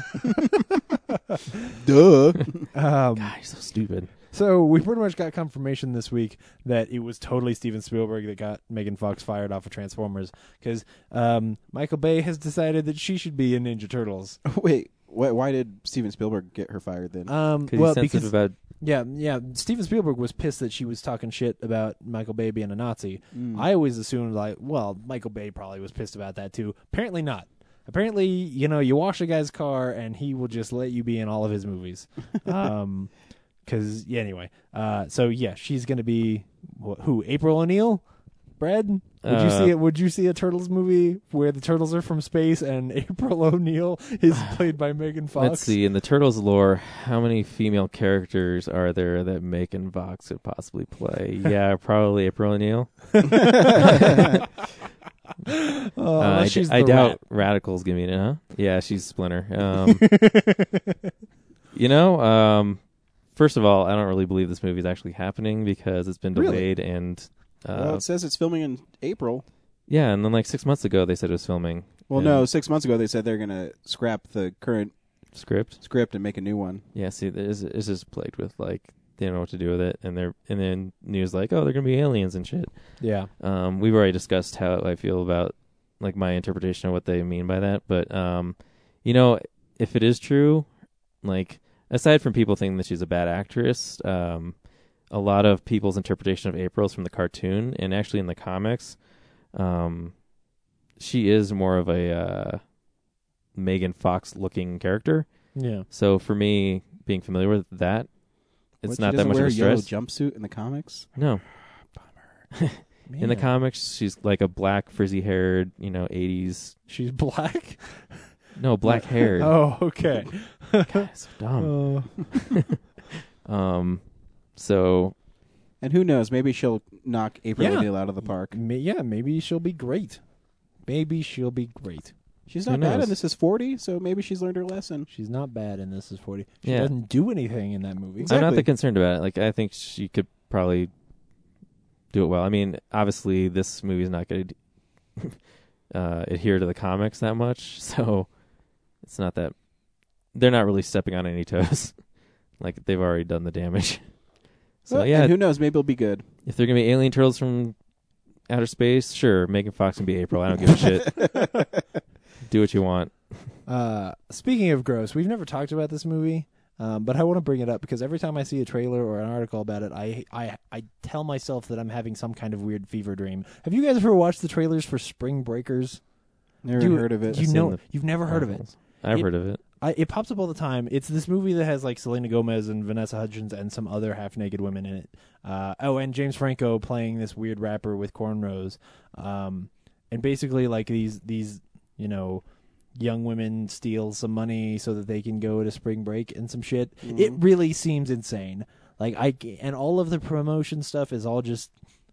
Speaker 1: Duh.
Speaker 2: um
Speaker 3: God, you're so stupid.
Speaker 2: So we pretty much got confirmation this week that it was totally Steven Spielberg that got Megan Fox fired off of Transformers because um, Michael Bay has decided that she should be in Ninja Turtles.
Speaker 1: Wait, why, why did Steven Spielberg get her fired then?
Speaker 2: Um,
Speaker 3: Because
Speaker 2: well,
Speaker 3: he's sensitive
Speaker 2: because
Speaker 3: about
Speaker 2: yeah, yeah, Steven Spielberg was pissed that she was talking shit about Michael Bay being a Nazi.
Speaker 3: Mm.
Speaker 2: I always assumed like, well, Michael Bay probably was pissed about that too. Apparently not. Apparently, you know, you wash a guy's car and he will just let you be in all of his movies. um, because yeah, anyway. Uh, so yeah, she's gonna be wh- who? April O'Neil. Brad, would you
Speaker 3: Uh,
Speaker 2: see it? Would you see a Turtles movie where the turtles are from space and April O'Neil is played by Megan Fox?
Speaker 3: Let's see. In the Turtles lore, how many female characters are there that Megan Vox could possibly play? yeah, probably April O'Neil.
Speaker 2: Oh,
Speaker 3: Uh, I,
Speaker 2: unless
Speaker 3: d-
Speaker 2: she's
Speaker 3: I
Speaker 2: the
Speaker 3: doubt
Speaker 2: rat.
Speaker 3: Radical's gonna be in it, huh? Yeah, she's Splinter. Um, you know, um, first of all, I don't really believe this movie is actually happening because it's been
Speaker 1: Really?
Speaker 3: delayed and. Uh,
Speaker 1: well, it says it's filming in April.
Speaker 3: yeah, and then like six months ago they said it was filming.
Speaker 1: Well,
Speaker 3: and
Speaker 1: no, six months ago they said they're going to scrap the current
Speaker 3: script.
Speaker 1: script and make a new one.
Speaker 3: Yeah, see, this this is plagued with like they don't know what to do with it, and they're and then news like, oh, they're gonna be aliens and shit.
Speaker 2: Yeah.
Speaker 3: Um, we've already discussed how I feel about like my interpretation of what they mean by that, but um, you know, if it is true, like aside from people thinking that she's a bad actress, um, a lot of people's interpretation of April is from the cartoon and actually in the comics, um, she is more of a uh, Megan Fox looking character.
Speaker 2: Yeah.
Speaker 3: So for me, being familiar with that, it's
Speaker 1: What, she
Speaker 3: not that
Speaker 1: doesn't
Speaker 3: much
Speaker 1: wear
Speaker 3: of a
Speaker 1: yellow
Speaker 3: stress.
Speaker 1: jumpsuit in the comics.
Speaker 3: no, in the
Speaker 2: Man,
Speaker 3: comics, she's like a black, frizzy-haired, you know, '80s.
Speaker 2: she's black.
Speaker 3: No, black haired.
Speaker 2: Oh, okay.
Speaker 3: so dumb.
Speaker 2: Oh.
Speaker 1: Oh.
Speaker 3: Um, so
Speaker 1: And who knows? Maybe she'll knock April
Speaker 2: Yeah.
Speaker 1: O'Neil out of the park.
Speaker 2: Ma- yeah, maybe she'll be great. Maybe she'll be great.
Speaker 1: She's
Speaker 3: Who
Speaker 1: not bad,
Speaker 3: knows?
Speaker 1: and this is forty, so maybe she's learned her lesson.
Speaker 2: She's not bad in this is 40. She
Speaker 3: Yeah.
Speaker 2: doesn't do anything in that movie.
Speaker 1: Exactly.
Speaker 3: I'm not that concerned about it. Like, I think she could probably do it well. I mean, obviously, this movie's not going to uh, adhere to the comics that much, so it's not that they're not really stepping on any toes. like they've already done the damage. So
Speaker 1: Well,
Speaker 3: yeah,
Speaker 1: and who knows? Maybe it'll be good.
Speaker 3: if they're gonna be alien turtles from outer space, sure, Megan Fox can be April. I don't give a shit. Do what you want.
Speaker 2: Uh, speaking of gross, we've never talked about this movie, um, but I want to bring it up because every time I see a trailer or an article about it, I, I I tell myself that I'm having some kind of weird fever dream. Have you guys ever watched the trailers for Spring Breakers?
Speaker 1: Never
Speaker 2: Dude,
Speaker 1: heard of it.
Speaker 2: You
Speaker 3: seen
Speaker 2: know,
Speaker 3: the
Speaker 2: you've never heard of it.
Speaker 3: I've
Speaker 2: It-
Speaker 3: heard of it.
Speaker 2: I, it pops up all the time. It's this movie that has like Selena Gomez and Vanessa Hudgens and some other half naked women in it. Uh, oh, and James Franco playing this weird rapper with cornrows. Um, and basically, like these these you know young women steal some money so that they can go to spring break and some shit. It really seems insane. Like I c- and all of the promotion stuff is all just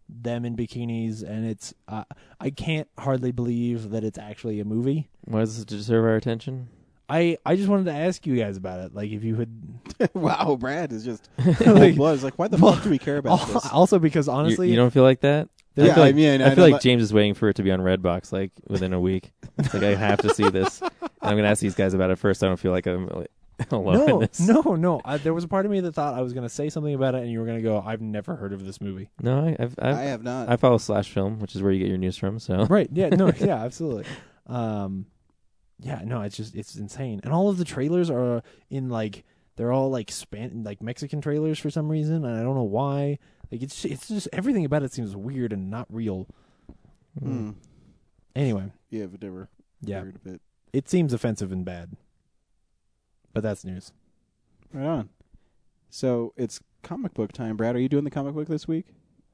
Speaker 2: them in bikinis, and it's uh, I can't hardly believe that it's actually a movie.
Speaker 3: Why does this deserve our attention?
Speaker 2: I I just wanted to ask you guys about it. Like, if you would,
Speaker 1: wow, Brad is just cold blood. It's like, why the
Speaker 2: Well,
Speaker 1: fuck do we care about this?
Speaker 2: also because
Speaker 3: You-
Speaker 2: honestly,
Speaker 3: you, don't feel like that?
Speaker 1: Yeah,
Speaker 3: feel
Speaker 1: I
Speaker 3: like,
Speaker 1: mean, I
Speaker 3: I feel
Speaker 1: don't
Speaker 3: like
Speaker 1: li-
Speaker 3: James is waiting for it to be on Redbox like within a week. It's like I have to see this. And I'm gonna ask these guys about it first. I don't feel like I'm really alone in
Speaker 2: no,
Speaker 3: this.
Speaker 2: no, no. I, there was a part of me that thought I was going to say something about it, and you were going to go, "I've never heard of this movie."
Speaker 3: No, I, I've, I've,
Speaker 1: I uh, have not.
Speaker 3: I follow Slash Film, which is where you get your news from. So
Speaker 2: Right? Yeah. No. yeah. Absolutely. Um. Yeah. No. It's just it's insane, and all of the trailers are in like they're all like span like Mexican trailers for some reason, and I don't know why. Like it's it's just everything about it seems weird and not real.
Speaker 1: Hmm.
Speaker 2: Anyway,
Speaker 1: Yeah, but they were
Speaker 2: yeah,
Speaker 1: weird a bit.
Speaker 2: it seems offensive and bad, but that's news.
Speaker 1: Right on. So it's comic book time, Brad. Are you doing the comic book this week?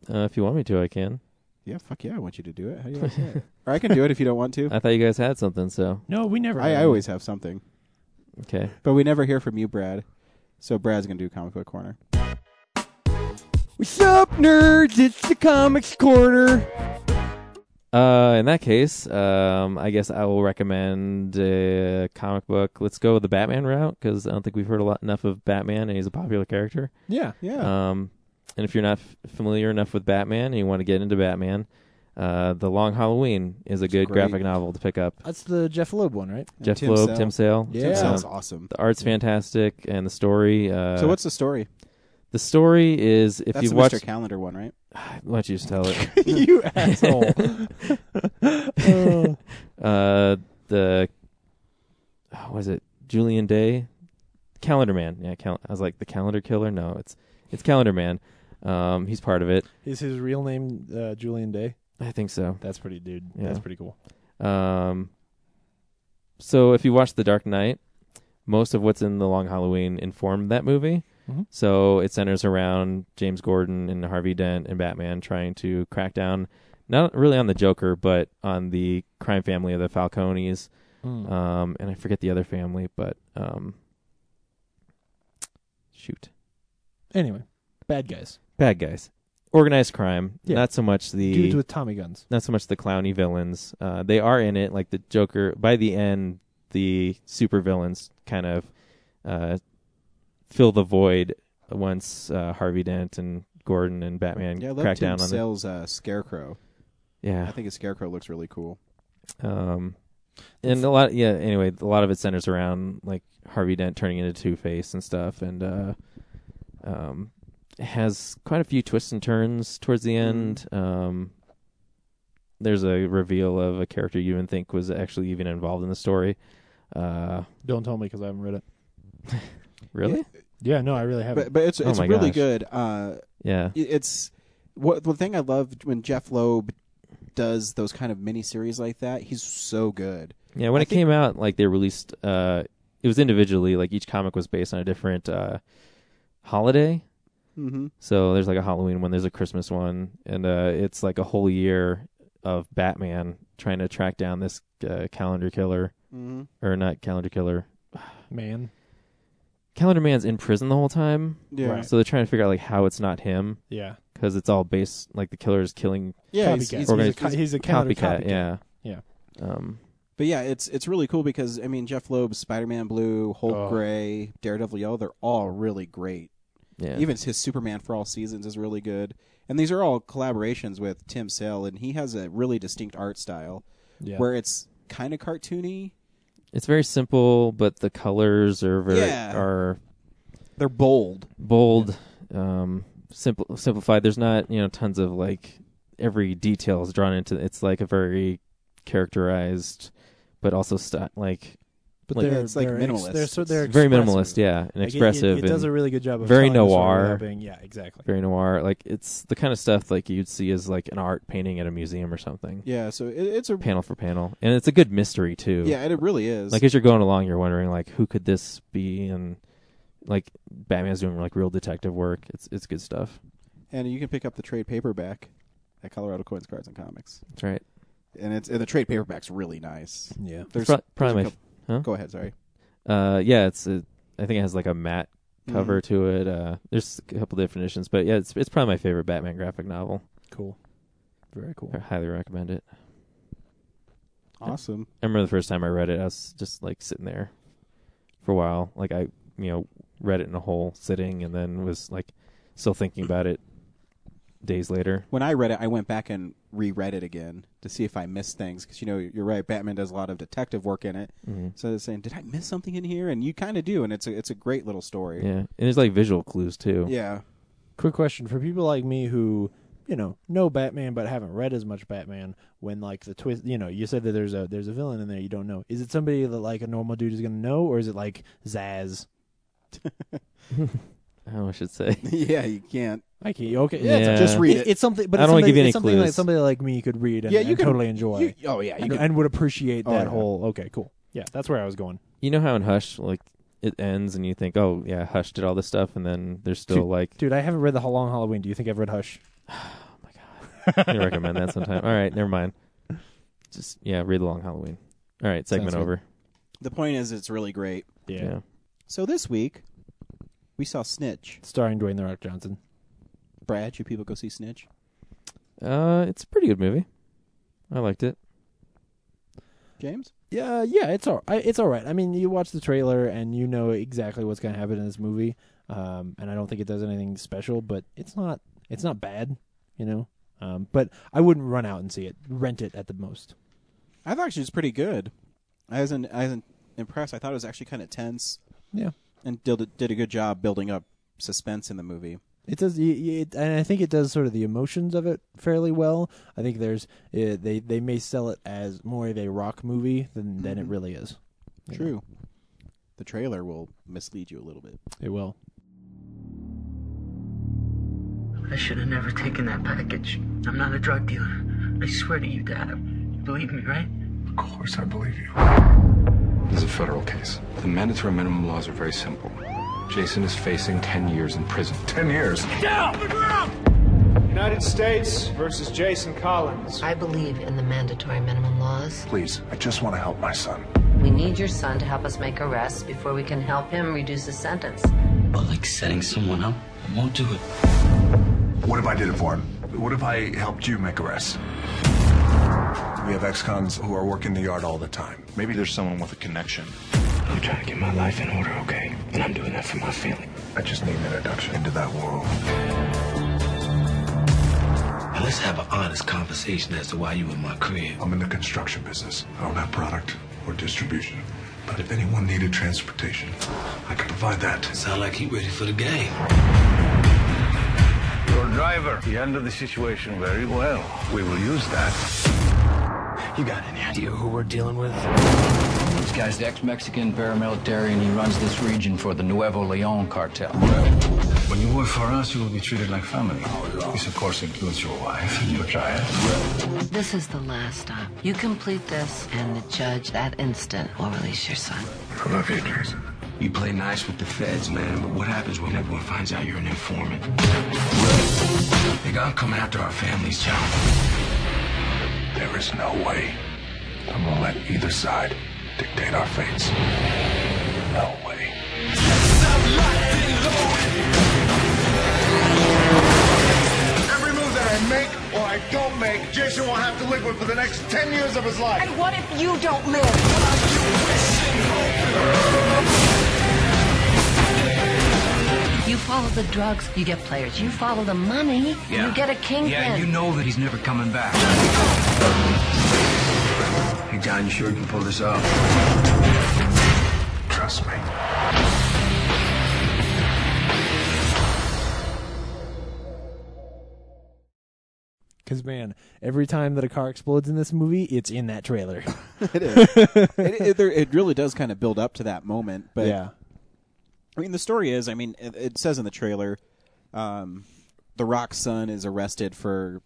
Speaker 3: uh, if you want me to, I can.
Speaker 1: Yeah, fuck yeah, I want you to do it. How do you like that? or I can do it if you don't want to.
Speaker 3: I thought you guys had something. So
Speaker 2: No, we never.
Speaker 1: I, I always have something,
Speaker 3: okay,
Speaker 1: but we never hear from you, Brad. So Brad's gonna do comic book corner.
Speaker 4: What's up, nerds? It's the Comics Corner.
Speaker 3: Uh, in that case, um, I guess I will recommend a comic book. Let's go the Batman route because I don't think we've heard a lot enough of Batman, and he's a popular character.
Speaker 2: Yeah.
Speaker 1: Yeah,
Speaker 3: Um, and if you're not f- familiar enough with Batman and you want to get into Batman, uh, The Long Halloween is a good
Speaker 1: great.
Speaker 3: graphic novel to pick up.
Speaker 2: That's the Jeff Loeb one, right?
Speaker 1: And
Speaker 3: Jeff Loeb,
Speaker 1: Sale.
Speaker 3: Tim Sale.
Speaker 2: Yeah.
Speaker 1: Tim Sale's
Speaker 3: Um,
Speaker 1: awesome.
Speaker 3: the art's fantastic, and the story. Uh,
Speaker 1: so what's the story?
Speaker 3: the story? Is if
Speaker 1: That's
Speaker 3: you've
Speaker 1: the
Speaker 3: watched,
Speaker 1: Mr. Calendar one, right?
Speaker 3: why don't you just tell it?
Speaker 2: you asshole. Uh,
Speaker 3: Uh, the oh, was it Julian Day, Calendar Man? Yeah, cal- I was like the Calendar Killer. No, it's it's Calendar Man. Um, he's part of it.
Speaker 2: is his real name uh, Julian Day?
Speaker 3: I think so.
Speaker 2: That's pretty, dude.
Speaker 3: Yeah.
Speaker 2: That's pretty cool.
Speaker 3: Um, so if you watch The Dark Knight, most of what's in The Long Halloween informed that movie.
Speaker 2: Mhm.
Speaker 3: So it centers around James Gordon and Harvey Dent and Batman trying to crack down, not really on the Joker, but on the crime family of the Falcones.
Speaker 2: Hmm.
Speaker 3: Um, and I forget the other family, but um, shoot,
Speaker 2: anyway, bad guys,
Speaker 3: bad guys, organized crime.
Speaker 2: Yeah.
Speaker 3: Not so much the
Speaker 2: dudes with Tommy guns.
Speaker 3: not so much the clowny villains. Uh, they are in it, like the Joker. By the end, the super villains kind of uh, fill the void once uh, Harvey Dent and Gordon and Batman
Speaker 1: Yeah, I love
Speaker 3: crack
Speaker 1: Tim
Speaker 3: down on it.
Speaker 1: Sale's uh, Scarecrow. I
Speaker 3: Yeah,
Speaker 1: think his Scarecrow looks really cool.
Speaker 3: um, and a lot. Yeah, anyway, a lot of it centers around like Harvey Dent turning into Two Face and stuff, and uh, um, has quite a few twists and turns towards the end. Um, there's a reveal of a character you didn't think was actually even involved in the story. Uh,
Speaker 2: Don't tell me because I haven't read it.
Speaker 3: really?
Speaker 2: Yeah, no, I really haven't.
Speaker 1: But but it's
Speaker 3: Oh
Speaker 1: it's
Speaker 3: my
Speaker 1: really
Speaker 3: gosh.
Speaker 1: good. Uh,
Speaker 3: Yeah.
Speaker 1: it- it's what the thing I love when Jeff Loeb does those kind of mini series like that. He's so good.
Speaker 3: Yeah, when
Speaker 1: I
Speaker 3: it came out, like they released, uh, it was individually. Like each comic was based on a different uh, holiday.
Speaker 1: Mm-hmm.
Speaker 3: So there's like a Halloween one, there's a Christmas one, and uh, it's like a whole year of Batman trying to track down this uh, calendar killer
Speaker 1: Mm-hmm.
Speaker 3: or not calendar killer.
Speaker 2: Man,
Speaker 3: Calendar Man's in prison the whole time,
Speaker 1: Yeah,
Speaker 2: Right.
Speaker 3: so they're trying to figure out like how it's not him
Speaker 2: yeah,
Speaker 3: because it's all based like the killer is killing
Speaker 1: yeah.
Speaker 2: copycat.
Speaker 1: he's- he's-
Speaker 3: Or
Speaker 1: he's a
Speaker 3: gonna-
Speaker 2: co-
Speaker 1: cos-
Speaker 2: he's a counter
Speaker 3: copycat. Yeah,
Speaker 2: Yeah.
Speaker 3: Um,
Speaker 1: but yeah, it's it's really cool because I mean Jeff Loeb, Spider Man Blue, Hulk
Speaker 2: Oh.
Speaker 1: Gray, Daredevil Yellow, they're all really great.
Speaker 3: yeah.
Speaker 1: Even his Superman for All Seasons is really good, and these are all collaborations with Tim Sale, and he has a really distinct art style
Speaker 2: Yeah.
Speaker 1: where it's kind of cartoony.
Speaker 3: it's very simple, but the colors are very
Speaker 1: Yeah.
Speaker 3: are
Speaker 1: They're bold.
Speaker 3: bold, um, simple, simplified. There's not you know tons of like every detail is drawn into. It's like a very characterized, but also st- like
Speaker 2: But
Speaker 3: Like,
Speaker 2: they're
Speaker 1: it's, like,
Speaker 2: they're ex-
Speaker 1: minimalist.
Speaker 2: They're, so they're
Speaker 1: It's
Speaker 3: very
Speaker 2: expressive.
Speaker 3: minimalist, yeah, and
Speaker 2: Like, it-
Speaker 3: expressive.
Speaker 2: It, it, does
Speaker 3: and
Speaker 2: a really good job of
Speaker 3: very
Speaker 2: telling a story
Speaker 3: noir.
Speaker 2: without being- yeah, exactly.
Speaker 3: very noir. Like it's the kind of stuff like you'd see as like an art painting at a museum or something,
Speaker 1: Yeah, so it, it's a
Speaker 3: panel for panel, and it's a good mystery too.
Speaker 1: yeah, it really is.
Speaker 3: Like as you're going along, you're wondering like who could this be, and like Batman's doing like real detective work. It's it's good stuff.
Speaker 1: and you can pick up the trade paperback at Colorado Coins Cards and Comics,
Speaker 3: That's right.
Speaker 1: and it's and the trade paperback's really nice.
Speaker 2: yeah.
Speaker 1: There's
Speaker 3: Pro- probably
Speaker 1: there's a
Speaker 3: my- huh?
Speaker 1: Go ahead, sorry.
Speaker 3: Uh, yeah, it's a, I think it has like a matte cover
Speaker 1: Mm-hmm.
Speaker 3: to it. Uh, there's a couple definitions, but yeah, it's it's probably my favorite Batman graphic novel.
Speaker 2: Cool. Very cool.
Speaker 3: I highly recommend it.
Speaker 1: Mm-hmm. Awesome.
Speaker 3: I remember the first time I read it, I was just like sitting there for a while. Like I, you know, read it in a whole sitting, and then was like still thinking about it days later.
Speaker 1: When I read it, I went back and reread it again to see if I missed things because you know you're right. Batman does a lot of detective work in it, so they're saying, "Did I miss something in here?" And you kind of do, and it's a it's a great little story.
Speaker 3: Yeah, and there's like visual clues too.
Speaker 1: Yeah.
Speaker 2: Quick question for people like me who, you know, know Batman but haven't read as much Batman. When like the twist, you know, you said that there's a there's a villain in there you don't know. Is it somebody that like a normal dude is gonna know, or is it like Zaz?
Speaker 3: Oh, I should say.
Speaker 1: yeah, you can't.
Speaker 2: I can't. Okay,
Speaker 3: Yeah.
Speaker 2: it's-
Speaker 1: So just read it.
Speaker 2: It's something, but
Speaker 3: I
Speaker 2: it's
Speaker 3: don't wanna
Speaker 2: something,
Speaker 3: give you any
Speaker 2: it's something
Speaker 3: clues.
Speaker 2: like somebody like me could read and,
Speaker 1: yeah, you
Speaker 2: and
Speaker 1: can
Speaker 2: totally enjoy
Speaker 1: you- oh yeah, you
Speaker 2: and,
Speaker 1: can.
Speaker 2: and would appreciate
Speaker 1: Oh,
Speaker 2: that
Speaker 1: yeah.
Speaker 2: whole. Okay, cool. Yeah, that's where I was going.
Speaker 3: You know how in Hush, like it ends, and you think, oh yeah, Hush did all this stuff, and then there's still like
Speaker 2: Dude, I haven't read the Ho- Long Halloween. Do you think I've read Hush?
Speaker 3: I recommend that sometime. All right, never mind. Just yeah, read the Long Halloween. All right, segment
Speaker 1: Sounds good.
Speaker 3: over.
Speaker 1: the point is, it's really great. So this week, we saw Snitch.
Speaker 2: starring Dwayne the Rock Johnson.
Speaker 1: Brad, you people go see Snitch?
Speaker 3: Uh, it's a pretty good movie. I liked it.
Speaker 1: James?
Speaker 2: Yeah, yeah, it's all I, it's all right. I mean, you watch the trailer and you know exactly what's going to happen in this movie. Um, and I don't think it does anything special, but it's not it's not bad, you know. Um, but I wouldn't run out and see it. Rent it at the most.
Speaker 1: I thought she was pretty good. I wasn't I wasn't impressed. I thought it was actually kind of tense
Speaker 2: Yeah.
Speaker 1: and did did a good job building up suspense in the movie.
Speaker 2: It does, y- y- it, and I think it does sort of the emotions of it fairly well. I think there's uh, they they may sell it as more of a rock movie than than it really is. you know.
Speaker 1: True. The trailer will mislead you a little bit.
Speaker 2: It will.
Speaker 6: I should have never taken that package. I'm not a drug dealer. I swear to you, Dad. You believe me, right?
Speaker 7: Of course, I believe you. This is a federal case. The mandatory minimum laws are very simple. Jason is facing 10 years in prison. 10 years?
Speaker 8: United States versus Jason Collins.
Speaker 9: I believe in the mandatory minimum laws.
Speaker 7: Please, I just want to help my son.
Speaker 9: We need your son to help us make arrests before we can help him reduce his sentence.
Speaker 5: But like setting someone up, I won't do it.
Speaker 7: What if I did it for him? What if I helped you make arrests? We have ex-cons who are working the yard all the time.
Speaker 10: Maybe there's someone with a connection.
Speaker 5: I'm trying to get my life in order, okay? And I'm doing that for my family.
Speaker 7: I just need an introduction into that world.
Speaker 5: Now let's have an honest conversation as to why you in my crib.
Speaker 7: I'm in the construction business. I don't have product or distribution. But if anyone needed transportation, I could provide that.
Speaker 5: Sound like he ready for the game.
Speaker 10: Your driver, he handled the situation very well. We will use that.
Speaker 5: You got any idea who we're dealing with? This guy's the ex-Mexican paramilitary, and he runs this region for the Nuevo Leon cartel.
Speaker 10: When you work for us, you will be treated like family.
Speaker 5: Oh,
Speaker 10: This, of course, includes your wife and your child.
Speaker 9: This is the last stop. You complete this, and the judge that instant will release your son.
Speaker 7: I love you, Jason.
Speaker 5: You play nice with the feds, man, but what happens when everyone finds out you're an informant? They got coming after our families, John.
Speaker 7: There is no way I'm gonna let either side dictate our fates. No way.
Speaker 10: Every move that I make or I don't make, Jason will have to live with for the next 10 years of his life.
Speaker 9: What if you don't live? You follow the drugs, you get players. You follow the money, you get a kingpin.
Speaker 5: Yeah, you know that he's never coming back. Hey, John, you sure you can pull this off?
Speaker 7: Trust me.
Speaker 2: Because man, every time that a car explodes in this movie, it's in that trailer.
Speaker 1: it is. it, it, there- it really does kind of build up to that moment, but
Speaker 2: Yeah.
Speaker 1: I mean, the story is, I mean, it, it says in the trailer, um, the Rock's son is arrested for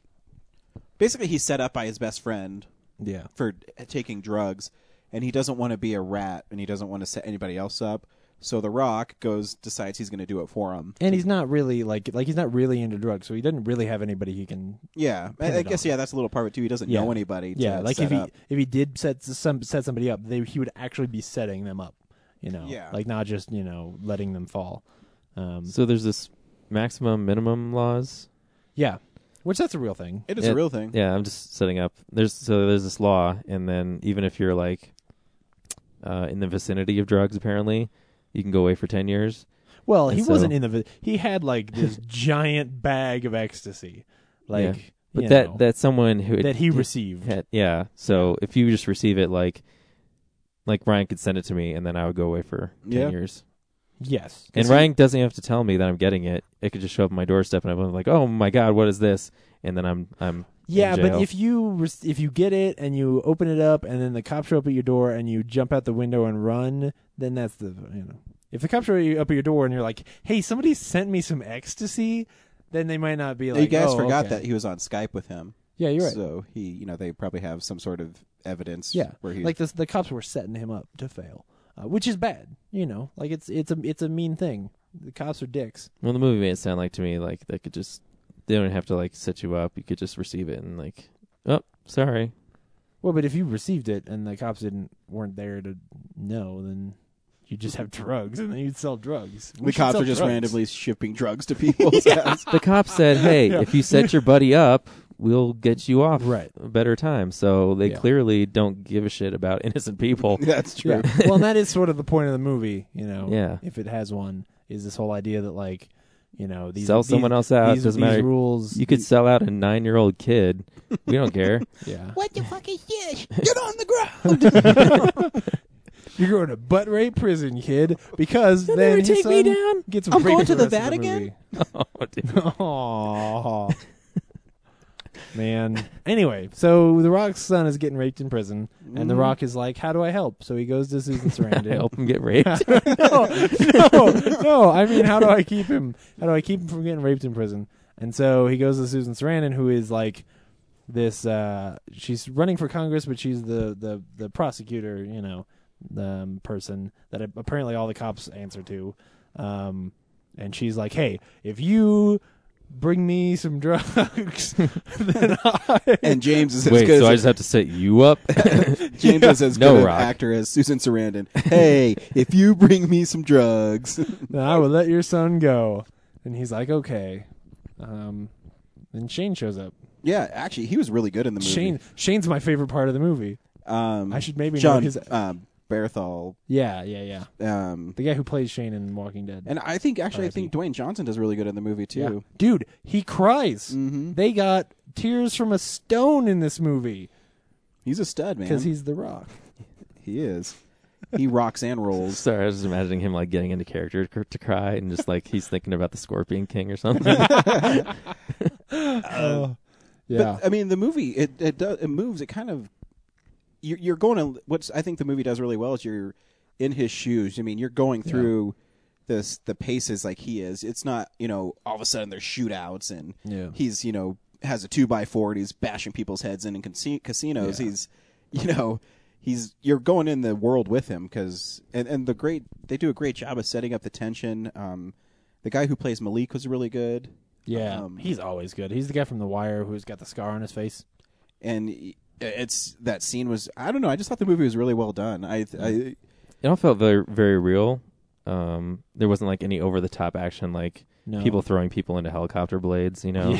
Speaker 1: basically he's set up by his best friend,
Speaker 2: Yeah.
Speaker 1: for taking drugs, and he doesn't want to be a rat, and he doesn't want to set anybody else up. So the Rock goes decides he's going to do it for him.
Speaker 2: And he's not really like like he's not really into drugs, so he doesn't really have anybody he can.
Speaker 1: Yeah,
Speaker 2: Pin
Speaker 1: I, I
Speaker 2: it
Speaker 1: guess
Speaker 2: on.
Speaker 1: yeah, that's a little part of it too. He doesn't know anybody. to
Speaker 2: yeah, like
Speaker 1: set
Speaker 2: if he
Speaker 1: up.
Speaker 2: if he did set s- some set somebody up, they, he would actually be setting them up. You know,
Speaker 1: Yeah.
Speaker 2: like not just you know letting them fall. Um,
Speaker 3: So there's this maximum minimum laws.
Speaker 2: yeah, which that's a real thing.
Speaker 1: it is
Speaker 3: Yeah,
Speaker 1: a real thing.
Speaker 3: Yeah, I'm just setting up. There's so there's this law, and then even if you're like uh, in the vicinity of drugs, apparently you can go away for ten years.
Speaker 2: Well,
Speaker 3: And
Speaker 2: he
Speaker 3: so-
Speaker 2: wasn't in the. vi- He had like this giant bag of ecstasy, like
Speaker 3: yeah. but
Speaker 2: you
Speaker 3: that
Speaker 2: know,
Speaker 3: that someone who
Speaker 2: that he received.
Speaker 3: had- yeah. So if you just receive it, like like Ryan could send it to me, and then I would go away for ten
Speaker 1: Yeah.
Speaker 3: years.
Speaker 2: yes,
Speaker 3: And
Speaker 1: he-
Speaker 3: Ryan doesn't have to tell me that I'm getting it. It could just show up on my doorstep, and I'm like, "Oh my god, what is this?" And then I'm I'm
Speaker 2: yeah.
Speaker 3: in
Speaker 2: But
Speaker 3: jail.
Speaker 2: if you re- if you get it and you open it up and then the cops show up at your door and you jump out the window and run, then that's the you know. If the cops show you up at your door and you're like, "Hey, somebody sent me some ecstasy," then they might not be like,
Speaker 1: you guys
Speaker 2: "Oh,
Speaker 1: forgot
Speaker 2: okay."
Speaker 1: that he was on Skype with him.
Speaker 2: Yeah, you're right.
Speaker 1: So he, you know, they probably have some sort of evidence.
Speaker 2: Yeah,
Speaker 1: where he
Speaker 2: like the the cops were setting him up to fail, uh, which is bad. You know, like it's it's a it's a mean thing. The cops are dicks.
Speaker 3: Well, the movie made it sound like to me like they could just they don't have to like set you up. You could just receive it and like, oh, sorry.
Speaker 2: Well, but if you received it and the cops didn't weren't there to know, then you just have drugs and then you'd sell drugs. We
Speaker 1: the
Speaker 2: should
Speaker 1: cops
Speaker 2: sell
Speaker 1: are just
Speaker 2: drugs.
Speaker 1: randomly shipping drugs to people's house.
Speaker 3: The cop said, "Hey, if you set your buddy up, we'll get you off
Speaker 2: Right.
Speaker 3: a better time." So they
Speaker 2: Yeah.
Speaker 3: clearly don't give a shit about innocent people.
Speaker 1: That's true.
Speaker 2: Yeah. well, and that is sort of the point of the movie, you know.
Speaker 3: Yeah.
Speaker 2: If it has one, is this whole idea that like, you know, these
Speaker 3: Sell
Speaker 2: these-
Speaker 3: someone else out,
Speaker 2: These,
Speaker 3: doesn't
Speaker 2: these
Speaker 3: matter.
Speaker 2: rules.
Speaker 3: You could sell out a nine-year-old kid. We don't care.
Speaker 2: yeah.
Speaker 1: What the fuck is this? Get on the ground.
Speaker 2: You're going to butt rape prison, kid, because then
Speaker 3: ever
Speaker 2: his
Speaker 3: take me
Speaker 2: son
Speaker 3: down?
Speaker 2: Gets
Speaker 1: I'm going
Speaker 2: raped
Speaker 1: to the
Speaker 2: rest of
Speaker 1: Vatican?
Speaker 2: movie.
Speaker 3: oh, dude.
Speaker 2: Aww. Man. Anyway, so The Rock's son is getting raped in prison, and The Rock is like, "How do I help?" So he goes to Susan
Speaker 3: I
Speaker 2: Sarandon.
Speaker 3: Mm-hmm. help him get raped.
Speaker 2: no, no, no. I mean, how do I keep him? How do I keep him from getting raped in prison? And so he goes to Susan Sarandon, who is like this. Uh, she's running for Congress, but she's the the the prosecutor, you know, um, person that apparently all the cops answer to. Um, and she's like, "Hey, if you bring me some drugs, then I."
Speaker 1: And James is as
Speaker 3: Wait,
Speaker 1: good
Speaker 3: so I
Speaker 1: as
Speaker 3: just have to set you up?
Speaker 1: James is as
Speaker 3: No,
Speaker 1: good
Speaker 3: Rock.
Speaker 1: an actor as Susan Sarandon. Hey, if you bring me some drugs,
Speaker 2: then I will let your son go. And he's like, okay. Um, then Shane shows up.
Speaker 1: yeah, actually, he was really good in the movie.
Speaker 2: Shane, Shane's my favorite part of the movie.
Speaker 1: um,
Speaker 2: I should maybe
Speaker 1: John
Speaker 2: know his.
Speaker 1: um, Berthal,
Speaker 2: Yeah, yeah, yeah.
Speaker 1: um,
Speaker 2: The guy who plays Shane in Walking Dead.
Speaker 1: and I think actually, I
Speaker 2: R.I.P.
Speaker 1: think Dwayne Johnson does really good in the movie
Speaker 2: Yeah.
Speaker 1: too.
Speaker 2: Dude, he cries.
Speaker 1: Mhm.
Speaker 2: They got tears from a stone in this movie
Speaker 1: He's a stud, man.
Speaker 2: because he's The Rock.
Speaker 1: he is. He rocks and rolls.
Speaker 3: Sorry, I was just imagining him like getting into character to, to cry and just like he's thinking about the Scorpion King or something.
Speaker 2: Yeah.
Speaker 1: But uh, I mean, the movie it it, do, it moves. It kind of you're, you're going to what's I think the movie does really well is you're in his shoes. I mean, you're going through this the paces like he is. It's not you know all of a sudden there's shootouts and
Speaker 2: Yeah.
Speaker 1: he's you know has a two by four and he's bashing people's heads in in casi- casinos. He's you know. He's you're going in the world with him because and, and the great they do a great job of setting up the tension. Um, the guy who plays Malik was really good.
Speaker 2: yeah.
Speaker 1: um,
Speaker 2: he's always good. He's the guy from The Wire who's got the scar on his face.
Speaker 1: and y- it's that scene was I don't know I just thought the movie was really well done. I,
Speaker 2: Mm-hmm.
Speaker 1: I
Speaker 3: it all felt very very real. Um, there wasn't like any over the top action, like
Speaker 2: No.
Speaker 3: people throwing people into helicopter blades. You know,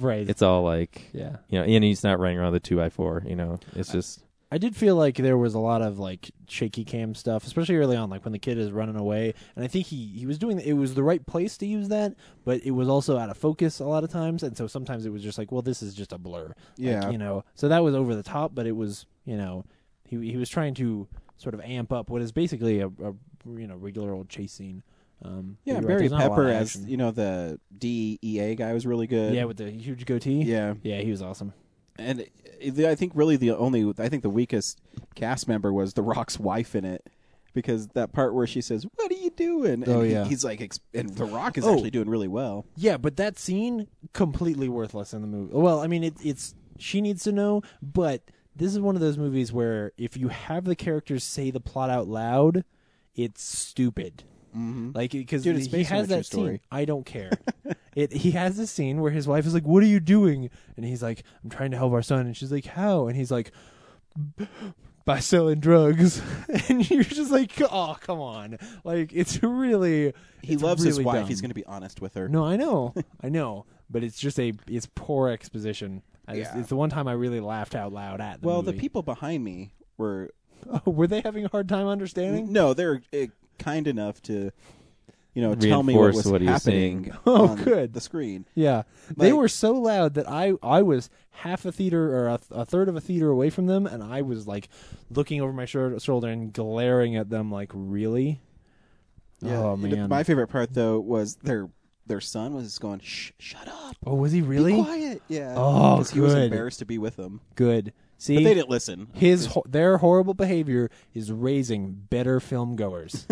Speaker 2: right.
Speaker 3: it's all like
Speaker 2: yeah.
Speaker 3: you know, and he's not running around with a two by four. You know, it's just
Speaker 2: I did feel like there was a lot of like shaky cam stuff, especially early on, like when the kid is running away. And I think he he was doing it was the right place to use that, but it was also out of focus a lot of times, and so sometimes it was just like, well, this is just a blur, Like,
Speaker 1: Yeah.
Speaker 2: you know. So that was over the top, but it was you know he he was trying to sort of amp up what is basically a, a you know regular old chase scene. Um,
Speaker 1: Yeah,
Speaker 2: you're right,
Speaker 1: Barry
Speaker 2: there's not a lot
Speaker 1: Pepper
Speaker 2: of
Speaker 1: as
Speaker 2: action.
Speaker 1: you know the DEA guy was really good.
Speaker 2: yeah with the huge goatee.
Speaker 1: Yeah.
Speaker 2: yeah, he was awesome.
Speaker 1: and it- the- I think really the only I think the weakest cast member was The Rock's wife in it because that part where she says, "What are you doing?" And
Speaker 2: Oh,
Speaker 1: he-
Speaker 2: yeah.
Speaker 1: he's like, ex- and The Rock is
Speaker 2: Oh.
Speaker 1: actually doing really well.
Speaker 2: Yeah, but that scene completely worthless in the movie. Well, I mean, it, it's she needs to know, but this is one of those movies where if you have the characters say the plot out loud, it's stupid. Mm-hmm. Like because
Speaker 1: Dude, it's
Speaker 2: he
Speaker 1: based on
Speaker 2: has
Speaker 1: a true
Speaker 2: that scene.
Speaker 1: story.
Speaker 2: I don't care. it he has this scene where his wife is like, "What are you doing?" And he's like, "I'm trying to help our son." And she's like, "How?" And he's like, by selling drugs and you're just like oh come on like it's really
Speaker 1: He
Speaker 2: it's
Speaker 1: loves his
Speaker 2: really
Speaker 1: wife.
Speaker 2: dumb.
Speaker 1: He's going to be honest with her.
Speaker 2: No, I know, I know, but it's just a it's poor exposition. I just,
Speaker 1: Yeah.
Speaker 2: It's the one time I really laughed out loud at. The
Speaker 1: well, the
Speaker 2: movie.
Speaker 1: people behind me were
Speaker 2: Oh, were they having a hard time understanding?
Speaker 1: no, they're uh, kind enough to you know tell me what
Speaker 3: Reinforce
Speaker 1: was
Speaker 3: what he was
Speaker 1: happening.
Speaker 3: saying.
Speaker 2: Oh,
Speaker 1: on
Speaker 2: good.
Speaker 1: The screen.
Speaker 2: Yeah, they
Speaker 1: Like-
Speaker 2: were so loud that I I was half a theater or a, a third of a theater away from them, and I was like looking over my shou- shoulder and glaring at them like, really? oh
Speaker 1: You know,
Speaker 2: man,
Speaker 1: My favorite part though was their their son was going, "Shh, shut up."
Speaker 2: oh was he really
Speaker 1: Be quiet, yeah.
Speaker 2: Oh,
Speaker 1: 'Cause he was
Speaker 2: good.
Speaker 1: embarrassed to be with them,
Speaker 2: good? See,
Speaker 1: but they didn't listen.
Speaker 2: his ho- their horrible behavior is raising better film goers.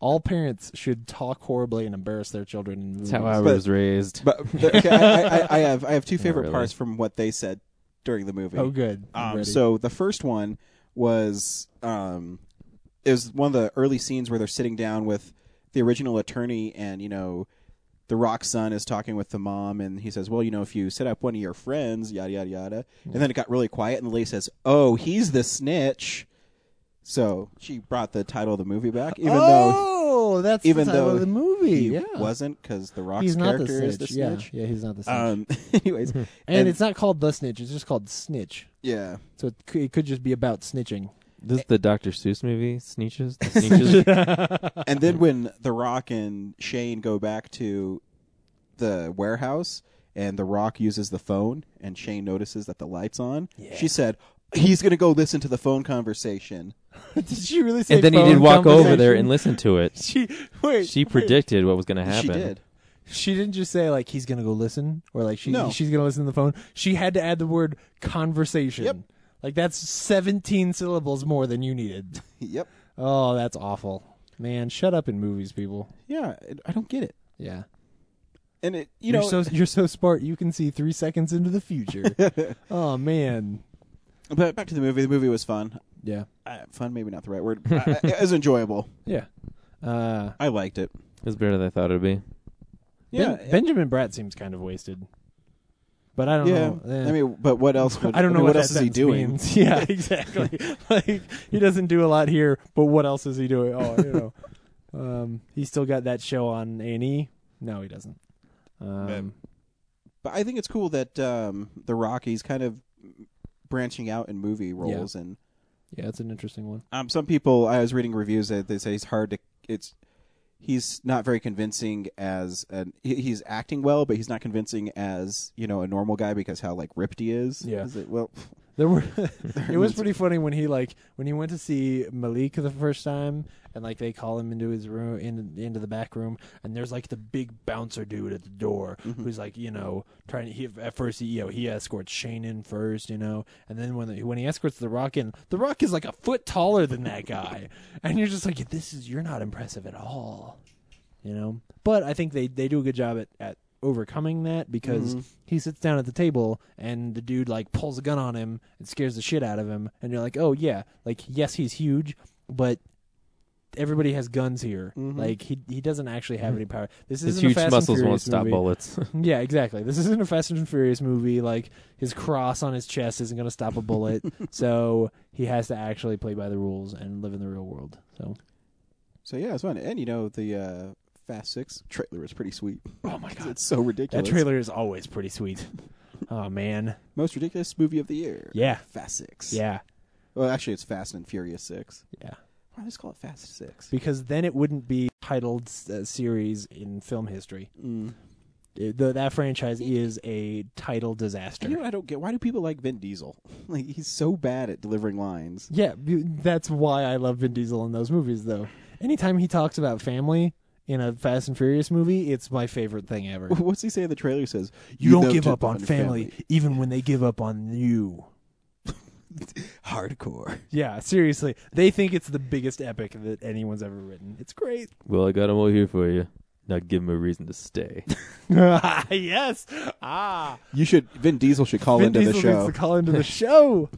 Speaker 2: All parents should talk horribly and embarrass their children. In movies.
Speaker 3: That's how I
Speaker 1: But-
Speaker 3: was raised.
Speaker 1: But but, okay, I, I, I have I have two favorite
Speaker 3: really.
Speaker 1: parts from what they said during the movie.
Speaker 2: oh, good. I'm
Speaker 1: Um,
Speaker 2: ready.
Speaker 1: so the first one was um, it was one of the early scenes where they're sitting down with the original attorney, and you know, the rock son is talking with the mom, and he says, "Well, you know, if you set up one of your friends, yada yada yada," and then it got really quiet, and the lady says, "Oh, he's the snitch." So she brought the title of the movie back, even though
Speaker 2: oh, that's the
Speaker 1: even
Speaker 2: title
Speaker 1: though
Speaker 2: of the movie.
Speaker 1: he
Speaker 2: yeah,
Speaker 1: wasn't because the rock's
Speaker 2: he's not the
Speaker 1: character
Speaker 2: snitch.
Speaker 1: is the snitch.
Speaker 2: Yeah, yeah, he's not the snitch.
Speaker 1: Um, anyways, and,
Speaker 2: and, it's not called the snitch; it's just called snitch.
Speaker 1: yeah,
Speaker 2: So it, c- it could just be about snitching.
Speaker 3: This is the Dr. Seuss movie, Sneeches. The Sneeches.
Speaker 1: and then when The Rock and Shane go back to the warehouse, and The Rock uses the phone, and Shane notices that the lights on, she said, "He's gonna go listen to the phone conversation."
Speaker 2: Did she really say?
Speaker 3: and then he did
Speaker 2: phone
Speaker 3: walk over there
Speaker 2: conversation?
Speaker 3: and listen to it.
Speaker 2: She wait.
Speaker 3: She predicted what was going to
Speaker 1: She
Speaker 3: happen.
Speaker 1: did.
Speaker 2: She didn't just say like he's gonna go listen or like she
Speaker 1: No.
Speaker 2: she's gonna listen to the phone. She had to add the word conversation.
Speaker 1: Yep.
Speaker 2: Like that's seventeen syllables more than you needed.
Speaker 1: Yep.
Speaker 2: Oh, that's awful. Man, shut up in movies, people.
Speaker 1: Yeah, I- I don't get it.
Speaker 2: Yeah.
Speaker 1: And it, you
Speaker 2: You are
Speaker 1: know,
Speaker 2: so you're so smart you can see three seconds into the future. oh man.
Speaker 1: but back to the movie. The movie was fun.
Speaker 2: Yeah.
Speaker 1: Uh, fun, maybe not the right word. uh, it was enjoyable.
Speaker 2: Yeah. Uh
Speaker 1: I liked it.
Speaker 3: It was better than I thought it would be.
Speaker 1: Yeah.
Speaker 2: Ben- Benjamin Bratt seems kind of wasted. But I don't
Speaker 1: yeah.
Speaker 2: know. Eh.
Speaker 1: I mean, but what else? Would,
Speaker 2: I don't know
Speaker 1: mean, what,
Speaker 2: what, that
Speaker 1: else is he
Speaker 2: sentence
Speaker 1: doing.
Speaker 2: means. Yeah, exactly. like he doesn't do a lot here, but what else is he doing? Oh, you know, um, he's still got that show on A and E. No, he doesn't. Um,
Speaker 1: But I think it's cool that um, the Rockies kind of branching out in movie roles and
Speaker 2: yeah, that's an interesting one.
Speaker 1: um, some people I was reading reviews that they say he's hard to it's he's not very convincing as an he- he's acting well but he's not convincing as you know a normal guy because how like ripped he is
Speaker 2: Yeah.
Speaker 1: Is it- well pff,
Speaker 2: There were. it was pretty funny when he like when he went to see Malik the first time, and like they call him into his room, in, into the back room, and there's like the big bouncer dude at the door who's like you know trying to. He, at first, he, you know, he escorts Shane in first, you know, and then when the, when he escorts the Rock in, the Rock is like a foot taller than that guy, and you're just like, this is you're not impressive at all you know but i think they they do a good job at, at overcoming that because
Speaker 3: Mm-hmm.
Speaker 2: he sits down at the table and the dude like pulls a gun on him and scares the shit out of him and you're like oh yeah like yes he's huge but everybody has guns here like he he doesn't actually have any power this
Speaker 3: Mm-hmm. His
Speaker 2: is
Speaker 3: huge
Speaker 2: a Fast and
Speaker 3: muscles won't
Speaker 2: Furious
Speaker 3: stop
Speaker 2: movie.
Speaker 3: bullets.
Speaker 2: yeah exactly this isn't a fast and furious movie like his cross on his chest isn't going to stop a bullet so he has to actually play by the rules and live in the real world so
Speaker 1: so yeah it's fun and you know the uh Fast Six trailer was pretty sweet
Speaker 2: oh my
Speaker 1: 'Cause it's so ridiculous
Speaker 2: That trailer is always pretty sweet. Oh man,
Speaker 1: most ridiculous movie of the year
Speaker 2: yeah,
Speaker 1: Fast Six
Speaker 2: yeah,
Speaker 1: well actually it's Fast and Furious Six
Speaker 2: yeah.
Speaker 1: why just call it Fast Six
Speaker 2: Because then it wouldn't be titled uh, series in film history.
Speaker 1: Mm.
Speaker 2: It- the, that franchise is a title disaster.
Speaker 1: And you know what I don't get why do people like Vin Diesel like he's so bad at delivering lines
Speaker 2: Yeah, b- that's why I love Vin Diesel in those movies, though. anytime he talks about family in a Fast and Furious movie, it's my favorite thing ever.
Speaker 1: What's he say in the trailer? He says,
Speaker 2: You,
Speaker 1: know
Speaker 2: don't give
Speaker 1: to
Speaker 2: up on
Speaker 1: your
Speaker 2: family, even when they give up on you.
Speaker 1: Hardcore.
Speaker 2: Yeah, seriously. They think it's the biggest epic that anyone's ever written. It's great.
Speaker 3: Well, I got them all here for you. Now give them a reason to stay.
Speaker 2: yes. Ah.
Speaker 1: You should. Vin Diesel should call
Speaker 2: Vin
Speaker 1: into
Speaker 2: Diesel
Speaker 1: the show.
Speaker 2: needs to call into the show.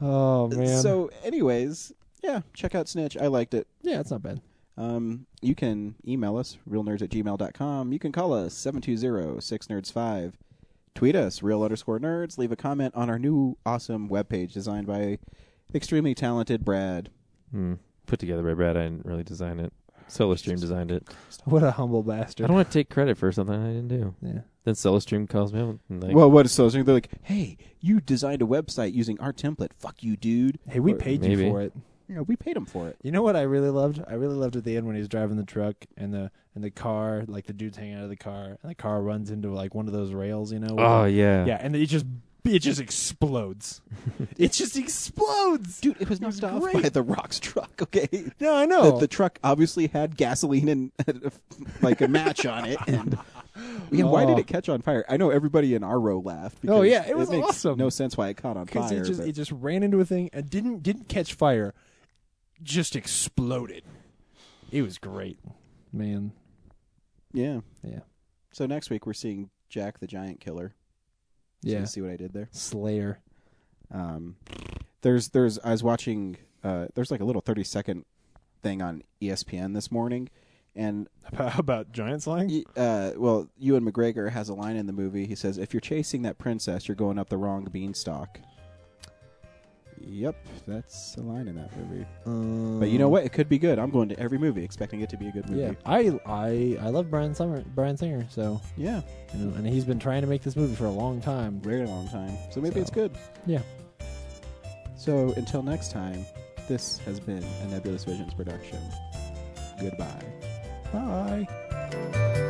Speaker 2: Oh man.
Speaker 1: So, anyways, yeah, check out Snitch. I liked it.
Speaker 2: yeah, it's not bad.
Speaker 1: Um, you can email us, realnerds at gmail.com. You can call us, 720-6nerds5. Tweet us, real underscore nerds. Leave a comment on our new awesome webpage designed by extremely talented Brad.
Speaker 3: Hmm. Put together by Brad. I didn't really design it. SolarStream designed it.
Speaker 2: What a humble
Speaker 3: I
Speaker 2: bastard.
Speaker 3: don't want to take credit for something I didn't do.
Speaker 2: Yeah.
Speaker 3: Then SolarStream calls me up and like,
Speaker 1: well, what is so? They're like, hey, you designed a website using our template. Fuck you, dude.
Speaker 2: Hey, we
Speaker 1: Or-
Speaker 2: paid
Speaker 3: maybe.
Speaker 2: you for it.
Speaker 1: Yeah, we paid him for it.
Speaker 2: You know what I really loved? I really loved at the end when he was driving the truck and the and the car, like the dude's hanging out of the car, and the car runs into like one of those rails, you know? where-
Speaker 3: oh yeah,
Speaker 2: yeah, and it just it just explodes. it just explodes.
Speaker 1: Dude, it was knocked off
Speaker 2: great. Oh.
Speaker 1: by the rocks truck, okay?
Speaker 2: No, I know.
Speaker 1: The, the truck obviously had gasoline and like a match on it. And yeah, why did
Speaker 2: Oh.
Speaker 1: it catch on fire? I know everybody in our row laughed. Because
Speaker 2: Oh, yeah, it was
Speaker 1: makes
Speaker 2: awesome.
Speaker 1: No sense why it caught on
Speaker 2: because
Speaker 1: fire.
Speaker 2: it just
Speaker 1: but-
Speaker 2: it just ran into a thing and didn't didn't catch fire, just exploded. It was great, man.
Speaker 1: yeah,
Speaker 2: Yeah.
Speaker 1: So next week we're seeing Jack the Giant Killer. So you
Speaker 2: Yeah,
Speaker 1: see what I did there?
Speaker 2: Slayer.
Speaker 1: Um, there's there's I was watching uh, there's like a little thirty second thing on E ESPN this morning, and
Speaker 2: About, about giant slang.
Speaker 1: Y- uh, well, Ewan McGregor has a line in the movie. He says, "If you're chasing that princess, you're going up the wrong beanstalk." Yep, that's a line in that movie. But you know what? It could be good. I'm going to every movie expecting it to be a good movie.
Speaker 2: Yeah, I I I love Brian Summer Brian Singer. So
Speaker 1: Yeah,
Speaker 2: you know, and he's been trying to make this movie for a long time.
Speaker 1: very long time. So maybe
Speaker 2: So,
Speaker 1: it's good.
Speaker 2: yeah.
Speaker 1: So until next time, this has been a Nebulous Visions production. Goodbye.
Speaker 2: Bye.